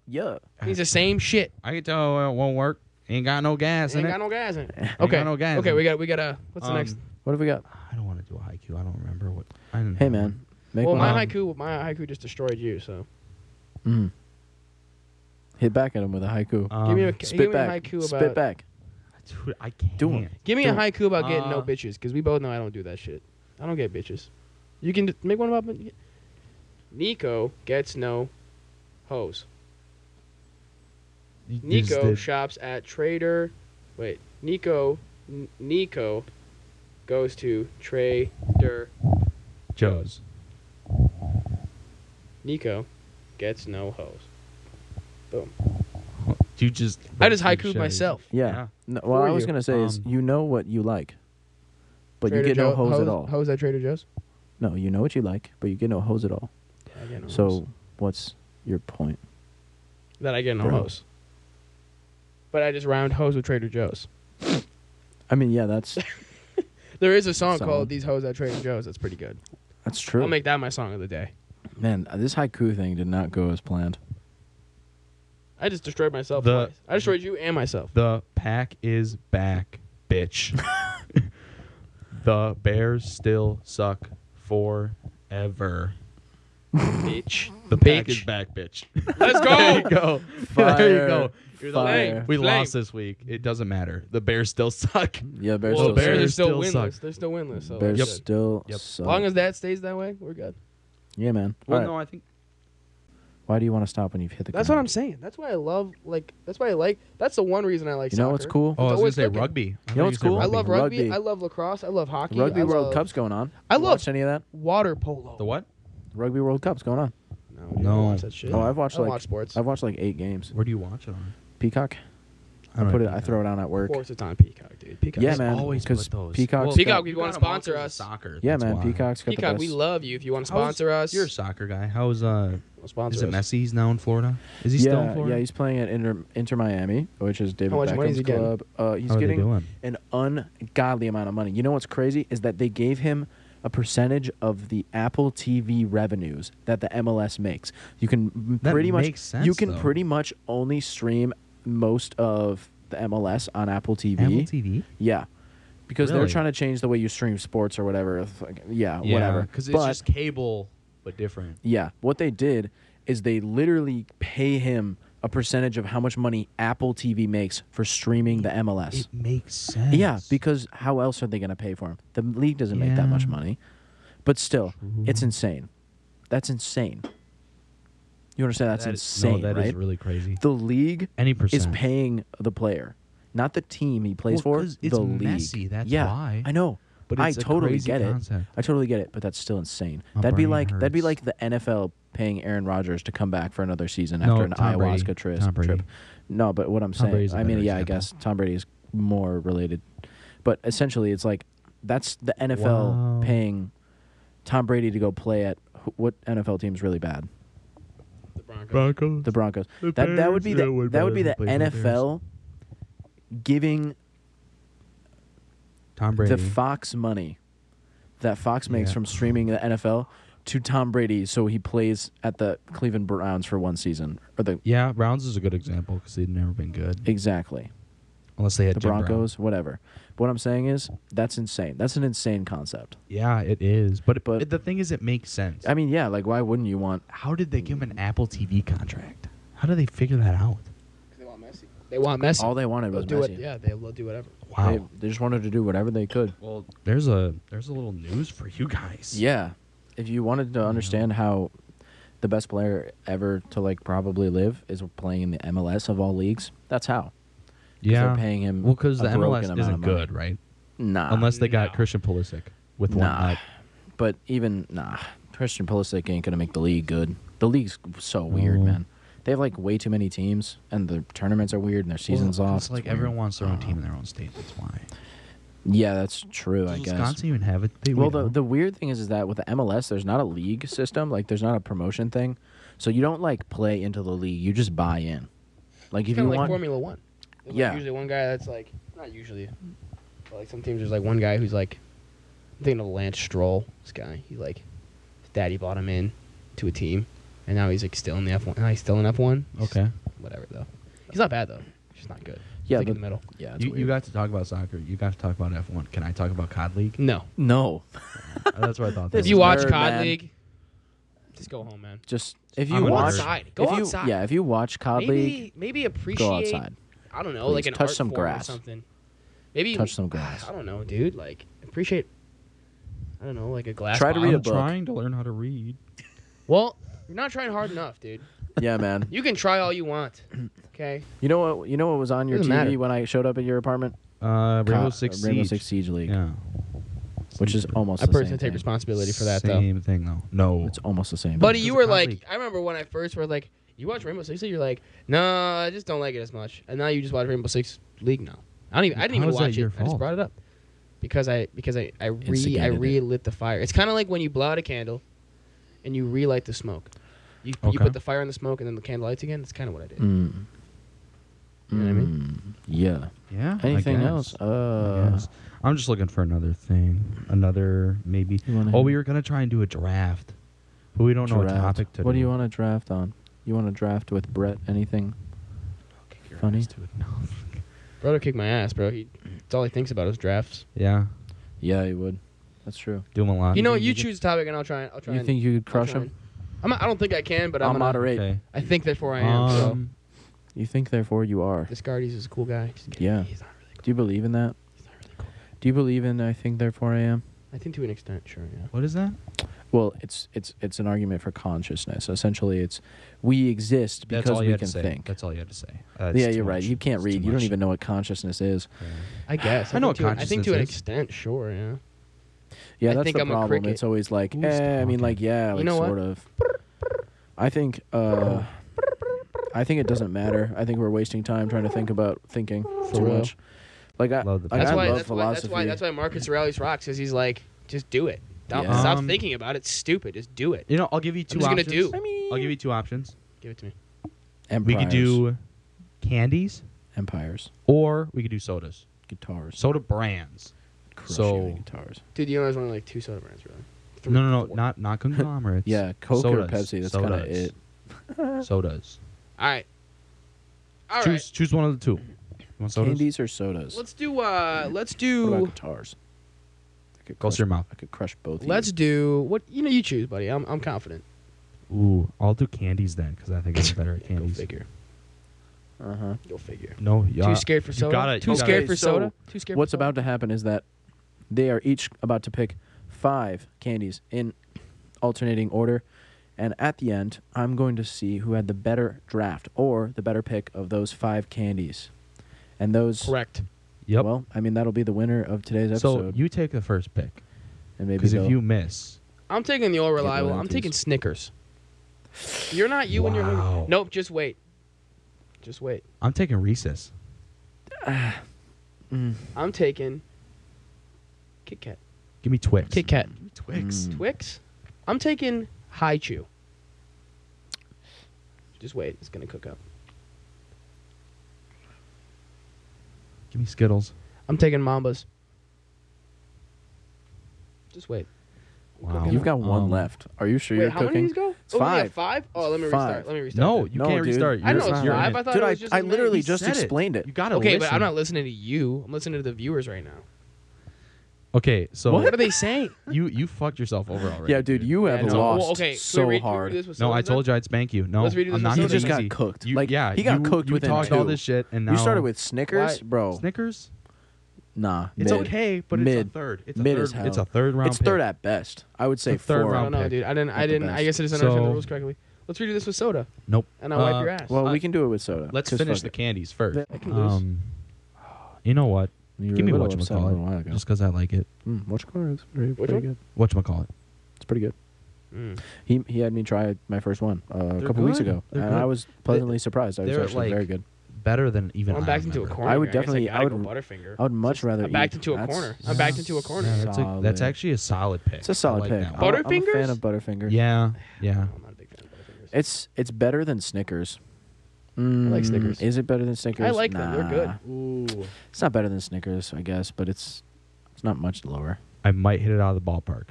Speaker 3: Yeah.
Speaker 1: Means the same shit.
Speaker 2: I can tell it won't work. Ain't got no gas in
Speaker 1: Ain't
Speaker 2: it.
Speaker 1: got no gas in it.
Speaker 2: Ain't
Speaker 1: Okay.
Speaker 2: got no gas
Speaker 1: okay,
Speaker 2: in
Speaker 1: we
Speaker 2: it.
Speaker 1: got we got a what's
Speaker 2: Um,
Speaker 1: the next?
Speaker 3: What have we got?
Speaker 2: I don't want to do a haiku. I don't remember what. I didn't
Speaker 3: Hey
Speaker 2: have
Speaker 3: man,
Speaker 2: one.
Speaker 3: make
Speaker 1: Well,
Speaker 2: one
Speaker 1: my
Speaker 2: up.
Speaker 1: haiku my haiku just destroyed you, so.
Speaker 3: Mm. Hit back at him with a haiku.
Speaker 2: Um,
Speaker 1: give me a give
Speaker 3: Spit
Speaker 1: me a
Speaker 3: back.
Speaker 1: haiku about
Speaker 3: Spit back.
Speaker 2: dude, I can't.
Speaker 3: Do 'em.
Speaker 1: Give me a
Speaker 3: Dude,
Speaker 1: haiku about getting no
Speaker 2: uh,
Speaker 1: bitches, because we both know I don't do that shit. I don't get bitches. You can d- make one about Nico gets no hoes.
Speaker 2: You just
Speaker 1: Nico
Speaker 2: did-
Speaker 1: shops at Trader. Wait, Nico N- Nico goes to Trader.
Speaker 2: Joe's.
Speaker 1: Nico gets no hoes.
Speaker 2: You just.
Speaker 1: I just
Speaker 2: like
Speaker 1: haiku
Speaker 2: you said.
Speaker 1: myself.
Speaker 3: Yeah.
Speaker 2: Yeah.
Speaker 3: No, well,
Speaker 1: For
Speaker 3: I was
Speaker 1: you.
Speaker 3: gonna say is
Speaker 2: Um,
Speaker 3: you know what you like, but
Speaker 1: Trader
Speaker 3: you get no
Speaker 1: Joe-
Speaker 3: hose, at all.
Speaker 1: Hoes at Trader Joe's.
Speaker 3: No, you know what you like, but you get no hose at all.
Speaker 1: I get no hoes.
Speaker 3: So what's your point?
Speaker 1: that I get no
Speaker 3: Bro.
Speaker 1: hoes. But I just round hoes with Trader Joe's.
Speaker 3: I mean, yeah, that's
Speaker 1: There is a song
Speaker 3: Solid.
Speaker 1: called "These Hoes at Trader Joe's" that's pretty good.
Speaker 3: that's true.
Speaker 1: I'll make that my song of the day.
Speaker 3: Man, uh, this haiku thing did not go as planned.
Speaker 1: I just destroyed myself
Speaker 2: The-
Speaker 1: twice. I destroyed you and myself.
Speaker 2: The pack is back, bitch. the Bears still suck forever.
Speaker 1: bitch.
Speaker 2: The pack is
Speaker 1: Bitch.
Speaker 2: back, bitch.
Speaker 1: Let's
Speaker 2: there you
Speaker 1: go.
Speaker 2: go. there you go.
Speaker 1: You're the
Speaker 3: Fire.
Speaker 1: lame.
Speaker 2: We
Speaker 1: Flame.
Speaker 2: lost this week. It doesn't matter. The Bears still suck.
Speaker 3: Yeah, Bears
Speaker 1: well, the Bears are
Speaker 3: still
Speaker 2: Bears
Speaker 3: Bears,
Speaker 1: still,
Speaker 2: still
Speaker 1: winless.
Speaker 2: suck.
Speaker 1: They're still winless. So
Speaker 3: Bears
Speaker 1: that's good.
Speaker 3: still
Speaker 2: Yep.
Speaker 1: As long as that stays that way, we're good.
Speaker 3: yeah, man.
Speaker 2: Well,
Speaker 3: Alright,
Speaker 2: no, I think
Speaker 3: Why do you want to stop when you've hit the?
Speaker 1: That's what
Speaker 3: ground?
Speaker 1: I'm saying. That's why I love like. That's why I like. That's the one reason I like.
Speaker 3: You know what's
Speaker 1: soccer.
Speaker 3: cool?
Speaker 2: Oh, I was gonna
Speaker 1: always
Speaker 2: say
Speaker 1: looking.
Speaker 2: rugby. I
Speaker 3: You know
Speaker 2: thought
Speaker 3: what's
Speaker 2: said
Speaker 3: cool?
Speaker 1: I love
Speaker 3: Rugby.
Speaker 1: rugby. I love lacrosse. I love hockey.
Speaker 3: Rugby
Speaker 1: I
Speaker 3: World
Speaker 1: love-
Speaker 3: Cup's going on.
Speaker 1: I
Speaker 3: You
Speaker 1: love-
Speaker 3: watched any of that?
Speaker 1: Water polo.
Speaker 2: The what?
Speaker 3: Rugby World Cup's going on.
Speaker 1: No, dude, I
Speaker 2: No.
Speaker 1: don't watch that shit.
Speaker 3: Oh, I've watched
Speaker 1: I don't
Speaker 3: like
Speaker 1: watch sports.
Speaker 3: I've watched like eight games.
Speaker 2: Where do you watch it on?
Speaker 3: Peacock. I put it. I throw it on at work.
Speaker 1: Sports it's on Peacock, dude. Peacock.
Speaker 3: Yeah,
Speaker 1: is-
Speaker 3: man.
Speaker 2: Always
Speaker 3: because
Speaker 2: put those.
Speaker 3: Peacock's
Speaker 1: Peacock,
Speaker 3: got-
Speaker 1: if you wanna sponsor us.
Speaker 2: Soccer.
Speaker 3: Yeah,
Speaker 2: that's
Speaker 3: man.
Speaker 2: why.
Speaker 3: Peacock's got the
Speaker 1: Peacock,
Speaker 3: best.
Speaker 1: we love you. If you want to
Speaker 2: How's-
Speaker 1: sponsor us,
Speaker 2: You're a soccer guy. How's uh?
Speaker 1: sponsor
Speaker 2: Is it
Speaker 1: us.
Speaker 2: Messi's now in Florida? Is he
Speaker 3: yeah,
Speaker 2: still in Florida?
Speaker 3: yeah. He's playing at Inter, Inter Miami, which is David
Speaker 1: How much money
Speaker 3: Beckham's
Speaker 1: is he getting?
Speaker 3: club. Uh, he's
Speaker 2: How are they
Speaker 3: getting
Speaker 2: doing?
Speaker 3: an ungodly amount of money. You know what's crazy is that they gave him a percentage of the Apple TV revenues that the MLS makes. You can m-
Speaker 2: That
Speaker 3: pretty much
Speaker 2: makes sense,
Speaker 3: you can
Speaker 2: though.
Speaker 3: pretty much only stream most of the MLS on Apple TV.
Speaker 2: Apple TV.
Speaker 3: Yeah. Because they're
Speaker 2: Really?
Speaker 3: trying to change the way you stream sports or whatever. if, like, Yeah, whatever.
Speaker 2: Because it's
Speaker 3: But-
Speaker 2: just cable, but different.
Speaker 3: yeah, what they did is they literally pay him a percentage of how much money Apple TV makes for streaming the MLS.
Speaker 2: It makes sense.
Speaker 3: Yeah, because how else are they going to pay for him? The league doesn't make that much
Speaker 2: Yeah. Mm-hmm.
Speaker 3: money. But still, it's insane. That's insane. You understand? That's
Speaker 2: That is-
Speaker 3: insane,
Speaker 2: No, that is
Speaker 3: right?
Speaker 2: really crazy.
Speaker 3: the league
Speaker 2: Any
Speaker 3: is
Speaker 2: percent.
Speaker 3: paying the player, not the team he plays
Speaker 2: Well,
Speaker 3: for.
Speaker 2: 'cause it's
Speaker 3: the league.
Speaker 2: messy, that's
Speaker 3: yeah,
Speaker 2: why.
Speaker 3: I know,
Speaker 2: But
Speaker 3: but I
Speaker 2: it's a
Speaker 3: totally
Speaker 2: crazy
Speaker 3: get
Speaker 2: concept.
Speaker 3: it. I totally get it, but that's still insane.
Speaker 2: My
Speaker 3: that'd be
Speaker 2: brain
Speaker 3: like that'd be
Speaker 2: hurts.
Speaker 3: like the NFL paying Aaron Rodgers to come back for another season
Speaker 2: No,
Speaker 3: after an
Speaker 2: Tom Brady.
Speaker 3: ayahuasca tris-
Speaker 2: Tom Brady.
Speaker 3: trip. No, but what I'm
Speaker 2: Tom
Speaker 3: saying,
Speaker 2: Brady's a
Speaker 3: I mean,
Speaker 2: better
Speaker 3: yeah, I
Speaker 2: example.
Speaker 3: guess Tom Brady is more related, but essentially, it's like that's the NFL
Speaker 2: Wow.
Speaker 3: paying Tom Brady to go play at wh- what NFL team's really bad?
Speaker 1: The Broncos.
Speaker 2: Broncos.
Speaker 3: the Broncos.
Speaker 2: The
Speaker 3: that that would be
Speaker 2: Bears,
Speaker 3: the
Speaker 2: yeah, would
Speaker 3: that would be the
Speaker 2: rather play for the
Speaker 3: NFL giving
Speaker 2: Tom Brady.
Speaker 3: the Fox money that Fox makes
Speaker 2: Yeah.
Speaker 3: from streaming the NFL to Tom Brady, so he plays at the Cleveland Browns for one season or the
Speaker 2: yeah, Browns is a good example because they've never been good
Speaker 3: exactly
Speaker 2: unless they had
Speaker 3: the
Speaker 2: Jim Brown.
Speaker 3: Broncos, whatever. What I'm saying is that's insane. That's an insane concept.
Speaker 2: Yeah, it is. But,
Speaker 3: But-
Speaker 2: but the thing is, it makes sense.
Speaker 3: I mean, yeah, like why wouldn't you want?
Speaker 2: How did they give him an Apple TV contract? How did they figure that out?
Speaker 1: They want Messi. They want Messi.
Speaker 3: All they wanted
Speaker 1: They'll
Speaker 3: was
Speaker 1: do it.
Speaker 3: Messi.
Speaker 1: Yeah, they'll, they'll do whatever.
Speaker 2: Wow.
Speaker 3: They, they just wanted to do whatever they could.
Speaker 2: well, there's a there's a little news for you guys.
Speaker 3: Yeah. If you wanted to understand how the best player ever to like probably live is playing in the MLS of all leagues, that's how. 'Cause
Speaker 2: yeah.
Speaker 3: They're paying him.
Speaker 2: well, because
Speaker 3: a
Speaker 2: the
Speaker 3: broken
Speaker 2: MLS
Speaker 3: amount
Speaker 2: isn't
Speaker 3: of money.
Speaker 2: good, right?
Speaker 3: Nah.
Speaker 2: Unless they got
Speaker 1: no.
Speaker 2: Christian Pulisic with one
Speaker 3: Nah.
Speaker 2: eye.
Speaker 3: but even nah, Christian Pulisic ain't gonna make the league good. The league's so weird,
Speaker 2: No.
Speaker 3: man. They have like way too many teams, and the tournaments are weird, and their seasons
Speaker 2: Well,
Speaker 3: off.
Speaker 2: It's like
Speaker 3: weird.
Speaker 2: everyone wants their own team in their own state. That's why.
Speaker 3: Yeah, that's true. I
Speaker 2: Does
Speaker 3: guess.
Speaker 2: Wisconsin even have it? They- we
Speaker 3: Well, the,
Speaker 2: don't.
Speaker 3: the weird thing is, is that with the MLS, there's not a league system. Like, there's not a promotion thing. So you don't like play into the league. You just buy in. Like, if
Speaker 1: Kind
Speaker 3: you
Speaker 1: of like
Speaker 3: want,
Speaker 1: Formula One. There's, like,
Speaker 3: Yeah.
Speaker 1: usually one guy that's like not usually, but like some teams there's like one guy who's like, I'm thinking of Lance Stroll. This guy, he like, his daddy bought him in. to a team, and now he's like still in the F one. Now he's still in F one.
Speaker 3: Oh.
Speaker 2: Okay.
Speaker 1: Whatever though. He's not bad though. He's just not good. He's
Speaker 3: Yeah,
Speaker 1: like in the
Speaker 3: but-
Speaker 1: middle.
Speaker 3: Yeah, it's
Speaker 2: You, you
Speaker 3: weird.
Speaker 2: got to talk about soccer. You got to talk about F1. Can I talk about COD League?
Speaker 1: No.
Speaker 3: no.
Speaker 2: That's what I thought. that
Speaker 1: If
Speaker 3: This
Speaker 2: was.
Speaker 1: you
Speaker 3: is
Speaker 1: watch
Speaker 3: nerd,
Speaker 1: COD
Speaker 3: man.
Speaker 1: League, just go home, man.
Speaker 3: Just if you
Speaker 2: I'm a
Speaker 1: Go
Speaker 2: nerd.
Speaker 3: watch,
Speaker 1: outside. Go
Speaker 3: if you,
Speaker 1: outside.
Speaker 3: Yeah, if you watch COD
Speaker 1: maybe
Speaker 3: League,
Speaker 1: maybe appreciate.
Speaker 3: go outside.
Speaker 1: I don't know,
Speaker 3: Please,
Speaker 1: like an
Speaker 3: touch
Speaker 1: art
Speaker 3: some
Speaker 1: form
Speaker 3: grass.
Speaker 1: or something. Maybe
Speaker 3: Touch some grass.
Speaker 1: I don't know, dude. Like appreciate. I don't know, like a glass.
Speaker 3: Try to
Speaker 1: bottle.
Speaker 3: read
Speaker 2: I'm
Speaker 3: a book.
Speaker 2: trying to learn how to read.
Speaker 1: Well, you're not trying hard enough, dude.
Speaker 3: Yeah, man.
Speaker 1: You can try all you want. Okay.
Speaker 3: You know what? You know what was on your TV
Speaker 1: Doesn't matter.
Speaker 3: when I showed up at your apartment?
Speaker 2: Uh, Rainbow
Speaker 3: Co-
Speaker 2: Six
Speaker 3: Rainbow
Speaker 2: Siege.
Speaker 3: Six Siege League,
Speaker 2: Yeah.
Speaker 3: which is almost.
Speaker 1: I
Speaker 3: the same
Speaker 1: personally take
Speaker 3: thing.
Speaker 1: responsibility for that though.
Speaker 2: Same thing though. No.
Speaker 3: It's almost the same.
Speaker 1: Buddy,
Speaker 2: It's
Speaker 1: you
Speaker 2: a
Speaker 1: were
Speaker 2: COD
Speaker 1: like,
Speaker 2: league.
Speaker 1: I remember when I first were like, you watch Rainbow Six, Siege?" you're like, no, I just don't like it as much. And now you just watch Rainbow Six League now. I don't even. I didn't
Speaker 2: How
Speaker 1: even
Speaker 2: is that
Speaker 1: watch it.
Speaker 2: your
Speaker 1: I just
Speaker 2: fault?
Speaker 1: brought it up because I because I I re I
Speaker 3: Instigated it.
Speaker 1: relit the fire. It's kind of like when you blow out a candle and you relight the smoke. You
Speaker 2: Okay.
Speaker 1: you put the fire in the smoke and then the candle lights again. That's kind of what I did.
Speaker 3: Mm.
Speaker 1: You know what I mean?
Speaker 3: Mm. Yeah.
Speaker 2: yeah. I
Speaker 3: Anything
Speaker 2: guess.
Speaker 3: else?
Speaker 2: I
Speaker 3: Uh,
Speaker 2: guess. I'm just looking for another thing. Another maybe.
Speaker 3: You wanna-
Speaker 2: Oh, we were gonna try and do a draft, but we don't know
Speaker 3: draft.
Speaker 2: a topic to.
Speaker 3: What do you want to draft on? You want to draft with Brett? Anything? Funny.
Speaker 2: Funny.
Speaker 1: Brother kicked my ass, bro. He that's all he thinks about is drafts.
Speaker 2: Yeah.
Speaker 3: Yeah, you would. That's true.
Speaker 2: Do them a lot.
Speaker 1: You know,
Speaker 3: think
Speaker 1: you
Speaker 3: you could-
Speaker 1: choose a topic and I'll try. I'll try.
Speaker 3: You
Speaker 1: and,
Speaker 3: think you could
Speaker 1: I'll
Speaker 3: crush
Speaker 1: try
Speaker 3: him?
Speaker 1: and- I'm, not- I don't think I can, but
Speaker 3: I'll
Speaker 1: I'm gonna-
Speaker 3: moderate.
Speaker 2: Okay.
Speaker 1: I think therefore I am.
Speaker 2: Um,
Speaker 3: You think, therefore, you are.
Speaker 1: so Discardies is a cool guy. Just kidding.
Speaker 3: Yeah.
Speaker 1: He's not really cool.
Speaker 3: Do you believe in that?
Speaker 1: He's not really cool.
Speaker 3: Do you believe in I think, therefore, I am?
Speaker 1: I think to an extent, sure. Yeah.
Speaker 2: What is that?
Speaker 3: Well, it's it's it's an argument for consciousness. Essentially, it's we exist because
Speaker 2: That's all you
Speaker 3: we
Speaker 2: had
Speaker 3: can
Speaker 2: to say.
Speaker 3: think.
Speaker 2: That's all you had to say. Uh,
Speaker 3: yeah, you're right. You can't read. You don't even know what consciousness is.
Speaker 1: I guess.
Speaker 2: I know
Speaker 1: think
Speaker 2: what
Speaker 1: to an- I think to an
Speaker 2: consciousness is.
Speaker 1: extent, sure. Yeah.
Speaker 3: Yeah,
Speaker 1: I
Speaker 3: that's
Speaker 1: think
Speaker 3: the
Speaker 1: I'm a
Speaker 3: problem.
Speaker 1: cricket.
Speaker 3: It's always like,
Speaker 2: Who's
Speaker 3: eh, I
Speaker 2: talking?
Speaker 3: mean, like, yeah, like
Speaker 1: know what?
Speaker 3: sort of. I think, uh, I think it doesn't matter. I think we're wasting time trying to think about thinking too
Speaker 1: real.
Speaker 3: much. Like, I,
Speaker 2: Love the-
Speaker 3: like,
Speaker 1: That's
Speaker 3: I
Speaker 1: why. That's why.
Speaker 3: love
Speaker 1: That's
Speaker 3: philosophy.
Speaker 1: why. That's why Marcus Aurelius rocks because he's like, just do it. Don't,
Speaker 3: Yeah.
Speaker 1: Stop
Speaker 2: Um,
Speaker 1: thinking about it. It's stupid. Just do it.
Speaker 2: You know, I'll give you 2
Speaker 1: just gonna do.
Speaker 2: options.
Speaker 1: I
Speaker 2: I'll give you two options.
Speaker 1: Give it to me.
Speaker 3: Empires,
Speaker 2: We could do candies,
Speaker 3: empires,
Speaker 2: or we could do sodas.
Speaker 3: guitars.
Speaker 2: Soda brands.
Speaker 3: Crush
Speaker 2: so-
Speaker 3: you with guitars.
Speaker 1: Dude, you know there's only like two soda brands really. Three,
Speaker 2: No, no, no,
Speaker 1: four.
Speaker 2: not not conglomerates.
Speaker 3: Yeah, Coke or
Speaker 2: Sodas.
Speaker 3: Pepsi. That's kind of
Speaker 2: Sodas.
Speaker 3: it.
Speaker 2: Sodas.
Speaker 1: All right. All
Speaker 2: choose choose one of the two. You want sodas?
Speaker 3: Candies or sodas.
Speaker 1: right. Let's do. Uh, let's
Speaker 3: what about
Speaker 1: do.
Speaker 3: guitars? I could
Speaker 2: Close
Speaker 3: crush-
Speaker 2: your mouth.
Speaker 3: I could crush both. of
Speaker 1: Let's
Speaker 3: you.
Speaker 1: do what you know. You choose, buddy. I'm. I'm confident.
Speaker 2: Ooh, I'll do candies then, because I think I'm better at
Speaker 1: Go
Speaker 2: candies.
Speaker 1: figure.
Speaker 3: Uh huh.
Speaker 1: Go figure.
Speaker 2: No, yeah.
Speaker 1: Too scared for
Speaker 2: you
Speaker 1: soda.
Speaker 2: gotta-
Speaker 1: Too
Speaker 2: you
Speaker 1: scared
Speaker 3: gotta-
Speaker 1: for
Speaker 3: so
Speaker 1: soda. Too scared.
Speaker 3: What's
Speaker 1: for soda?
Speaker 3: about to happen is that they are each about to pick five candies in alternating order. And at the end, I'm going to see who had the better draft or the better pick of those five candies. And those.
Speaker 1: Correct.
Speaker 2: Yep.
Speaker 3: Well, I mean, that'll be the winner of today's
Speaker 2: so
Speaker 3: episode.
Speaker 2: you take the first pick,
Speaker 3: and maybe
Speaker 2: because if
Speaker 3: they'll-
Speaker 2: you miss,
Speaker 1: I'm taking the old
Speaker 3: Get
Speaker 1: reliable. I'm
Speaker 3: royalties.
Speaker 1: taking Snickers. You're not you and you're
Speaker 2: Wow.
Speaker 1: hungry. Nope, just wait. Just wait.
Speaker 2: I'm taking Reese's.
Speaker 1: I'm taking Kit Kat.
Speaker 2: Give me Twix.
Speaker 1: Kit Kat.
Speaker 2: Twix.
Speaker 3: Mm.
Speaker 1: Twix. I'm taking Hi Chew. Just wait, it's gonna cook up.
Speaker 2: Give me Skittles.
Speaker 1: I'm taking Mambas. Just wait. I'm
Speaker 2: Wow.
Speaker 1: cooking
Speaker 3: You've
Speaker 1: up.
Speaker 3: got one
Speaker 2: Um,
Speaker 3: left. Are you sure
Speaker 1: wait,
Speaker 3: you're
Speaker 1: how many
Speaker 3: cooking?
Speaker 1: of these go?
Speaker 3: It's
Speaker 1: oh, we got
Speaker 3: five.
Speaker 1: five? Oh, let me
Speaker 3: It's
Speaker 1: restart.
Speaker 3: five.
Speaker 1: Let me restart.
Speaker 2: No,
Speaker 1: then.
Speaker 2: you
Speaker 3: No,
Speaker 2: can't
Speaker 3: dude.
Speaker 1: I
Speaker 2: restart. You're-
Speaker 1: know it's
Speaker 2: you're in
Speaker 1: five.
Speaker 2: it.
Speaker 1: I thought
Speaker 3: Dude,
Speaker 1: it
Speaker 3: I,
Speaker 1: was just
Speaker 3: I
Speaker 1: nine.
Speaker 3: literally
Speaker 1: You
Speaker 3: just
Speaker 2: said it.
Speaker 3: explained it.
Speaker 2: You gotta
Speaker 1: Okay,
Speaker 2: listen.
Speaker 1: but I'm not listening to you. I'm listening to the viewers right now.
Speaker 2: Okay, so
Speaker 1: What are they saying?
Speaker 2: you you fucked yourself over already.
Speaker 3: Yeah, dude, you have
Speaker 1: Yeah, no.
Speaker 3: lost
Speaker 1: Well, okay,
Speaker 3: so
Speaker 1: can we read, can we
Speaker 3: hard.
Speaker 1: read this with
Speaker 2: No,
Speaker 1: sodas
Speaker 2: I
Speaker 1: then?
Speaker 2: told you I'd spank you. No,
Speaker 1: Let's read it
Speaker 2: I'm
Speaker 1: with the
Speaker 2: not
Speaker 3: He
Speaker 1: sodas.
Speaker 2: being
Speaker 3: just got
Speaker 2: easy.
Speaker 3: cooked.
Speaker 2: You-
Speaker 3: like,
Speaker 2: yeah,
Speaker 3: he got
Speaker 2: you-
Speaker 3: cooked
Speaker 2: you
Speaker 3: within
Speaker 2: talked
Speaker 3: two.
Speaker 2: all this shit, and now
Speaker 3: You started with Snickers, bro.
Speaker 2: Snickers.
Speaker 3: Nah,
Speaker 2: It's
Speaker 3: mid.
Speaker 2: okay, but it's
Speaker 3: Mid.
Speaker 2: a third. It's a
Speaker 3: Mid
Speaker 2: third.
Speaker 3: as hell.
Speaker 2: It's a third round.
Speaker 3: It's third
Speaker 2: pick.
Speaker 3: at best. I would say
Speaker 2: It's a third
Speaker 3: four.
Speaker 1: I
Speaker 2: round.
Speaker 1: don't know,
Speaker 2: pick.
Speaker 1: dude. I didn't. I
Speaker 3: Not the
Speaker 1: didn't. I
Speaker 3: best.
Speaker 1: guess I just understand
Speaker 2: So-
Speaker 1: the rules correctly. Let's redo this with soda,
Speaker 2: Nope.
Speaker 1: and I'll wipe
Speaker 2: Uh,
Speaker 1: your ass.
Speaker 3: Well,
Speaker 2: Uh,
Speaker 3: we can do it with soda.
Speaker 2: Let's
Speaker 3: Oh, Just
Speaker 2: finish
Speaker 3: fuck
Speaker 2: the
Speaker 3: it.
Speaker 2: candies first.
Speaker 1: I can lose.
Speaker 2: Um, you know what?
Speaker 3: You were
Speaker 2: Give me
Speaker 3: a little
Speaker 2: what you
Speaker 3: upset a
Speaker 2: call
Speaker 3: little while
Speaker 2: it,
Speaker 3: ago.
Speaker 2: just because I like it.
Speaker 3: Mm, what you call it? It's pretty,
Speaker 1: Which
Speaker 3: pretty
Speaker 1: one?
Speaker 3: good.
Speaker 2: What you call it?
Speaker 3: It's pretty good.
Speaker 1: Mm.
Speaker 3: He he had me try my first one uh, a
Speaker 2: They're
Speaker 3: couple weeks
Speaker 2: good.
Speaker 3: ago,
Speaker 2: They're
Speaker 3: and
Speaker 2: good.
Speaker 3: I was pleasantly surprised. I was
Speaker 2: they're
Speaker 3: actually
Speaker 2: like-
Speaker 3: very good.
Speaker 2: Better than even.
Speaker 1: Well, I'm
Speaker 2: I
Speaker 1: backed into a
Speaker 2: remember.
Speaker 1: corner.
Speaker 3: I would
Speaker 1: guess
Speaker 3: definitely-
Speaker 1: gotta
Speaker 3: I
Speaker 1: go
Speaker 3: would-
Speaker 1: Butterfinger.
Speaker 3: I would much rather.
Speaker 1: I'm backed
Speaker 3: eat-
Speaker 1: into a
Speaker 3: that's-
Speaker 1: corner. I'm backed into a corner.
Speaker 2: Yeah, that's, a, that's
Speaker 3: Solid.
Speaker 2: actually a solid pick.
Speaker 3: It's a solid
Speaker 2: I like
Speaker 3: pick.
Speaker 2: that
Speaker 3: I'm,
Speaker 2: one.
Speaker 1: Butter-
Speaker 3: I'm a fan
Speaker 1: Butterfingers?
Speaker 3: of Butterfinger.
Speaker 2: Yeah, yeah.
Speaker 1: I'm not a big fan of Butterfingers.
Speaker 3: It's it's better than Snickers. Mm,
Speaker 1: like Snickers.
Speaker 3: Is it better than Snickers?
Speaker 1: I like them. They're good.
Speaker 3: Nah.
Speaker 2: Ooh.
Speaker 3: It's not better than Snickers, I guess, but it's it's not much lower.
Speaker 2: I might hit it out of the ballpark.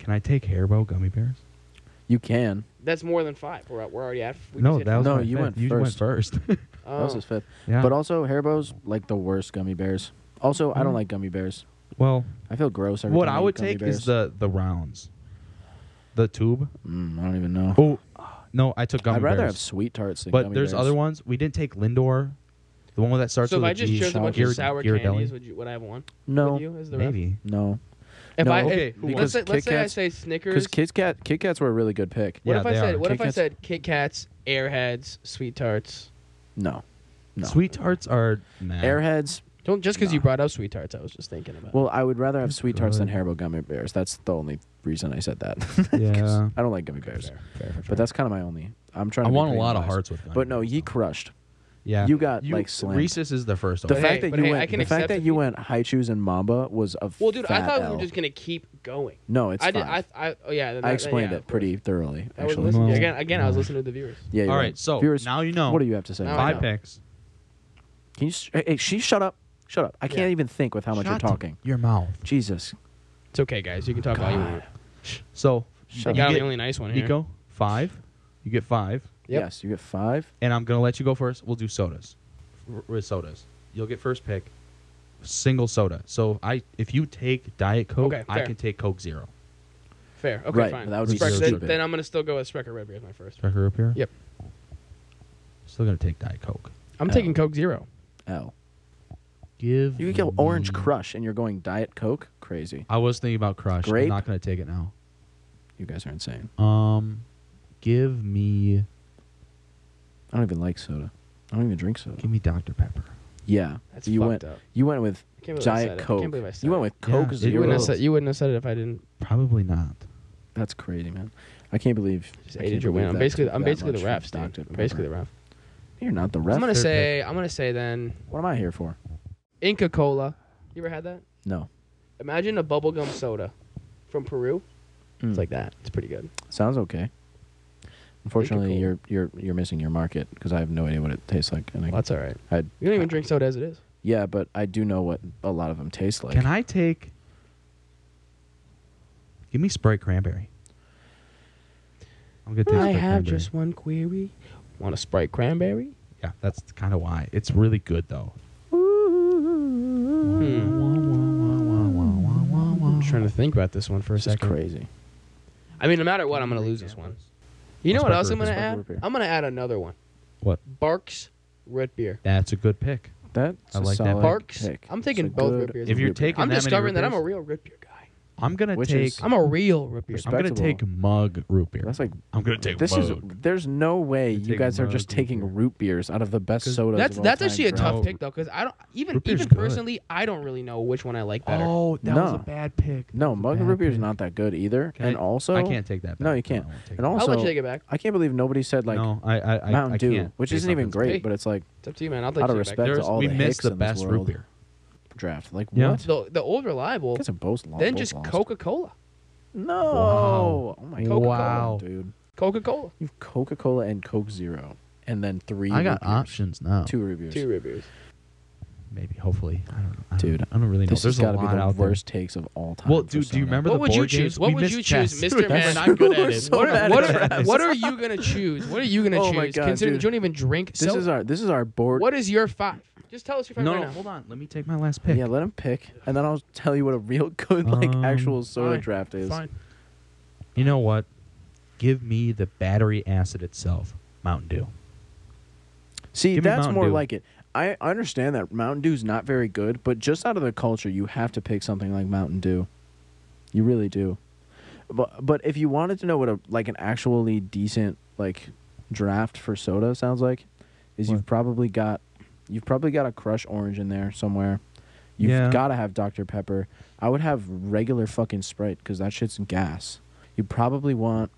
Speaker 2: Can I take Haribo gummy bears?
Speaker 3: You can.
Speaker 1: That's more than five. We're, we're already at. we
Speaker 2: no,
Speaker 1: just hit
Speaker 2: that was
Speaker 1: five.
Speaker 3: No,
Speaker 2: my
Speaker 3: you
Speaker 2: fifth.
Speaker 3: went
Speaker 2: you went first.
Speaker 1: Oh.
Speaker 3: That was his fifth.
Speaker 2: yeah.
Speaker 3: But also, Haribo's like the worst gummy bears. Also, I don't
Speaker 2: Mm.
Speaker 3: like gummy bears.
Speaker 2: well,
Speaker 3: I feel gross. Every
Speaker 2: what
Speaker 3: time
Speaker 2: I
Speaker 3: eat
Speaker 2: would
Speaker 3: gummy
Speaker 2: take
Speaker 3: bears.
Speaker 2: is the the rounds, the tube.
Speaker 3: Mm, I don't even know.
Speaker 2: Oh no, I took gummy
Speaker 3: I'd rather
Speaker 2: bears.
Speaker 3: have sweet tarts than
Speaker 2: but
Speaker 3: gummy
Speaker 2: there's
Speaker 3: bears.
Speaker 2: other ones. We didn't take Lindor, the one that starts
Speaker 1: so if
Speaker 2: with
Speaker 1: I just
Speaker 2: G,
Speaker 1: chose a bunch
Speaker 2: Ghir-
Speaker 1: of sour
Speaker 2: Ghirardelli.
Speaker 1: candies, would you would I have one?
Speaker 3: No,
Speaker 1: With you as the ref?
Speaker 2: Maybe.
Speaker 3: no.
Speaker 1: If
Speaker 3: No,
Speaker 1: I
Speaker 3: okay,
Speaker 1: hey, let's
Speaker 3: because
Speaker 1: say, let's
Speaker 3: Kit
Speaker 1: say I
Speaker 3: Kats-
Speaker 1: say Snickers.
Speaker 3: Because Kit Kat, Kit Kats were a really good pick.
Speaker 1: what
Speaker 2: Yeah,
Speaker 1: if I
Speaker 2: they
Speaker 1: said
Speaker 2: are.
Speaker 1: what
Speaker 3: Kit
Speaker 1: if I
Speaker 3: Kats-
Speaker 1: said Kit Kats, Airheads, Sweet Tarts?
Speaker 3: No, no.
Speaker 2: Sweet tarts are meh.
Speaker 3: Airheads.
Speaker 1: Don't just because you
Speaker 3: Nah.
Speaker 1: brought up Sweet Tarts, I was just thinking about.
Speaker 3: Well, I would rather have sweet tarts than
Speaker 2: God.
Speaker 3: Haribo gummy bears. That's the only reason I said that. 'Cause
Speaker 2: Yeah.
Speaker 3: I don't like gummy bears,
Speaker 1: Fair, fair, fair, fair.
Speaker 3: but that's kind of my only. I'm trying.
Speaker 2: I
Speaker 3: to be
Speaker 2: want a
Speaker 3: pretty
Speaker 2: lot of
Speaker 3: biased.
Speaker 2: hearts with gummy
Speaker 3: But no,
Speaker 2: bears,
Speaker 3: ye
Speaker 2: though.
Speaker 3: crushed.
Speaker 2: Yeah.
Speaker 3: you got, like, slammed.
Speaker 2: Reese's is the first
Speaker 3: The
Speaker 2: one.
Speaker 1: fa-
Speaker 3: fact
Speaker 1: hey,
Speaker 3: that
Speaker 1: but
Speaker 3: you
Speaker 1: hey, I
Speaker 3: went,
Speaker 1: can
Speaker 3: the
Speaker 1: accept
Speaker 3: fact that
Speaker 1: if
Speaker 3: you
Speaker 1: you-
Speaker 3: went Haichus and Mamba was a
Speaker 1: well, dude, I
Speaker 3: fat
Speaker 1: thought we
Speaker 3: L.
Speaker 1: were just gonna keep going.
Speaker 3: No, it's
Speaker 1: I did.
Speaker 3: five.
Speaker 1: I, I oh yeah. then
Speaker 3: I
Speaker 1: that-
Speaker 3: explained
Speaker 1: yeah,
Speaker 3: it pretty thoroughly,
Speaker 1: I was
Speaker 3: actually.
Speaker 1: listening.
Speaker 2: No.
Speaker 1: Again, again, I was
Speaker 2: No.
Speaker 1: listening to the viewers.
Speaker 3: Yeah. you're
Speaker 2: All
Speaker 3: right.
Speaker 2: right, so
Speaker 3: Viewers,
Speaker 2: now you know.
Speaker 3: What do you have to say?
Speaker 1: Now I
Speaker 2: Five
Speaker 1: know.
Speaker 2: picks.
Speaker 3: Can you? sh- Hey, she shut up. Shut up. I can't
Speaker 1: Yeah.
Speaker 3: even think with how much
Speaker 2: Shut
Speaker 3: you're talking.
Speaker 2: Your mouth.
Speaker 3: Jesus.
Speaker 1: It's okay, guys. You can talk all you want.
Speaker 2: So
Speaker 3: Shut
Speaker 1: Yeah,
Speaker 3: up.
Speaker 1: I'm
Speaker 2: get-
Speaker 1: the only nice one here.
Speaker 2: Nico, five. You get five,
Speaker 1: Yep.
Speaker 3: Yes, you get five.
Speaker 2: and I'm gonna let you go first. We'll do sodas. R- with sodas, you'll get first pick. Single soda. So I, if you take Diet Coke,
Speaker 1: Okay,
Speaker 2: I
Speaker 1: fair.
Speaker 2: can take Coke Zero.
Speaker 1: Fair. Okay,
Speaker 3: Right,
Speaker 1: fine.
Speaker 3: but that would be
Speaker 1: Sprecher-
Speaker 2: stupid.
Speaker 1: Then, then I'm gonna still go with Sprecher Red Beer as my first.
Speaker 2: Tracker up here.
Speaker 1: Yep.
Speaker 2: Still gonna take Diet Coke.
Speaker 1: I'm
Speaker 3: Oh.
Speaker 1: taking Coke Zero.
Speaker 3: L.
Speaker 2: Give.
Speaker 3: You could get Orange
Speaker 2: me-
Speaker 3: Crush, and you're going Diet Coke. Crazy.
Speaker 2: I was thinking about Crush.
Speaker 3: Grape.
Speaker 2: I'm not gonna take it now.
Speaker 3: You guys are insane.
Speaker 2: Um, give me,
Speaker 3: I don't even like soda. I don't even drink soda.
Speaker 2: give me Dr Pepper.
Speaker 3: Yeah.
Speaker 1: That's
Speaker 3: you
Speaker 1: fucked
Speaker 3: went.
Speaker 1: up.
Speaker 3: You went with
Speaker 1: I can't believe I
Speaker 3: Diet
Speaker 1: said it.
Speaker 3: Coke.
Speaker 1: I can't believe I said
Speaker 3: you went
Speaker 1: it.
Speaker 3: with
Speaker 2: Yeah,
Speaker 3: Coke
Speaker 2: it
Speaker 1: You
Speaker 3: Zero.
Speaker 1: wouldn't, have
Speaker 2: Gross.
Speaker 1: said, you wouldn't have said it if I didn't
Speaker 2: Probably not.
Speaker 3: That's crazy, man. I can't believe.
Speaker 1: just
Speaker 3: I
Speaker 1: aided
Speaker 3: can't
Speaker 1: your win.
Speaker 3: believe
Speaker 1: I'm
Speaker 3: that
Speaker 1: basically
Speaker 3: took
Speaker 1: I'm
Speaker 3: that
Speaker 1: basically the
Speaker 3: much
Speaker 1: refs,
Speaker 3: from
Speaker 1: dude.
Speaker 3: Dr.
Speaker 1: I'm basically the
Speaker 3: Pepper.
Speaker 1: ref.
Speaker 3: You're not the ref.
Speaker 1: I'm gonna
Speaker 2: Third
Speaker 1: say I'm gonna say then
Speaker 3: what am I here for?
Speaker 1: Inca Cola. You ever had that?
Speaker 3: No.
Speaker 1: Imagine a bubblegum soda from Peru.
Speaker 3: Mm.
Speaker 1: It's like that. It's pretty good.
Speaker 3: Sounds okay. Unfortunately,
Speaker 1: Cola.
Speaker 3: you're you're you're missing your market because I have no idea what it tastes like. And I,
Speaker 1: Well, that's all right.
Speaker 3: I
Speaker 1: You don't even drink soda as it is.
Speaker 3: yeah, but I do know what a lot of them taste like.
Speaker 2: Can I take? Give me Sprite Cranberry. I'm gonna take.
Speaker 1: I
Speaker 2: Sprite
Speaker 1: have
Speaker 2: cranberry.
Speaker 1: just one query. Want a Sprite cranberry?
Speaker 2: Yeah, that's kind of why. It's really good though.
Speaker 1: I'm trying to think about this one for a
Speaker 3: This is
Speaker 1: second.
Speaker 3: crazy.
Speaker 1: I mean, no matter what, I'm gonna lose this one. You know
Speaker 2: Let's
Speaker 1: what
Speaker 2: back
Speaker 1: else
Speaker 2: to
Speaker 1: I'm
Speaker 2: root
Speaker 1: gonna
Speaker 3: beer. Let's
Speaker 1: add?
Speaker 3: back to root beer.
Speaker 1: I'm gonna add another one.
Speaker 2: What?
Speaker 1: Barks Root Beer.
Speaker 2: That's a good pick.
Speaker 3: That's
Speaker 2: I
Speaker 3: a
Speaker 2: like that.
Speaker 3: solid
Speaker 1: Barks.
Speaker 3: pick.
Speaker 1: I'm
Speaker 3: It's
Speaker 1: taking
Speaker 3: a
Speaker 1: both root
Speaker 3: good
Speaker 1: beers.
Speaker 2: If you're
Speaker 3: root beer.
Speaker 2: taking
Speaker 1: I'm
Speaker 2: that many
Speaker 1: discovering that I'm a
Speaker 2: root beers?
Speaker 1: real root beer guy.
Speaker 2: I'm gonna
Speaker 3: Which
Speaker 2: take.
Speaker 3: is-
Speaker 1: I'm a real root beer.
Speaker 2: I'm gonna take mug root beer.
Speaker 3: That's like
Speaker 2: I'm gonna take.
Speaker 3: this is.
Speaker 2: mug.
Speaker 3: There's no way
Speaker 2: You're
Speaker 3: you
Speaker 2: taking
Speaker 3: guys are
Speaker 2: mug
Speaker 3: just
Speaker 2: root
Speaker 3: taking
Speaker 2: beer.
Speaker 3: root beers out of the best
Speaker 2: 'Cause
Speaker 3: sodas.
Speaker 1: That's
Speaker 3: of all
Speaker 1: that's
Speaker 3: time,
Speaker 1: actually a
Speaker 3: bro.
Speaker 1: tough
Speaker 2: No.
Speaker 1: pick though, because I don't even
Speaker 2: Root beer's
Speaker 1: even
Speaker 2: good.
Speaker 1: personally I don't really know which one I like better.
Speaker 2: Oh, that was a
Speaker 3: No.
Speaker 2: bad pick. That
Speaker 3: No,
Speaker 2: was a
Speaker 3: mug
Speaker 2: bad
Speaker 3: root beer is
Speaker 2: pick.
Speaker 3: not that good either.
Speaker 2: Can
Speaker 3: and
Speaker 2: I-
Speaker 3: also,
Speaker 2: I can't take that. Back.
Speaker 3: No, you can't.
Speaker 2: I won't take
Speaker 3: And
Speaker 2: that.
Speaker 1: I'll let
Speaker 3: also-
Speaker 1: you take it back.
Speaker 3: I can't believe nobody said like
Speaker 2: no, I, I, I,
Speaker 3: Mountain
Speaker 2: I
Speaker 3: Dew,
Speaker 2: can't
Speaker 3: which
Speaker 2: say
Speaker 3: isn't even
Speaker 2: something's
Speaker 3: great,
Speaker 1: Hey.
Speaker 3: but it's like
Speaker 1: It's up to you, man. I'll take
Speaker 3: Out of
Speaker 1: you
Speaker 3: respect
Speaker 1: back.
Speaker 3: to
Speaker 2: There's-
Speaker 3: all
Speaker 2: we
Speaker 3: the
Speaker 2: missed
Speaker 3: hicks
Speaker 2: the
Speaker 3: in this
Speaker 2: best root
Speaker 3: world.
Speaker 2: beer.
Speaker 3: draft. Like
Speaker 2: Yeah.
Speaker 3: what?
Speaker 1: The the old reliable,
Speaker 3: Guys are both lost.
Speaker 1: then
Speaker 3: both
Speaker 1: just
Speaker 3: lost.
Speaker 1: Coca Cola.
Speaker 3: No.
Speaker 2: Wow.
Speaker 3: Oh my
Speaker 1: Coca-Cola,
Speaker 2: Wow.
Speaker 3: dude.
Speaker 1: Coca Cola.
Speaker 3: You've Coca Cola and Coke Zero, and then three.
Speaker 2: I got
Speaker 3: root beers.
Speaker 2: options now.
Speaker 3: Two root beers.
Speaker 1: Two root beers.
Speaker 2: Maybe, hopefully. I don't know. I don't-
Speaker 3: Dude,
Speaker 2: I don't really know.
Speaker 3: This
Speaker 2: There's
Speaker 3: has got
Speaker 2: a
Speaker 3: to be
Speaker 2: lot
Speaker 3: the
Speaker 2: out
Speaker 3: worst takes of all time.
Speaker 2: there. Well, dude,
Speaker 3: for
Speaker 2: do you
Speaker 3: soda.
Speaker 2: remember
Speaker 1: What
Speaker 2: the
Speaker 1: would you
Speaker 2: board
Speaker 1: choose?
Speaker 2: games?
Speaker 1: What
Speaker 2: We
Speaker 1: would
Speaker 2: missed
Speaker 1: you choose,
Speaker 2: chess.
Speaker 1: Mr.
Speaker 2: Dude,
Speaker 1: Man?
Speaker 2: We're not good at it.
Speaker 3: So
Speaker 1: what, are,
Speaker 3: bad
Speaker 1: what,
Speaker 3: at
Speaker 1: are,
Speaker 3: this.
Speaker 1: what are you gonna choose? What are you gonna
Speaker 3: Oh
Speaker 1: choose?
Speaker 3: my God,
Speaker 1: considering
Speaker 3: dude.
Speaker 1: you don't even drink
Speaker 3: This
Speaker 1: soda.
Speaker 3: is our this is our board.
Speaker 1: what is your five? Just tell us your five
Speaker 2: No,
Speaker 1: right
Speaker 2: no,
Speaker 1: now.
Speaker 2: hold on. Let me take my last pick.
Speaker 3: Yeah, let him pick, and then I'll tell you what a real good like
Speaker 2: Um,
Speaker 3: actual soda
Speaker 1: fine,
Speaker 3: draft is.
Speaker 1: Fine.
Speaker 2: You know what? Give me the battery acid itself, Mountain Dew.
Speaker 3: See,
Speaker 2: Give me
Speaker 3: that's
Speaker 2: Mountain
Speaker 3: more
Speaker 2: Dew.
Speaker 3: like it. I I understand that Mountain Dew's not very good, but just out of the culture, you have to pick something like Mountain Dew. You really do. But but if you wanted to know what a like an actually decent like draft for soda sounds like, is you've
Speaker 2: What?
Speaker 3: probably got you've probably got a crush orange in there somewhere. You've
Speaker 2: Yeah.
Speaker 3: got to have Dr Pepper. I would have regular fucking Sprite because that shit's gas. You probably want.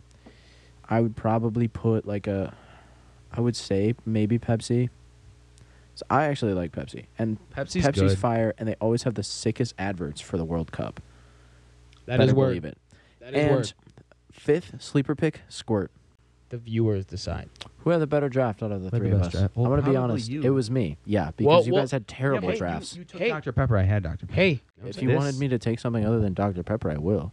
Speaker 3: I would probably put like a. I would say maybe Pepsi. So I actually like Pepsi, and
Speaker 2: Pepsi's,
Speaker 3: Pepsi's
Speaker 2: good.
Speaker 3: fire, and they always have the sickest adverts for the World Cup.
Speaker 1: That
Speaker 3: Better
Speaker 1: is
Speaker 3: Believe
Speaker 1: word.
Speaker 3: it.
Speaker 1: That is
Speaker 3: and
Speaker 1: word.
Speaker 3: fifth sleeper pick, Squirt.
Speaker 1: The viewers decide.
Speaker 3: Who had the better draft out of the
Speaker 2: Who had
Speaker 3: three
Speaker 2: the
Speaker 3: of
Speaker 2: best
Speaker 3: us?
Speaker 2: draft? Well,
Speaker 3: I'm gonna be
Speaker 2: probably
Speaker 3: honest.
Speaker 2: you.
Speaker 3: It was me. Yeah, because you
Speaker 1: well-
Speaker 3: guys had terrible
Speaker 1: but you-
Speaker 3: drafts.
Speaker 2: You took
Speaker 1: Hey.
Speaker 2: Dr. Pepper. I had Dr. Pepper.
Speaker 1: Hey,
Speaker 3: if you
Speaker 2: This-
Speaker 3: wanted me to take something other than Dr Pepper, I will.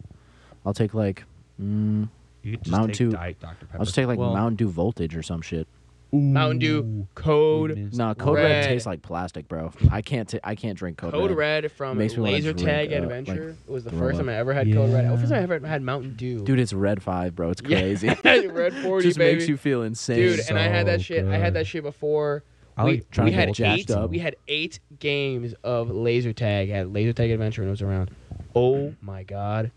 Speaker 3: I'll take like. Mm,
Speaker 2: you You could just
Speaker 3: Mountain
Speaker 2: take
Speaker 3: Dew-
Speaker 2: Diet Dr. Pepper.
Speaker 3: I'll just take like
Speaker 2: Well,
Speaker 3: Mountain Dew Voltage or some shit.
Speaker 1: Mountain Dew Code
Speaker 2: Goodness.
Speaker 3: No, Code Red.
Speaker 1: Red.
Speaker 3: tastes like plastic, bro. I can't. T- I can't drink Code,
Speaker 1: Code
Speaker 3: Red.
Speaker 1: Red from
Speaker 3: Oh, Makes me wanna
Speaker 1: Laser
Speaker 3: drink,
Speaker 1: Tag
Speaker 3: uh,
Speaker 1: Adventure.
Speaker 3: like,
Speaker 1: it was the
Speaker 3: roll
Speaker 1: first time
Speaker 3: up.
Speaker 1: I ever had Code Red. Oh, first time I
Speaker 2: Yeah.
Speaker 1: ever had Mountain Dew.
Speaker 3: Dude, it's Red Five, bro. It's
Speaker 1: Yeah.
Speaker 3: crazy.
Speaker 1: Red 40,
Speaker 3: just
Speaker 1: baby.
Speaker 3: makes you feel insane.
Speaker 1: Dude,
Speaker 2: It's
Speaker 1: and I had that
Speaker 2: so
Speaker 1: shit. I had
Speaker 2: good.
Speaker 1: that shit before.
Speaker 2: I
Speaker 1: we,
Speaker 2: like trying
Speaker 1: we
Speaker 2: to
Speaker 1: had
Speaker 2: get
Speaker 1: eight.
Speaker 2: jacked up.
Speaker 1: We had eight games of laser tag at Laser Tag Adventure when it was around. Oh my god!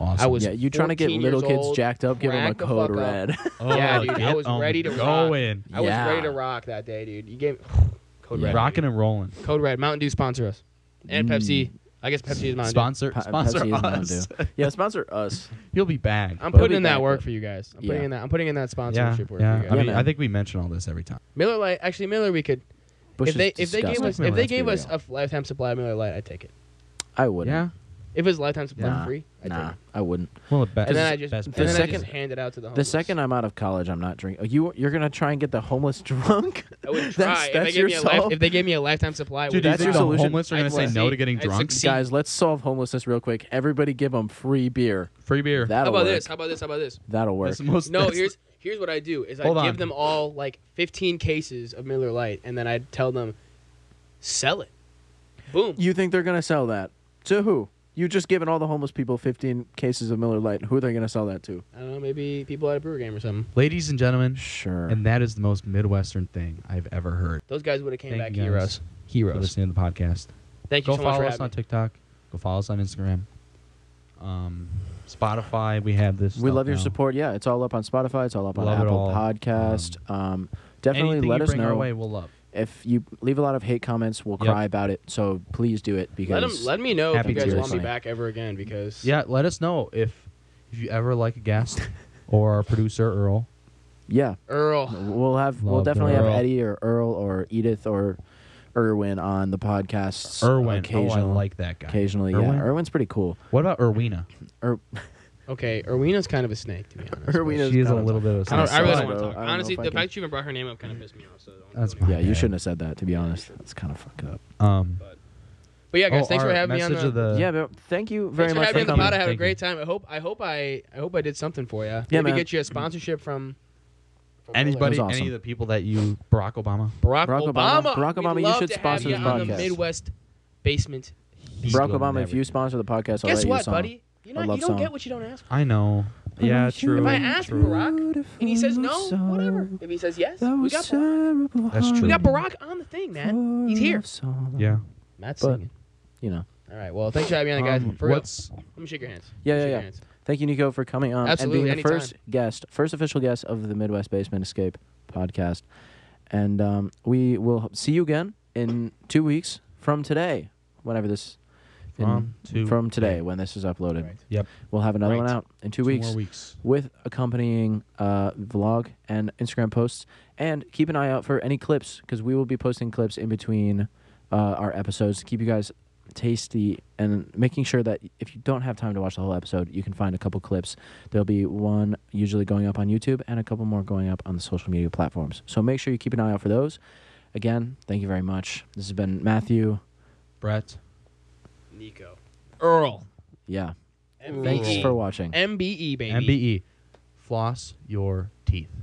Speaker 2: Awesome.
Speaker 1: I was-
Speaker 3: yeah, you trying to get
Speaker 1: 14
Speaker 3: little
Speaker 1: years
Speaker 3: kids
Speaker 1: old,
Speaker 3: jacked up? Give them a
Speaker 1: crack the
Speaker 3: Code
Speaker 1: fuck up.
Speaker 3: Red.
Speaker 2: Oh,
Speaker 1: yeah, dude, I
Speaker 2: get
Speaker 1: was
Speaker 2: on
Speaker 1: ready to rock.
Speaker 2: going.
Speaker 1: I was
Speaker 3: Yeah.
Speaker 1: ready to rock that day, dude. You gave Code
Speaker 2: Yeah.
Speaker 1: Red,
Speaker 2: Rocking
Speaker 1: baby.
Speaker 2: and rolling.
Speaker 1: Code Red. Mountain Dew sponsor us, and
Speaker 3: Mm.
Speaker 1: Pepsi. I guess Pepsi is Mountain Dew.
Speaker 2: Sponsor,
Speaker 3: Pe-
Speaker 2: sponsor
Speaker 3: Pepsi is Mountain
Speaker 2: us.
Speaker 3: Dew. Yeah, sponsor us.
Speaker 2: You'll be back.
Speaker 1: I'm
Speaker 2: but-
Speaker 1: putting
Speaker 3: be
Speaker 1: in that
Speaker 3: back,
Speaker 1: work
Speaker 3: but-
Speaker 1: for you guys. I'm
Speaker 3: Yeah.
Speaker 1: putting in that. I'm putting in that
Speaker 2: yeah,
Speaker 1: sponsorship work
Speaker 2: yeah.
Speaker 1: for you
Speaker 2: I
Speaker 1: guys.
Speaker 2: mean,
Speaker 3: man.
Speaker 2: I think we mention all this every time.
Speaker 1: Miller Lite. Actually, Miller, we could.
Speaker 3: Bush
Speaker 1: if they
Speaker 3: is
Speaker 1: if they gave
Speaker 3: disgusting.
Speaker 1: us
Speaker 2: Miller
Speaker 1: if they
Speaker 2: Lite's
Speaker 1: gave
Speaker 2: pretty
Speaker 1: us a lifetime supply of Miller Lite, I'd take it.
Speaker 3: I wouldn't.
Speaker 2: Yeah.
Speaker 1: If it was lifetime supply
Speaker 3: Nah,
Speaker 1: free, I'd take
Speaker 3: Nah,
Speaker 1: it.
Speaker 3: I wouldn't.
Speaker 2: Well, the best.
Speaker 1: And then I just
Speaker 2: best
Speaker 1: and
Speaker 3: the
Speaker 1: then I
Speaker 3: second-
Speaker 1: just hand it out to the
Speaker 3: The
Speaker 1: homeless.
Speaker 3: second I'm out of college, I'm not drinking. You you're gonna try and get the homeless drunk?
Speaker 1: I would try.
Speaker 3: That's-
Speaker 1: if,
Speaker 3: that's
Speaker 1: they gave
Speaker 3: your
Speaker 1: me a
Speaker 3: soul?
Speaker 1: life, if they gave me a lifetime supply,
Speaker 2: Dude,
Speaker 1: would
Speaker 2: do
Speaker 1: I
Speaker 2: you
Speaker 3: that's your
Speaker 2: think the
Speaker 1: try?
Speaker 3: solution.
Speaker 2: homeless are gonna
Speaker 1: I'd
Speaker 2: say
Speaker 1: succeed.
Speaker 2: no to getting
Speaker 1: I'd
Speaker 2: drunk?
Speaker 1: succeed.
Speaker 3: Guys, let's solve homelessness real quick. Everybody give them free beer.
Speaker 2: Free beer.
Speaker 1: How
Speaker 3: That'll
Speaker 1: about
Speaker 3: work.
Speaker 1: this? How about this? How about this?
Speaker 3: That'll work.
Speaker 2: That's the most.
Speaker 1: No,
Speaker 2: that's-
Speaker 1: here's here's what I do is I
Speaker 2: Hold
Speaker 1: give
Speaker 2: on.
Speaker 1: them all like 15 cases of Miller Lite, and then I tell them, sell it. Boom.
Speaker 3: You think they're gonna sell that to who? You just given all the homeless people 15 cases of Miller Lite. Who are they gonna sell that to?
Speaker 1: I don't know, maybe people at a brewer game or something.
Speaker 2: ladies and gentlemen,
Speaker 3: Sure.
Speaker 2: and that is the most Midwestern thing I've ever heard.
Speaker 1: Those guys would have came
Speaker 2: Thank
Speaker 1: back
Speaker 2: you
Speaker 1: heroes.
Speaker 2: guys For
Speaker 1: Heroes.
Speaker 2: listening to the podcast.
Speaker 1: Thank you
Speaker 2: Go
Speaker 1: so much for
Speaker 2: follow us
Speaker 1: having
Speaker 2: on
Speaker 1: me.
Speaker 2: TikTok. Go follow us on Instagram. Um, Spotify. We have this.
Speaker 3: we
Speaker 2: stuff
Speaker 3: love your
Speaker 2: now.
Speaker 3: support. Yeah, it's all up on Spotify. It's all up on
Speaker 2: Love it
Speaker 3: Apple
Speaker 2: all.
Speaker 3: Podcast. Um, definitely
Speaker 2: Anything
Speaker 3: let
Speaker 2: you
Speaker 3: us
Speaker 2: bring Our
Speaker 3: know
Speaker 2: way, we'll love.
Speaker 3: if you leave a lot of hate comments. We'll
Speaker 2: Yep.
Speaker 3: cry about it. So please do it because
Speaker 1: Let, 'em- let me know if
Speaker 2: Happy
Speaker 1: you guys
Speaker 2: to
Speaker 1: want me
Speaker 3: listen.
Speaker 1: back ever again because
Speaker 2: Yeah, let us know if if you ever like a guest or our producer Earl.
Speaker 3: yeah,
Speaker 1: Earl.
Speaker 3: we'll have we'll
Speaker 2: Love
Speaker 3: definitely
Speaker 2: Earl.
Speaker 3: have Eddie or Earl or Edith or Irwin on the podcast.
Speaker 2: Irwin. Oh, I
Speaker 3: occasionally.
Speaker 2: like that guy.
Speaker 3: Occasionally,
Speaker 2: Irwin?
Speaker 3: yeah. Irwin's pretty cool.
Speaker 2: What about Irwina?
Speaker 3: Ir-
Speaker 1: Okay, Erwina's kind of a snake to be honest.
Speaker 3: Irwina's
Speaker 2: She is a
Speaker 3: kind of-
Speaker 2: little bit of a
Speaker 1: I, don't, I really
Speaker 2: Sorry,
Speaker 1: don't want to
Speaker 3: bro.
Speaker 1: talk.
Speaker 3: I don't know
Speaker 1: Honestly,
Speaker 3: if I
Speaker 1: the
Speaker 3: can-
Speaker 1: fact you even brought her name up kind of pissed me off. So don't
Speaker 2: That's
Speaker 1: do it.
Speaker 2: my
Speaker 3: Yeah, you
Speaker 2: bad.
Speaker 3: shouldn't have said that. To be honest, that's kind of fucked up.
Speaker 2: Um,
Speaker 1: But yeah, guys,
Speaker 2: oh,
Speaker 1: thanks for
Speaker 2: our
Speaker 1: having me on.
Speaker 2: message
Speaker 1: The,
Speaker 2: of the
Speaker 3: yeah, but thank you very
Speaker 1: thanks for
Speaker 3: much
Speaker 1: having me
Speaker 3: for
Speaker 1: on the
Speaker 3: coming.
Speaker 1: pod. I had a
Speaker 2: Thank
Speaker 1: great time. I hope I hope I I hope I did something for you. Maybe
Speaker 3: man.
Speaker 1: get you a sponsorship from. from
Speaker 2: anybody,
Speaker 3: That was
Speaker 2: any
Speaker 3: awesome.
Speaker 2: of the people that you Barack Obama.
Speaker 1: Barack,
Speaker 3: Barack
Speaker 1: Obama.
Speaker 3: Obama. Barack
Speaker 1: We'd
Speaker 3: Obama, you
Speaker 1: love
Speaker 3: should
Speaker 1: to
Speaker 3: sponsor
Speaker 1: have
Speaker 3: this
Speaker 1: you on the
Speaker 3: podcast.
Speaker 1: Midwest basement.
Speaker 3: Barack Obama, if you sponsor the podcast, I'll
Speaker 1: Guess
Speaker 3: write you a
Speaker 1: what,
Speaker 3: song.
Speaker 1: buddy? You know
Speaker 3: I
Speaker 1: you
Speaker 3: love
Speaker 1: don't
Speaker 3: song.
Speaker 1: get what you don't ask. for.
Speaker 2: I know. Yeah, true.
Speaker 1: If I ask
Speaker 2: true.
Speaker 1: Barack and he says no, whatever. If he says yes, we got Barack.
Speaker 2: That's true.
Speaker 1: we got Barack on the thing, man. He's here.
Speaker 2: Yeah.
Speaker 1: Matt's
Speaker 3: But-
Speaker 1: singing.
Speaker 3: You know.
Speaker 1: All right. Well, thanks for having me on, guys.
Speaker 2: Um,
Speaker 1: for real.
Speaker 2: what's
Speaker 1: Let me shake your hands.
Speaker 3: Yeah,
Speaker 1: Let me
Speaker 3: yeah,
Speaker 1: shake your
Speaker 3: yeah.
Speaker 1: hands.
Speaker 3: Thank you, Nico, for coming on
Speaker 1: Absolutely,
Speaker 3: and being the
Speaker 1: anytime.
Speaker 3: first guest, first official guest of the Midwest Basement Escape podcast. And um, we will see you again in two weeks from today, whenever this in-
Speaker 2: From to-
Speaker 3: from today when this is uploaded.
Speaker 1: Right.
Speaker 2: yep?
Speaker 3: We'll have another
Speaker 1: Right.
Speaker 3: one out in two
Speaker 2: Two
Speaker 3: weeks.
Speaker 2: more weeks.
Speaker 3: with accompanying uh, vlog and Instagram posts. And keep an eye out for any clips because we will be posting clips in between uh, our episodes to keep you guys tasty and making sure that if you don't have time to watch the whole episode, you can find a couple clips. There'll be one usually going up on YouTube and a couple more going up on the social media platforms. So make sure you keep an eye out for those. Again, thank you very much. This has been Matthew.
Speaker 2: Brett.
Speaker 1: Nico. Earl. E.
Speaker 3: Yeah.
Speaker 1: MBE.
Speaker 3: Thanks for watching.
Speaker 2: E.
Speaker 1: MBE, E, baby.
Speaker 2: MBE. Floss your teeth.